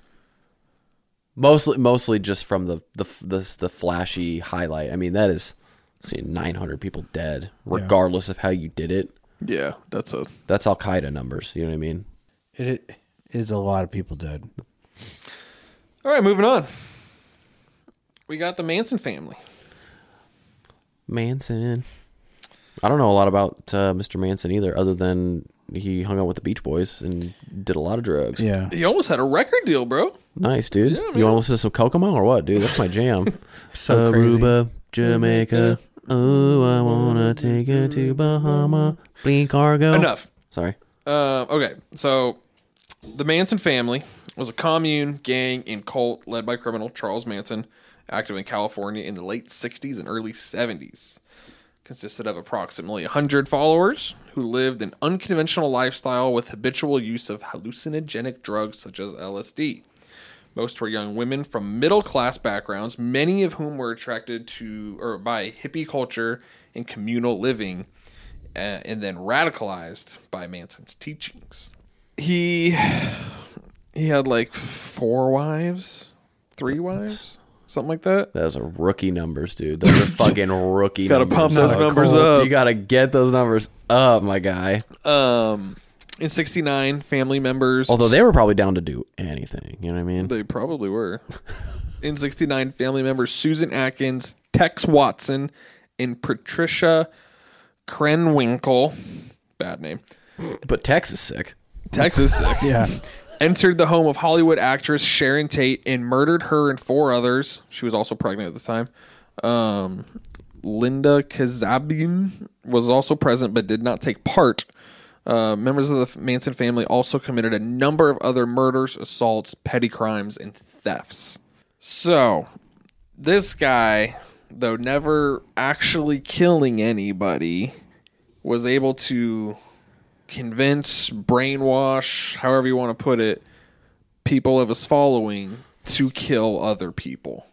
S3: Mostly, mostly just from the the the, the flashy highlight. I mean, that is seeing nine hundred people dead, regardless of how you did it.
S4: Yeah, that's a.
S3: That's Al Qaeda numbers. You know what I mean?
S5: It, it is a lot of people dead.
S4: All right, moving on. We got the Manson family.
S3: Manson. I don't know a lot about uh, Mr. Manson either, other than he hung out with the Beach Boys and did a lot of drugs.
S5: Yeah.
S4: He almost had a record deal, bro.
S3: Nice, dude.
S4: man.
S3: you want to listen to some Kokomo or what, dude? That's my jam.
S5: So crazy.
S3: Aruba, Jamaica. Oh, I wanna take you to Bahama. Blink cargo.
S4: Enough.
S3: Sorry.
S4: Uh, okay, so the Manson family was a commune, gang, and cult led by criminal Charles Manson, active in California in the late 60s and early 70s. Consisted of approximately 100 followers who lived an unconventional lifestyle with habitual use of hallucinogenic drugs such as LSD. Most were young women from middle class backgrounds, many of whom were attracted to or by hippie culture and communal living, uh, and then radicalized by Manson's teachings. He he had like four wives, three wives, something like that.
S3: Those are rookie numbers, dude. Those are fucking rookie
S4: Gotta
S3: numbers.
S4: pump those
S3: Oh,
S4: numbers
S3: cool.
S4: up.
S3: You gotta get those numbers up, my guy.
S4: Um, in '69, family members,
S3: Although they were probably down to do anything. You know what I mean?
S4: They probably were. In 69, family members Susan Atkins, Tex Watson, and Patricia Krenwinkel, bad name,
S3: But Tex is sick.
S4: Texas, yeah, entered the home of Hollywood actress Sharon Tate and murdered her and four others. She was also pregnant at the time. Um, Linda Kazabian was also present but did not take part. Uh, members of the F- Manson family also committed a number of other murders, assaults, petty crimes, and thefts. So, this guy, though never actually killing anybody, was able to convince, brainwash, however you want to put it, people of his following to kill other people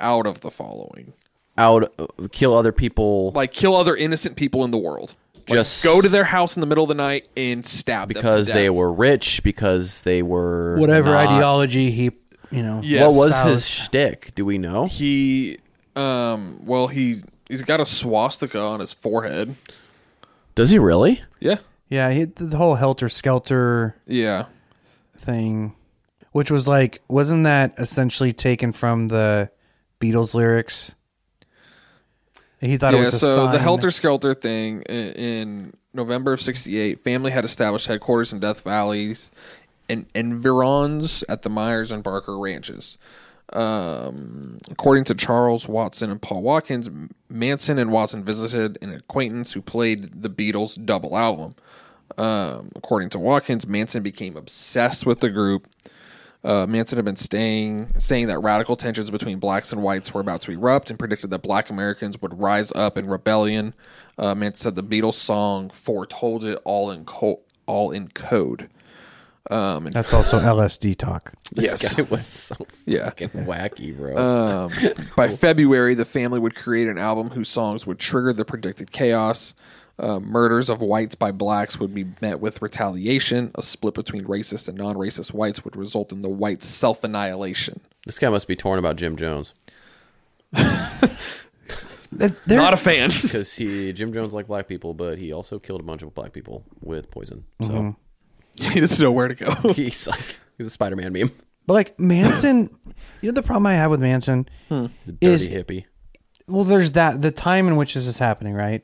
S4: out of the following.
S3: Out, uh, kill other people
S4: Like kill other innocent people in the world. Like,
S3: Just-
S4: go to their house in the middle of the night and stab them to
S3: because they
S4: death.
S3: were rich, because they were
S5: Whatever
S3: not-
S5: ideology he, you know.
S4: Yes.
S3: What was
S5: Solid.
S3: his shtick? Do we know?
S4: he um well he he's got a swastika on his forehead.
S3: Does he really?
S4: Yeah.
S5: Yeah, he, the whole helter skelter
S4: Yeah.
S5: thing. which was like, wasn't that essentially taken from the Beatles lyrics? He thought it was a
S4: so the
S5: sign.
S4: helter skelter thing in, in November of '68. Family had established headquarters in Death Valley's and environs at the Myers and Barker ranches. Um, according to Charles Watson and Paul Watkins, Manson and Watson visited an acquaintance who played the Beatles' double album. Um, according to Watkins, Manson became obsessed with the group. Uh, Manson had been staying, saying that radical tensions between blacks and whites were about to erupt and predicted that black Americans would rise up in rebellion. Uh, Manson said the Beatles song foretold it all in, co- all in code. Um, and
S5: That's also LSD talk.
S4: Yes.
S3: It was so
S4: Yeah.
S3: fucking wacky, bro.
S5: Uh,
S4: Um, by February, the family would create an album whose songs would trigger the predicted chaos. Uh, murders of whites by blacks would be met with retaliation. A split between racist and non racist whites would result in the whites' self annihilation.
S3: this guy must be torn about Jim Jones
S4: Not a fan.
S3: because he Jim Jones liked black people, but he also killed a bunch of black people with poison. So
S5: Mm-hmm.
S4: he doesn't know where to go.
S3: he's like he's a Spider-Man meme.
S5: But like Manson, you know the problem I have with Manson
S3: The dirty
S5: is
S3: hippie.
S5: well, there's that the time in which this is happening, right?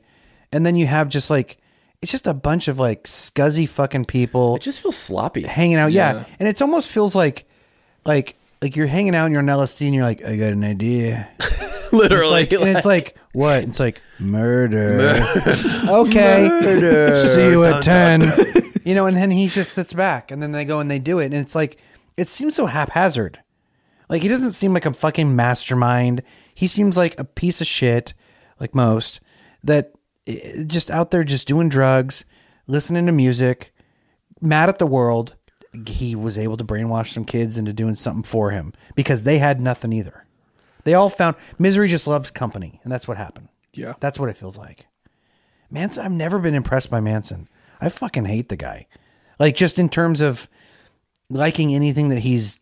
S5: And then you have just like it's just a bunch of like scuzzy fucking people
S3: It just feels sloppy.
S5: hanging out. Yeah.
S4: Yeah.
S5: and it's almost feels like like like you're hanging out and you're on LSD and you're like, I got an idea.
S3: Literally,
S5: It's like, and it's like what? It's like murder. okay. See you at ten. you know, and then he just sits back, and then they go and they do it, and it's like it seems so haphazard. Like he doesn't seem like a fucking mastermind. He seems like a piece of shit, like most that i- just out there just doing drugs, listening to music, mad at the world. He was able to brainwash some kids into doing something for him because they had nothing either. They all found misery just loves company, and that's what happened.
S4: Yeah.
S5: That's what it feels like. Manson, I've never been impressed by Manson. I fucking hate the guy. Like just in terms of liking anything that he's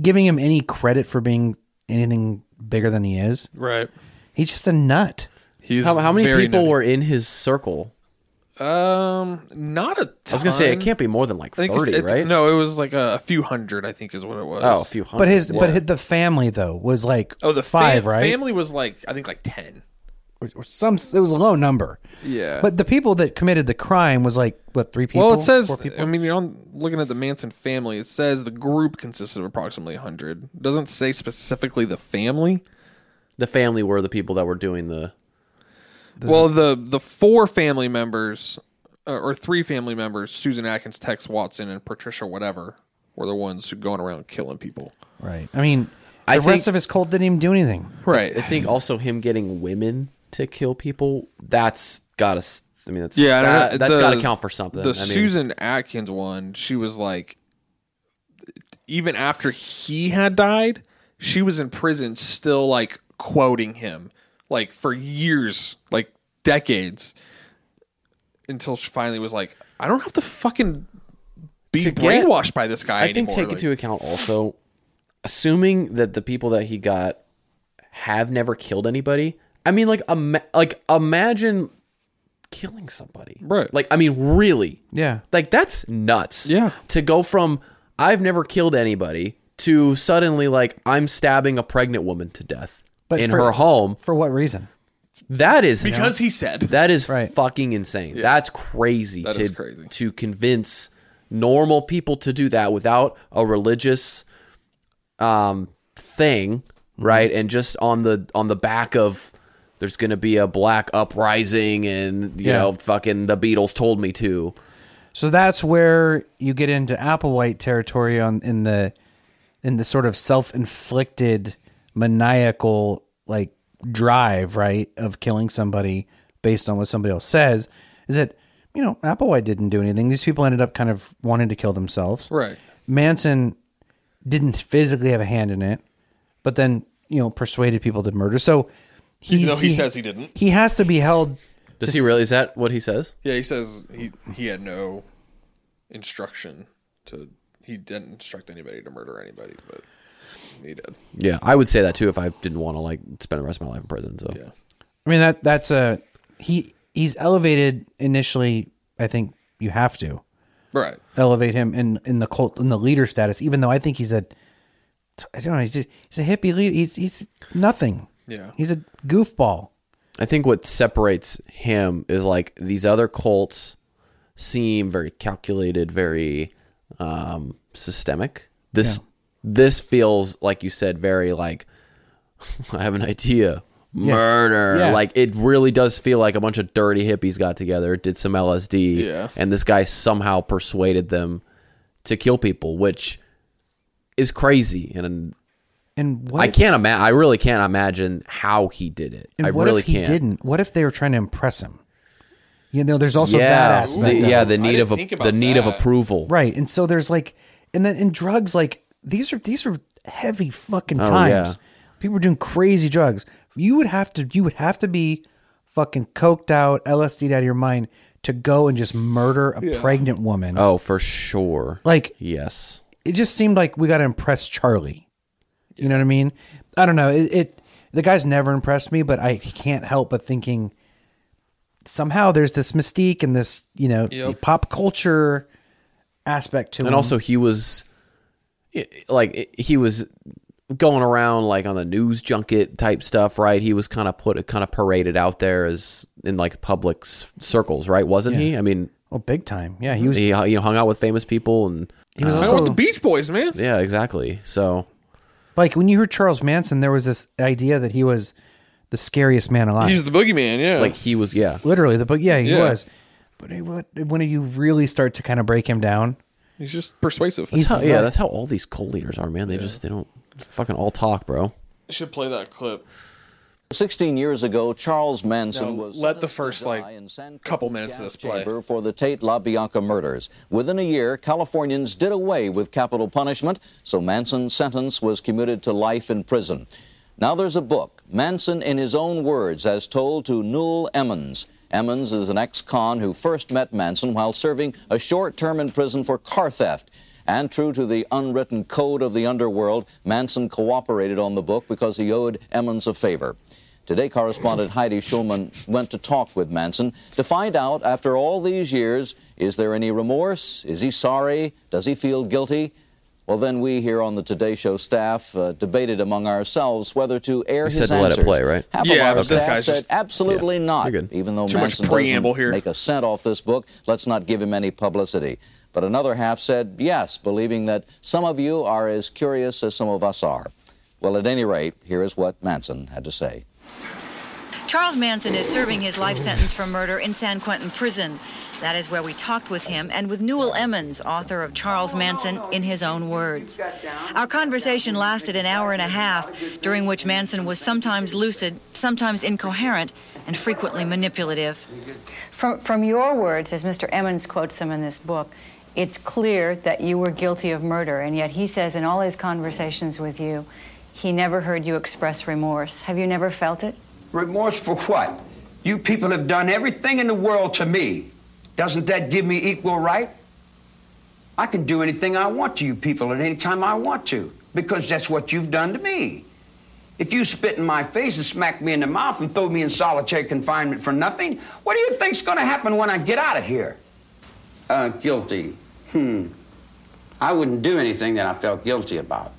S5: giving him any credit for being anything bigger than he is.
S4: Right.
S5: He's just a nut.
S4: He's
S3: how, how many
S4: very
S3: people
S4: nutty.
S3: were in his circle?
S4: Um, not a ton.
S3: I was gonna say it can't be more than like
S4: I think it's-
S3: thirty,
S4: it-
S3: right?
S4: No, it was like a, a few hundred, I think is what it was.
S3: oh, a few hundred.
S5: But his
S3: Yeah.
S5: but his, the family though was like
S4: Oh, the
S5: five
S4: fam-
S5: right
S4: family was like, I think like 10.
S5: or, or some it was a low number.
S4: Yeah.
S5: But the people that committed the crime was like what three people?
S4: Well, it says.
S5: Four people?
S4: I mean, you're on looking at the Manson family. It says the group consisted of approximately 100. It doesn't say specifically the family.
S3: the family were the people that were doing the
S4: well, the the four family members, uh, or three family members, Susan Atkins, Tex Watson, and Patricia whatever, were the ones who going around killing people.
S5: right. I mean, the
S3: I
S5: rest
S3: think-
S5: of his cult didn't even do anything.
S4: Right.
S3: I think also him getting women to kill people, that's gotta s- I mean that's
S4: Yeah,
S3: that,
S4: and
S3: that's
S4: the-
S3: gotta count for something.
S4: The
S3: I mean,
S4: Susan Atkins one, she was like, even after he had died, she was in prison, still like quoting him, like for years, like decades, until she finally was like, I don't have to fucking be
S3: To get-
S4: brainwashed by this guy.
S3: I think
S4: anymore.
S3: take
S4: like,
S3: into account also assuming that the people that he got have never killed anybody. I mean like ima- like imagine killing somebody.
S4: Right.
S3: Like I mean really.
S5: Yeah.
S3: Like that's nuts.
S4: Yeah.
S3: To go from I've never killed anybody to suddenly like I'm stabbing a pregnant woman to death
S5: But
S3: in
S5: for-
S3: her home.
S5: For what reason?
S3: That is
S4: because he said
S3: That is
S5: Right.
S3: fucking insane. That's crazy.
S4: That
S3: to,
S4: is crazy.
S3: to convince normal people to do that without a religious um thing, right? And just on the on the back of there's going to be a black uprising and you
S5: Yeah.
S3: know fucking the Beatles told me to.
S5: So that's where you get into Applewhite territory on in the in the sort of self-inflicted maniacal like drive, right, of killing somebody based on what somebody else says. Is that you know Applewhite didn't do anything. These people ended up kind of wanting to kill themselves.
S4: Right.
S5: Manson didn't physically have a hand in it, but then you know persuaded people to murder. So
S4: Even
S5: he's-
S4: though he says he didn't.
S5: he has to be held.
S3: Does
S5: to
S3: he
S5: s-
S3: really is that what he says?
S4: Yeah, he says he he had no instruction to. He didn't instruct anybody to murder anybody, but he did.
S3: Yeah, I would say that too if I didn't want to like spend the rest of my life in prison. So
S4: Yeah.
S5: I mean that that's a he he's elevated initially. I think you have to
S4: right
S5: elevate him in in the cult in the leader status even though i think he's a i don't know he's, just, he's a hippie leader he's he's nothing
S4: Yeah.
S5: he's a goofball
S3: I think what separates him is like these other cults seem very calculated, very um, systemic. This this feels like you said very like I have an idea.
S5: Yeah.
S3: Murder.
S5: Yeah.
S3: Like it really does feel like a bunch of dirty hippies got together, did some LSD,
S4: Yeah.
S3: and this guy somehow persuaded them to kill people, which is crazy and
S5: and what
S3: I
S5: if-
S3: can't imagine. I really can't imagine how he did it.
S5: and
S3: I
S5: what
S3: really
S5: if he
S3: can't.
S5: didn't what if they were trying to impress him you know there's also
S3: yeah,
S5: that aspect
S3: the,
S5: of it.
S3: yeah, the
S4: I
S3: need
S4: didn't
S3: of a,
S4: think
S3: the
S4: about
S3: need of
S4: that.
S3: approval.
S5: right and so there's like and then in drugs like these are these are heavy fucking
S3: Oh,
S5: times
S3: yeah.
S5: people are doing crazy drugs you would have to you would have to be fucking coked out lsd out of your mind to go and just murder a pregnant woman
S3: Oh, for sure.
S5: like
S3: Yes.
S5: it just seemed like we got to impress charlie you know what i mean i don't know it, it the guy's never impressed me but i can't help but thinking somehow there's this mystique and this you know
S4: Yep.
S5: pop culture aspect to
S3: And
S5: him.
S3: also, he was i- like i- he was going around like on the news junket type stuff, right? He was kind of put kind of paraded out there as in like public s- circles, right? Wasn't he? I mean,
S5: Oh, big time. Yeah, he was.
S3: he
S5: He,
S3: you know hung out with famous people and
S5: was
S4: I
S5: also
S4: want the Beach Boys, man.
S3: yeah, exactly. So
S5: like when you heard Charles Manson, there was this idea that he was the scariest man alive.
S4: He's the boogeyman, yeah.
S3: like he was, yeah.
S5: Literally, the book. Yeah, he
S4: Yeah.
S5: was. But he- what when you really start to kind of break him down?
S4: he's just persuasive.
S3: That's how, yeah,
S5: like-
S3: that's how all these cult leaders are, man. They just they don't fucking all talk, bro.
S4: I should play that clip.
S12: 16 years ago, Charles Manson
S4: Now,
S12: was
S4: let the
S12: sentenced
S4: first,
S12: to die
S4: like,
S12: in San
S4: couple
S12: Quentin's
S4: minutes of
S12: gas
S4: this play.
S12: chamber for the Tate LaBianca murders. Within a year, Californians did away with capital punishment, so Manson's sentence was commuted to life in prison. Now there's a book, Manson in his own words, as told to Newell Emmons. Emmons is an ex-con who first met Manson while serving a short term in prison for car theft. And true to the unwritten code of the underworld, Manson cooperated on the book because he owed Emmons a favor. Today, correspondent Heidi Schulman went to talk with Manson to find out, after all these years, is there any remorse? Is he sorry? Does he feel guilty? Well, then we here on the Today Show staff uh, debated among ourselves whether to air
S3: You
S12: his
S3: said to let it
S12: answers.
S3: play, right?
S12: Half
S4: Yeah,
S12: of our
S4: but this
S12: staff
S4: guy's
S12: said
S4: just-
S12: absolutely not.
S3: You're good.
S12: Even though
S4: Too much
S12: Manson
S4: preamble
S12: doesn't
S4: here.
S12: make a cent off this book, let's not give him any publicity. But another half said yes, believing that some of you are as curious as some of us are. Well, at any rate, here is what Manson had to say.
S13: Charles Manson is serving his life sentence for murder in San Quentin prison. That is where we talked with him and with Newell Emmons, author of Charles Manson in his own words. Our conversation lasted an hour and a half, during which Manson was sometimes lucid, sometimes incoherent, and frequently manipulative.
S14: From, from your words, as Mr. Emmons quotes them in this book, it's clear that you were guilty of murder, and yet he says in all his conversations with you, he never heard you express remorse. Have you never felt it?
S1: Remorse for what? You people have done everything in the world to me. Doesn't that give me equal right? I can do anything I want to you people at any time I want to because that's what you've done to me. If you spit in my face and smack me in the mouth and throw me in solitary confinement for nothing, what do you think's going to happen when I get out of here? Uh, guilty. Hmm. I wouldn't do anything that I felt guilty about.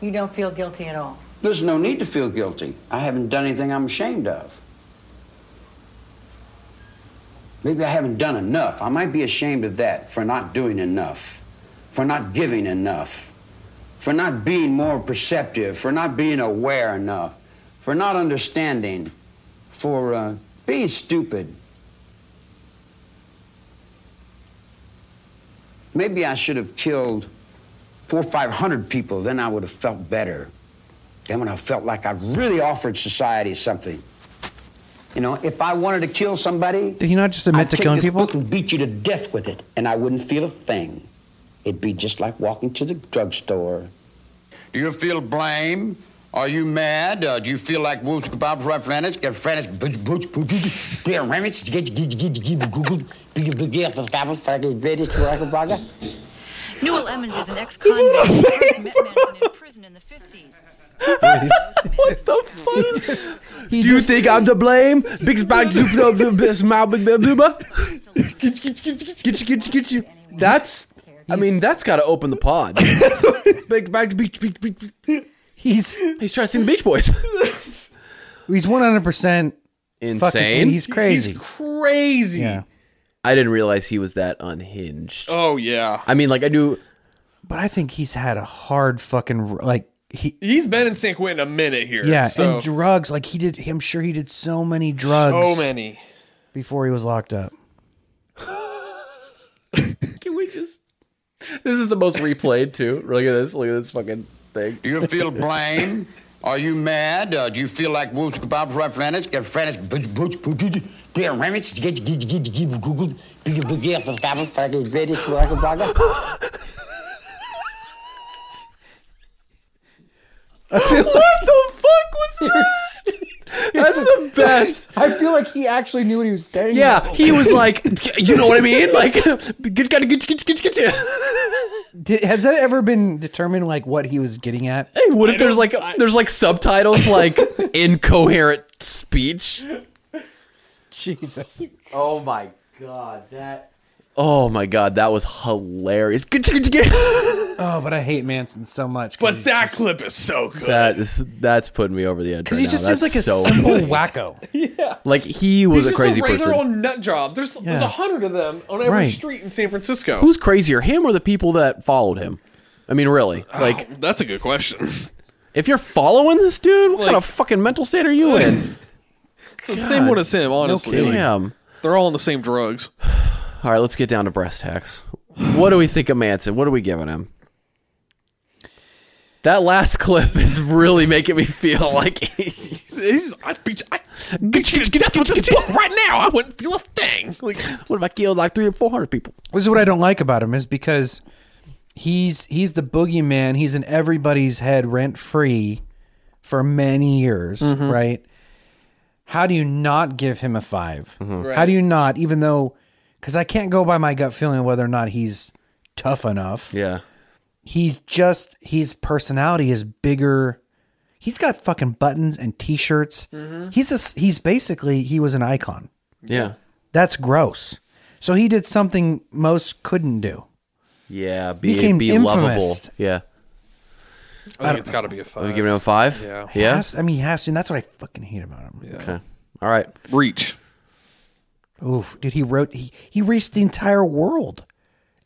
S14: You don't feel guilty at all.
S1: There's no need to feel guilty. I haven't done anything I'm ashamed of. Maybe I haven't done enough. I might be ashamed of that for not doing enough, for not giving enough, for not being more perceptive, for not being aware enough, for not understanding, for uh, being stupid. Maybe I should have killed four or five hundred people, then I would have felt better. Then when I felt like I really offered society something. You know, if I wanted to kill somebody,
S5: Did he not just admit
S1: I'd
S5: to
S1: take
S5: killing
S1: this
S5: people?
S1: book and beat you to death with it, and I wouldn't feel a thing. It'd be just like walking to the drugstore. Do you feel blame? Are you mad? Uh, do you feel like wolves kebabs, referendums, referendums, boots, boots, boots, beer, remits, get, get, get, get, get, get, get, get, get, get, get, get, get,
S13: Newell Emmons is an ex-convict who first met Manson in prison prison in the 50s.
S15: what the fuck? Do you think I'm to blame? Big bang, zoop, zoop, zoop, zoop, smile, big bang, booba. Get you, get you, get you, get you, get you. That's, I mean, that's got to open the pod. big bang, beach, beach, beach, beach.
S5: He's
S3: he's trying to sing the Beach Boys.
S5: He's one hundred percent
S3: Insane.
S5: He's crazy.
S4: Crazy.
S5: Yeah.
S3: I didn't realize he was that unhinged.
S4: Oh yeah.
S3: I mean, like I do.
S5: But I think he's had a hard fucking r- like he
S4: He's been in San Quentin a minute here.
S5: yeah
S4: so
S5: and drugs like he did. I'm sure he did so many drugs.
S4: so oh, many.
S5: before he was locked up.
S3: Can we just? This is the most replayed too. Look at this. Look at this fucking thing.
S1: Do you feel blame? Are you mad? Uh, do you feel like Wolves Kebabs Referendums? Get French Boots Boots Boots Dear Remits Get Get Get Get Google Big Big Get The Double Fucking British Waka Waka
S15: what the fuck was that? That's the best.
S5: I feel like he actually knew what he was saying.
S15: Yeah, he was like, you know what I mean? Like, get, get, get, get, get, get.
S5: Did, has that ever been determined like what he was getting at?
S3: Hey, what if there's like there's like subtitles like incoherent speech?
S5: Jesus.
S3: Oh my god, that. Oh my god, that was hilarious. that
S5: Oh, but I hate Manson so much.
S4: But that clip is so good.
S3: is that's putting me over the edge.
S5: because
S3: Right
S5: he
S3: now.
S5: just
S3: That's
S5: seems like a
S3: so
S5: simple
S3: funny.
S5: wacko.
S3: Like he was
S4: He's
S3: a
S4: just
S3: crazy
S4: a regular
S3: person.
S4: old nut job. There's there's
S3: Yeah.
S4: a hundred of them on every
S3: Right.
S4: street in San Francisco.
S3: Who's crazier, him or the people that followed him? I mean, really?
S5: Uh,
S3: Like,
S4: that's a good question.
S3: if you're following this dude, what kind of fucking mental state are you in?
S4: same one as him, honestly. Like,
S3: Damn.
S4: They're all on the same drugs.
S3: All right, let's get down to breast hacks. What do we think of Manson? What are we giving him? That last clip is really making me feel like he's.
S4: he's I beat you. I beat you to death with this book right now. I wouldn't feel a thing. Like,
S3: what if I killed like three or four hundred people?
S5: This is what I don't like about him is because he's he's the boogeyman. He's in everybody's head rent free for many years,
S15: Mhm.
S5: right? How do you not give him a 5
S15: Right.
S5: How do you not, even though, because I can't go by my gut feeling whether or not he's tough enough.
S3: Yeah.
S5: He's just his personality is bigger. He's got fucking buttons and t-shirts. He's a, s- he's basically he was an icon.
S3: Yeah.
S5: That's gross. So he did something most couldn't do.
S3: Yeah. Be,
S5: Became
S3: be
S5: infamous.
S3: lovable. Yeah.
S4: I think it's got to be a
S3: Are we
S4: five.
S3: giving him a five?
S4: Yeah.
S3: Yeah.
S5: Has- I mean, he has to. And that's what I fucking hate about him.
S3: Okay. All right.
S4: Reach.
S5: Oof, dude, he wrote. He he reached the entire world.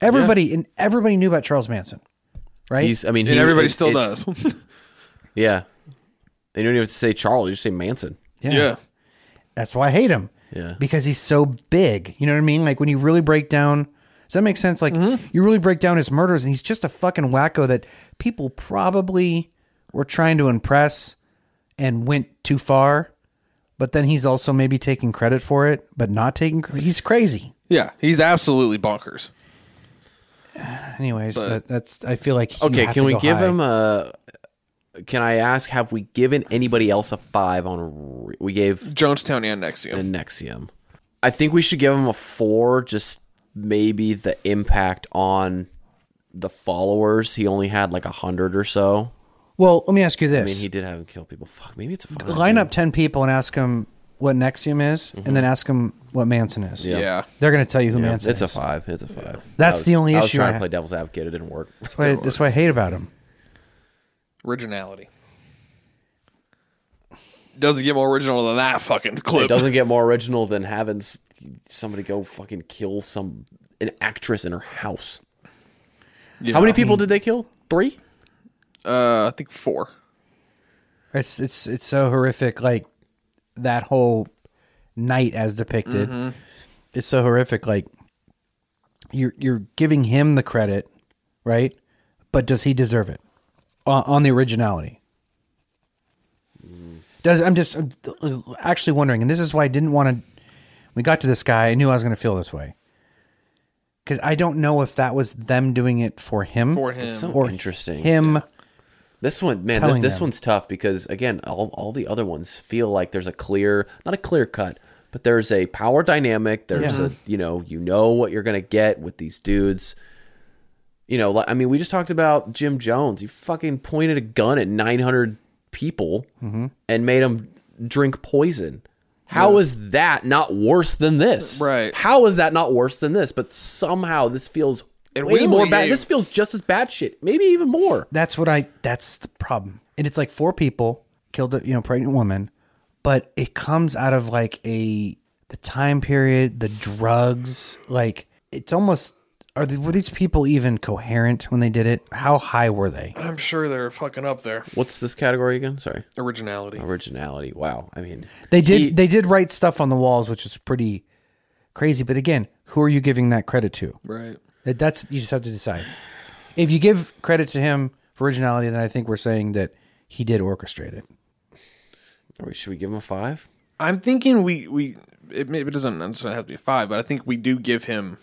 S5: Everybody and everybody knew about Charles Manson, right?
S3: He's. I mean,
S4: And everybody still
S3: it's- yeah. And you don't even have to say Charles. You just say Manson.
S5: Yeah. Yeah. That's why I hate him.
S3: Yeah.
S5: Because he's so big. You know what I mean? Like when you really break down, does that make sense? Like
S3: Mm-hmm.
S5: you really break down his murders, and he's just a fucking wacko that people probably were trying to impress and went too far. But then he's also maybe taking credit for it, but not taking. cre- He's crazy.
S4: Yeah, he's absolutely bonkers.
S5: Anyways,
S4: But-
S5: that, that's. I feel like. you
S3: Okay,
S5: have
S3: can
S5: to
S3: we
S5: go
S3: give
S5: high.
S3: him a? Can I ask? Have we given anybody else a five on? a re- We gave
S4: Jonestown and Nexium.
S3: And Nexium. I think we should give him a four. Just maybe the impact on the followers. He only had like a hundred or so.
S5: Well, let me ask you this.
S3: I mean, he did have him kill people. Fuck, maybe it's a five.
S5: line up 10 people and ask them what Nexium is and then ask them what Manson is.
S3: Mm-hmm. Yeah. Yeah.
S5: They're going to tell you who
S3: Yeah,
S5: Manson
S3: it's
S5: is.
S3: a five. It's a five.
S5: That's
S3: I was-
S5: the only
S3: I was
S5: issue
S3: trying
S5: I
S3: to
S5: ha-
S3: play devil's advocate. It didn't work.
S5: That's why, that's what I hate about him.
S4: Originality. Doesn't get more original than that fucking clip.
S3: It doesn't get more original than having s- somebody go fucking kill some an actress in her house. How many people did they kill? Three?
S4: Uh, I think four.
S5: It's it's it's so horrific like that whole night as depicted.
S3: Mm-hmm.
S4: Mhm.
S5: It's so horrific like you're you're giving him the credit, right? But does he deserve it? On, on the originality. Does I'm just I'm actually wondering and this is why I didn't want to we got to this guy, I knew I was going to feel this way. Cuz I don't know if that was them doing it for him
S3: For him. That's so interesting.
S5: Him
S3: This one, man, this,
S5: Telling
S3: this
S5: them.
S3: one's tough because again, all all the other ones feel like there's a clear, not a clear cut, but there's a power dynamic. There's
S5: Yeah.
S3: a you know you know what you're gonna get with these dudes. You know, like, I mean, we just talked about Jim Jones. He fucking pointed a gun at 900 people
S5: Mhm.
S3: and made them drink poison. How is that not worse than this? Right. How is that not worse than this? But somehow this feels
S5: And
S3: way
S5: we
S3: more
S5: only
S3: bad.
S5: gave-
S3: This feels just as bad shit, maybe even more.
S5: That's what I. That's the problem. And it's like four people killed a you know pregnant woman, but it comes out of like a the time period, the drugs. Like it's almost are the, were these people even coherent when they did it? How high were they?
S4: I'm sure they're fucking up there.
S3: What's this category again? Sorry.
S4: Originality.
S3: Originality. Wow. I mean,
S5: They did they did write stuff on the walls, which is pretty crazy. But again, who are you giving that credit to?
S4: Right.
S5: That- That's you just have to decide. If you give credit to him for originality, then I think we're saying that he did orchestrate it.
S3: Or should we give him a five?
S4: I'm thinking we we it maybe doesn't necessarily have to be a five, but I think we do give him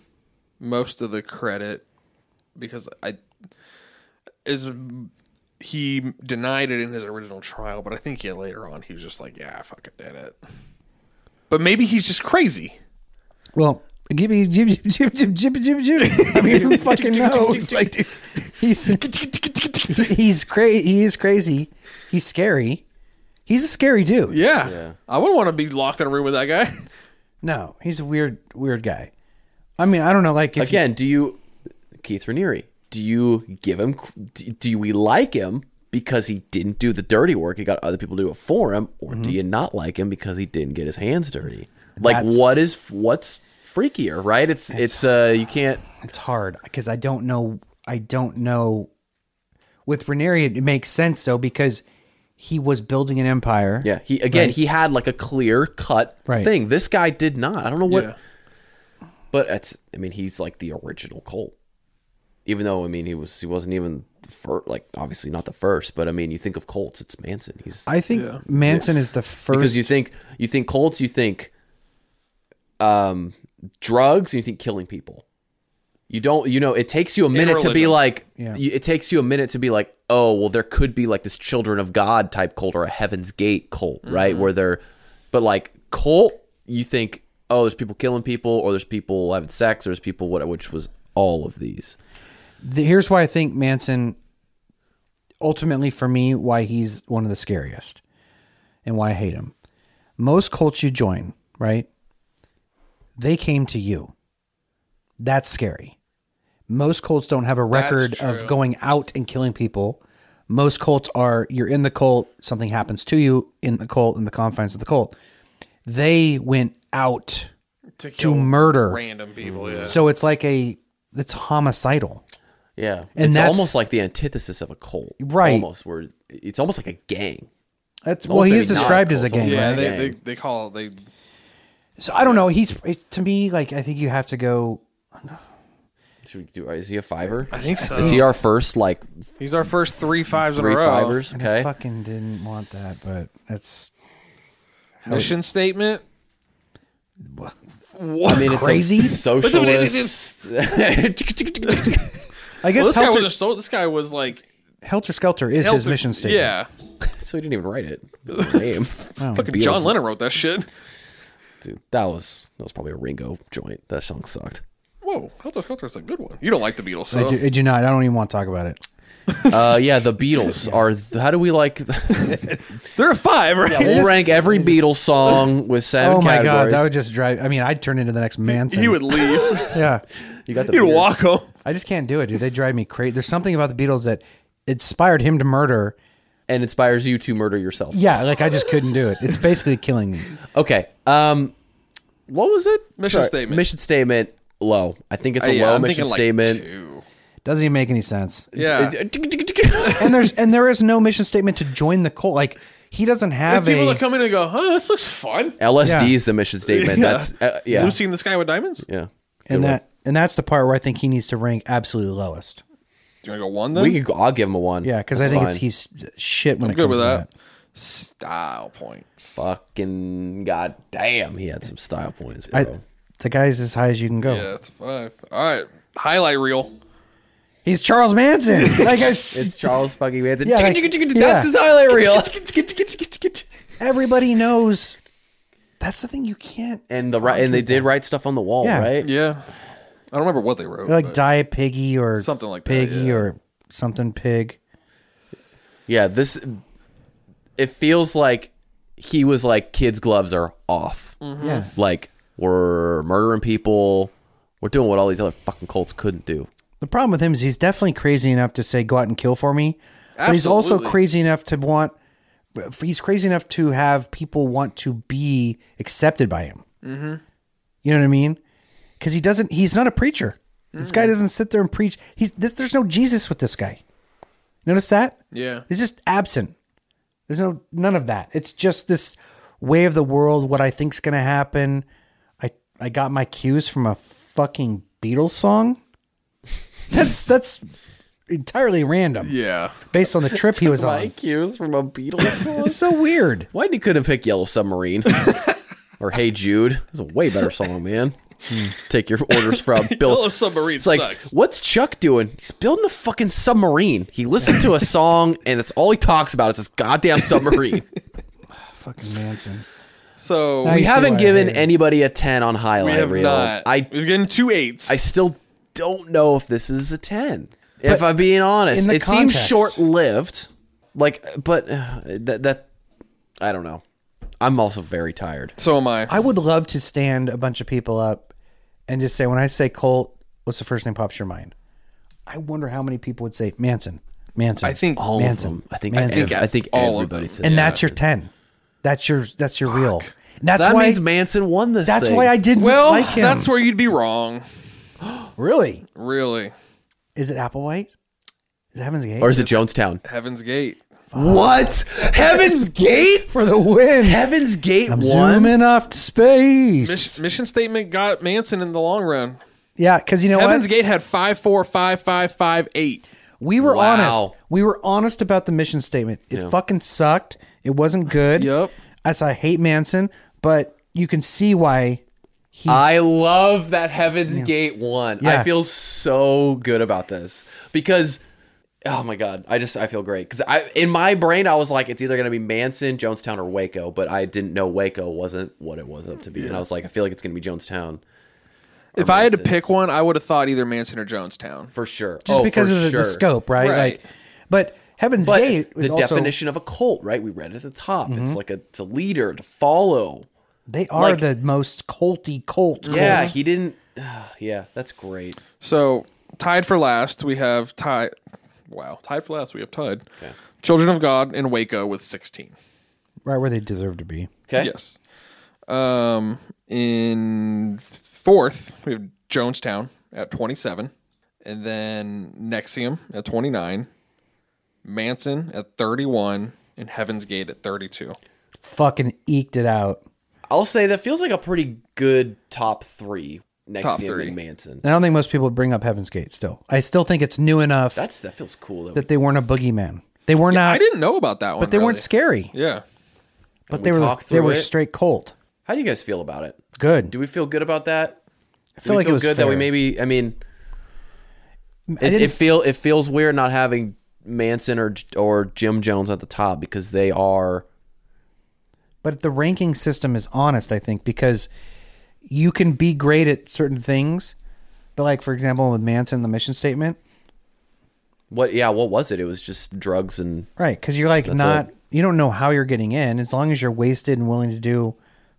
S4: most of the credit because I is he denied it in his original trial, but I think yeah later on he was just like yeah I fucking did it. But maybe he's just crazy.
S5: Well, give me jib jib jib jib jib jib jib. I mean, who fucking knows? Like, dude, he's he's crazy. He is crazy. He's scary. He's a scary dude.
S4: Yeah. I wouldn't want to be locked in a room with that guy.
S5: No, he's a weird weird guy. I mean, I don't know. Like if you-
S3: Again, do you, Keith Raniere, do you give him, do, do we like him because he didn't do the dirty work? He got other people to do it for him, or do you not like him because he didn't get his hands dirty? Like,
S5: That's-
S3: what is, what's freakier, right? It's, it's, uh, you can't,
S5: it's hard because I don't know. I don't know. With Ranieri, it makes sense though because he was building an empire.
S3: yeah, he, again,
S5: Right.
S3: he had like a clear cut
S5: Right.
S3: thing. This guy did not. I don't know what, but it's, I mean, he's like the original Cole. Even though, I mean, he was, he wasn't even, the fir- like, obviously not the first, but I mean, you think of Colts, it's Manson. He's,
S5: I think Manson is the first.
S3: because you think you think Colts, you think um, drugs, and you think killing people. You don't, you know, it takes you a
S5: And
S3: minute to be
S5: religion.
S3: like,
S5: Yeah.
S3: you- it takes you a minute to be like, oh, well, there could be like this Children of God type cult or a Heaven's Gate cult, right?
S5: Mm-hmm.
S3: Where they're, but like cult, you think, oh, there's people killing people, or there's people having sex, or there's people what, which was all of these.
S5: the, here's why I think Manson ultimately for me why he's one of the scariest and why I hate him. Most cults you join, right? They came to you. That's scary. Most cults don't have a record of going out and killing people. Most cults are you're in the cult, something happens to you in the cult, in the confines of the cult. They went out
S4: To
S5: to,
S4: kill
S5: murder
S4: random people, yeah.
S5: So it's like a it's homicidal.
S3: Yeah,
S5: And
S3: it's
S5: that's-
S3: almost like the antithesis of a cult,
S5: Right.
S3: Almost where it's almost like a gang.
S5: That's
S3: It's
S5: well,
S3: almost
S5: he is
S3: maybe not
S5: described
S3: cult,
S5: as a
S3: it's almost
S5: gang,
S3: like
S4: Yeah,
S5: right?
S4: they, they they call it, they
S5: so I don't know. He's it, to me like I think you have to go.
S3: Should we do? Is he a fiver?
S4: I think so.
S3: Is he our first like?
S4: He's our first three fives
S3: Three
S4: in a row.
S3: fivers,
S5: And
S4: Eh?
S5: I
S3: okay.
S5: fucking didn't want that, but that's
S4: Mission statement.
S5: I mean, it's Crazy? a
S3: socialist-
S5: I guess
S4: Well, this guy
S5: Helter-
S4: was a sol- this guy was like
S5: Helter Skelter is his
S4: Helter-
S5: mission statement.
S4: Yeah,
S3: so he didn't even write it. Name.
S5: Oh,
S4: fucking John Lennon wrote that shit.
S3: Dude, that was that was probably a Ringo joint. That song sucked.
S4: Whoa, Helter Skelter is a good one. You don't like the Beatles, so
S5: I, do, I do not. I don't even want to talk about it.
S3: Uh, yeah, the Beatles are. th- How do we like?
S4: They're a five, right?
S3: Yeah, we'll rank every Beatles song with seven.
S5: oh my god,
S3: categories.
S5: that would just drive. I mean, I'd turn into the next Manson.
S4: he would leave.
S5: yeah,
S3: you got the He'd beard. walk
S4: home.
S5: I just can't do it, dude. They drive me crazy. There's something about the Beatles that inspired him to murder,
S3: and inspires you to murder yourself.
S5: Yeah, like I just couldn't do it. It's basically killing me.
S3: Okay. Um, what was it?
S5: Mission
S4: statement.
S3: Mission statement. Low. I think it's a
S5: Uh, yeah,
S3: low
S5: I'm
S3: mission
S5: thinking like
S3: statement. Uh,
S5: Doesn't even make any sense.
S4: Yeah.
S5: and there's and there is no mission statement to join the cult. Like he doesn't
S4: There's
S5: have
S4: people
S5: a
S4: that come in and go, "Huh, this looks fun."
S3: LSD is the mission statement.
S4: Yeah.
S3: That's uh, yeah.
S4: Lucy in the Sky with Diamonds.
S3: Yeah.
S5: and that and that's the part where I think he needs to rank absolutely lowest.
S4: Do you want to go one then?
S3: We could. go- I'll give him a one.
S5: Yeah, because I
S3: That's
S5: think it's
S3: fine.
S5: he's shit when
S4: I'm
S5: it
S4: good
S5: comes
S4: with
S5: to
S4: that.
S5: that.
S4: Style points.
S3: Fucking goddamn, he had some style points, bro.
S5: I, the guy's as high as you can go.
S4: Yeah, it's a five. All right, highlight reel.
S5: He's Charles Manson. Like I,
S3: it's Charles fucking Manson.
S5: Yeah, like- yeah.
S3: That's his highlight reel.
S5: everybody knows. That's the thing you can't.
S3: And the right, and they did write stuff on the wall,
S5: Yeah.
S3: right?
S4: Yeah. I don't remember what they wrote.
S5: like
S4: but-
S5: die piggy or
S4: Something like that,
S5: piggy or something pig.
S3: Yeah, this it feels like he was like kids gloves are off.
S5: Mhm. Yeah.
S3: Like we're murdering people. We're doing what all these other fucking cults couldn't do.
S5: The problem with him is he's definitely crazy enough to say go out and kill for me, but he's also
S3: Absolutely.
S5: crazy enough to want. He's crazy enough to have people want to be accepted by him.
S15: Mm-hmm.
S5: You know what I mean? Because he doesn't. He's not a preacher. This guy doesn't sit there and preach. He's this. There's no Jesus with this guy. Notice that?
S4: Yeah.
S5: It's just absent. There's no none of that. It's just this way of the world. What I think's gonna happen. I I got my cues from a fucking Beatles song. That's that's entirely random.
S4: Yeah.
S5: Based on the trip he was
S3: My
S5: on.
S3: cues from a Beatles song.
S5: It's so weird.
S3: Why didn't he couldn't pick Yellow Submarine or Hey Jude? It's a way better song, man. Hmm. Take your orders from Bill.
S4: Yellow Submarine
S3: It's like,
S4: sucks.
S3: what's Chuck doing? He's building a fucking submarine. He listened to a song, and it's all he talks about. It's this goddamn submarine.
S5: Fucking Manson.
S4: So
S3: we haven't given anybody a ten on
S4: We
S3: Highlight
S4: have
S3: Reel.
S4: not.
S3: I
S4: We've given two eights.
S3: I still don't know if this is a ten. if
S4: But
S3: I'm being honest,
S4: in the
S3: it seems
S4: context.
S3: short lived. Like, but uh, that that I don't know. I'm also very tired.
S4: So am I.
S5: I would love to stand a bunch of people up and just say, when I say Colt, what's the first name pops your mind? I wonder how many people would say Manson. Manson.
S3: I think all of
S5: Manson.
S3: them. I think
S5: Manson.
S3: ev- I think All of everybody them. says
S5: And that's
S3: that.
S5: your ten. That's your that's your real. And that's
S3: that
S5: why
S3: means Manson won this.
S5: That's
S3: thing.
S5: why I didn't
S4: Well,
S5: like him.
S4: that's where you'd be wrong.
S5: really
S4: Really.
S5: is it Applewhite? Is it Heaven's Gate?
S3: Or is it Jonestown?
S4: Heaven's Gate.
S3: What? Heaven's Gate
S5: for the win.
S3: Heaven's Gate
S5: I'm
S4: won?
S5: zooming off to space.
S4: Mission, mission statement got Manson in the long run.
S5: yeah, because you know
S4: Heaven's
S5: what?
S4: Gate had five four five five five eight.
S5: We were
S4: Wow.
S5: honest. We were honest about the mission statement. It
S4: Yeah.
S5: fucking sucked. It wasn't good. yep. As I hate Manson, but you can see why he.
S3: I love that Heaven's Gate one.
S5: Yeah.
S3: I feel so good about this because oh my god, I just I feel great because I in my brain I was like it's either gonna be Manson, Jonestown, or Waco, but I didn't know Waco wasn't what it was up to be, and I was like I feel like it's gonna be Jonestown.
S4: If I had to pick one, I would have thought either Manson or Jonestown
S3: Oh, for sure.
S5: just because of the, the scope, right? Like, but Heaven's
S3: but
S5: Gate was
S3: the
S5: also- Mm-hmm.
S3: definition of a cult, right? We read it at the top. It's like a it's a leader to follow.
S5: They are
S3: like-
S5: the most culty cult.
S3: Yeah,
S5: cult.
S3: he didn't. yeah, that's great.
S4: So tied for last, we have tied. Wow, tied for last, we have tied. Children of God in Waco with sixteen.
S5: right where they deserve to be.
S4: Yes. Um, in fourth, we have Jonestown at 27, and then Nexium at 29, Manson at 31, and Heaven's Gate at 32.
S5: Fucking eked it out.
S3: I'll say that feels like a pretty good top three. Next
S4: Top
S3: top three.
S4: three.
S3: And Manson.
S5: I don't think most people would bring up Heaven's Gate. Still, I still think it's new enough
S3: That's that feels cool though.
S5: that they weren't a boogeyman. They were not.
S4: I didn't know about that one.
S5: but they
S4: really.
S5: weren't scary.
S4: Yeah.
S5: But
S3: we
S5: they were
S3: talked
S5: they
S3: through
S5: were
S3: it.
S5: straight cult.
S3: How do you guys feel about it?
S5: Good.
S3: Do we feel good about that? I
S5: feel like it was
S3: good that we
S5: fair.
S3: maybe. I mean,
S5: I
S3: it,
S5: didn't-
S3: it feel it feels weird not having Manson or or Jim Jones at the top because they are.
S5: But the ranking system is honest, I think, because you can be great at certain things, but like for example with Manson, the mission statement,
S3: What? Yeah. What was it? It was just drugs and
S5: right? Because you're like
S3: That's
S5: not,
S3: it.
S5: you don't know how you're getting in. As long as you're wasted and willing to do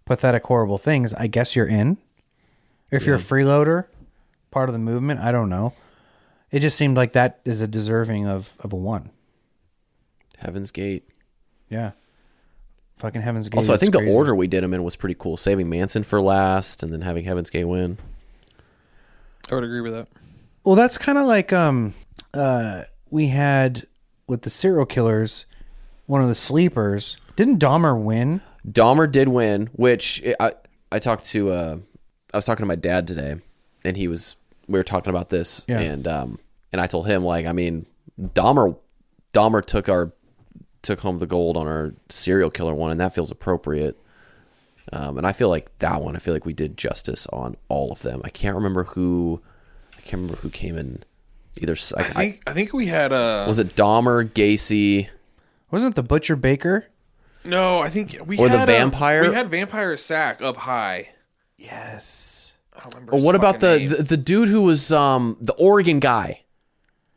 S5: pathetic, horrible things, I guess you're in. If you're a
S3: Yeah.
S5: freeloader, part of the movement, I don't know. It just seemed like that is a deserving of of a one.
S3: Heaven's Gate.
S5: Yeah, fucking Heaven's Gate.
S3: Also, I
S5: is
S3: think
S5: crazy.
S3: the order we did them in was pretty cool. Saving Manson for last, and then having Heaven's Gate win.
S4: I would agree with that.
S5: Well, that's kind of like um, uh, we had with the serial killers, one of the sleepers. Didn't Dahmer win?
S3: Dahmer did win, which eh, I I talked to uh I was talking to my dad today, and he was we were talking about this,
S5: Yeah.
S3: and um and I told him like I mean Dahmer Dahmer took our took home the gold on our serial killer one, and that feels appropriate. Um, and I feel like that one. I feel like we did justice on all of them. I can't remember who I can't remember who came in either. s-
S4: I think I think we had uh
S3: was it Dahmer Gacy?
S5: Wasn't it the butcher baker?
S4: No, I think we
S3: Or the
S4: had, uh,
S3: vampire?
S4: we had vampire sack up high.
S5: Yes.
S4: I don't remember.
S3: Or
S4: his
S3: what about
S4: fucking
S3: the,
S4: name.
S3: the the dude who was um the Oregon guy,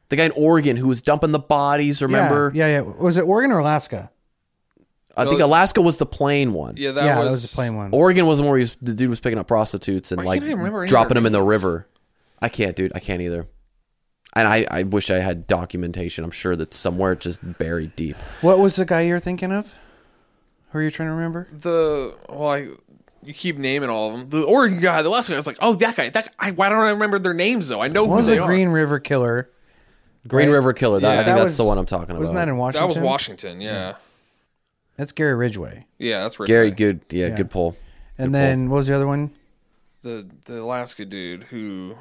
S3: the guy in Oregon who was dumping the bodies? Remember?
S5: Yeah, yeah. yeah. Was it Oregon or Alaska?
S3: I think
S5: No.
S3: Alaska was the plane one.
S5: Yeah, that Yeah, that was- was the plane one.
S3: Oregon was the one where he was, the dude was picking up prostitutes and like
S5: can't I remember any
S3: dropping
S5: other
S3: them in the river. I can't, dude. I can't either. And I, I wish I had documentation. I'm sure that's somewhere just buried deep.
S5: What was the guy you were thinking of? Who are you trying to remember?
S4: the well, I you keep naming all of them. The Oregon guy, the last guy, I was like, oh, that guy. That guy. Why don't I remember their names though? I know
S5: What was
S4: who they
S5: the Green River Killer?
S3: Green River Killer. That,
S4: Yeah.
S3: I think
S4: That
S3: that's
S4: was-
S3: the one I'm talking about.
S5: wasn't that in
S4: are.
S5: Washington?
S4: That was Washington. Yeah,
S5: That's Gary Ridgway.
S4: yeah, that's right.
S3: Gary, good. Yeah,
S5: Yeah.
S3: good pull.
S5: And then what was the other one?
S4: The the Alaska dude who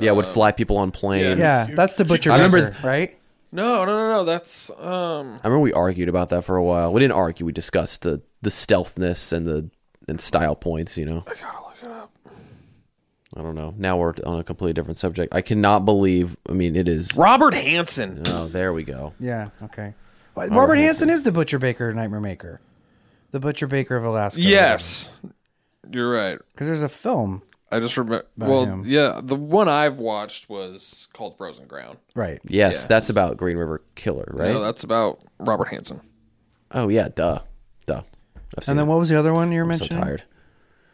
S3: Yeah, would fly people on planes.
S5: Yeah, that's the butcher
S3: I remember.
S5: Messer, right?
S4: No, no, no, no. That's um.
S3: I remember we argued about that for a while. We didn't argue. We discussed the the stealthness and the and style points. You know. I gotta look it up. I don't know. Now we're on a completely different subject. I cannot believe. I mean, it is
S4: Robert Hansen.
S3: Oh, there we go.
S5: Yeah. Okay. Well,
S3: Robert
S5: Robert Hansen is the butcher baker, nightmare maker, the butcher baker of Alaska.
S4: Yes, you're right.
S5: Because there's a film.
S4: I just remember.
S5: About
S4: Well,
S5: him.
S4: yeah, the one I've watched was called Frozen Ground.
S5: Right.
S3: Yes,
S4: Yeah.
S3: that's about Green River Killer, right?
S4: No, that's about Robert Hansen.
S3: oh yeah, duh, duh. I've seen
S5: And then what was the other one you were
S3: I'm so
S5: mentioning?
S3: tired.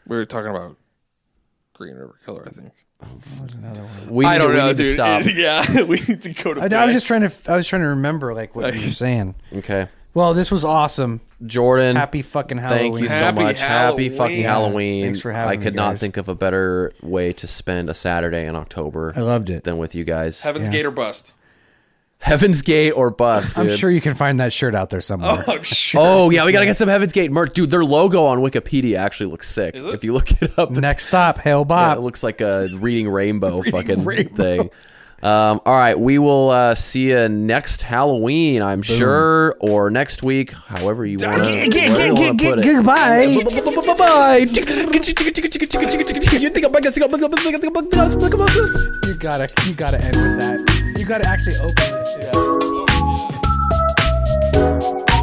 S4: We were talking about Green River Killer, I think.
S3: We
S4: I
S3: need
S4: don't
S3: to- we
S4: know,
S3: need to
S4: dude.
S3: stop.
S4: yeah, we need to go to.
S5: I, I was just trying to. I was trying to remember like what you were saying.
S3: Okay.
S5: Well, this was awesome,
S3: Jordan.
S5: Happy fucking Halloween!
S3: Thank you so much. Happy fucking Halloween.
S5: Thanks for having
S3: I could
S5: me,
S3: not
S5: guys.
S3: think of a better way to spend a Saturday in October.
S5: I loved it.
S3: Than with you guys.
S4: Heaven's Gate or bust.
S3: Heaven's Gate or bust.
S5: I'm
S3: dude.
S5: sure you can find that shirt out there somewhere.
S4: Oh,
S3: Oh yeah, we gotta get some Heaven's Gate merch, dude. Their logo on Wikipedia actually looks sick. If you look it up,
S5: next stop, Hail
S3: yeah,
S5: Bob.
S3: it looks like a reading rainbow fucking thing. Um, all right, we will uh, see you next Halloween, I'm sure, or next week, however you want
S15: G- g- g- g-
S3: to put it.
S15: goodbye.
S3: Bye.
S5: You gotta, you gotta end with that. You gotta actually open this. Yeah.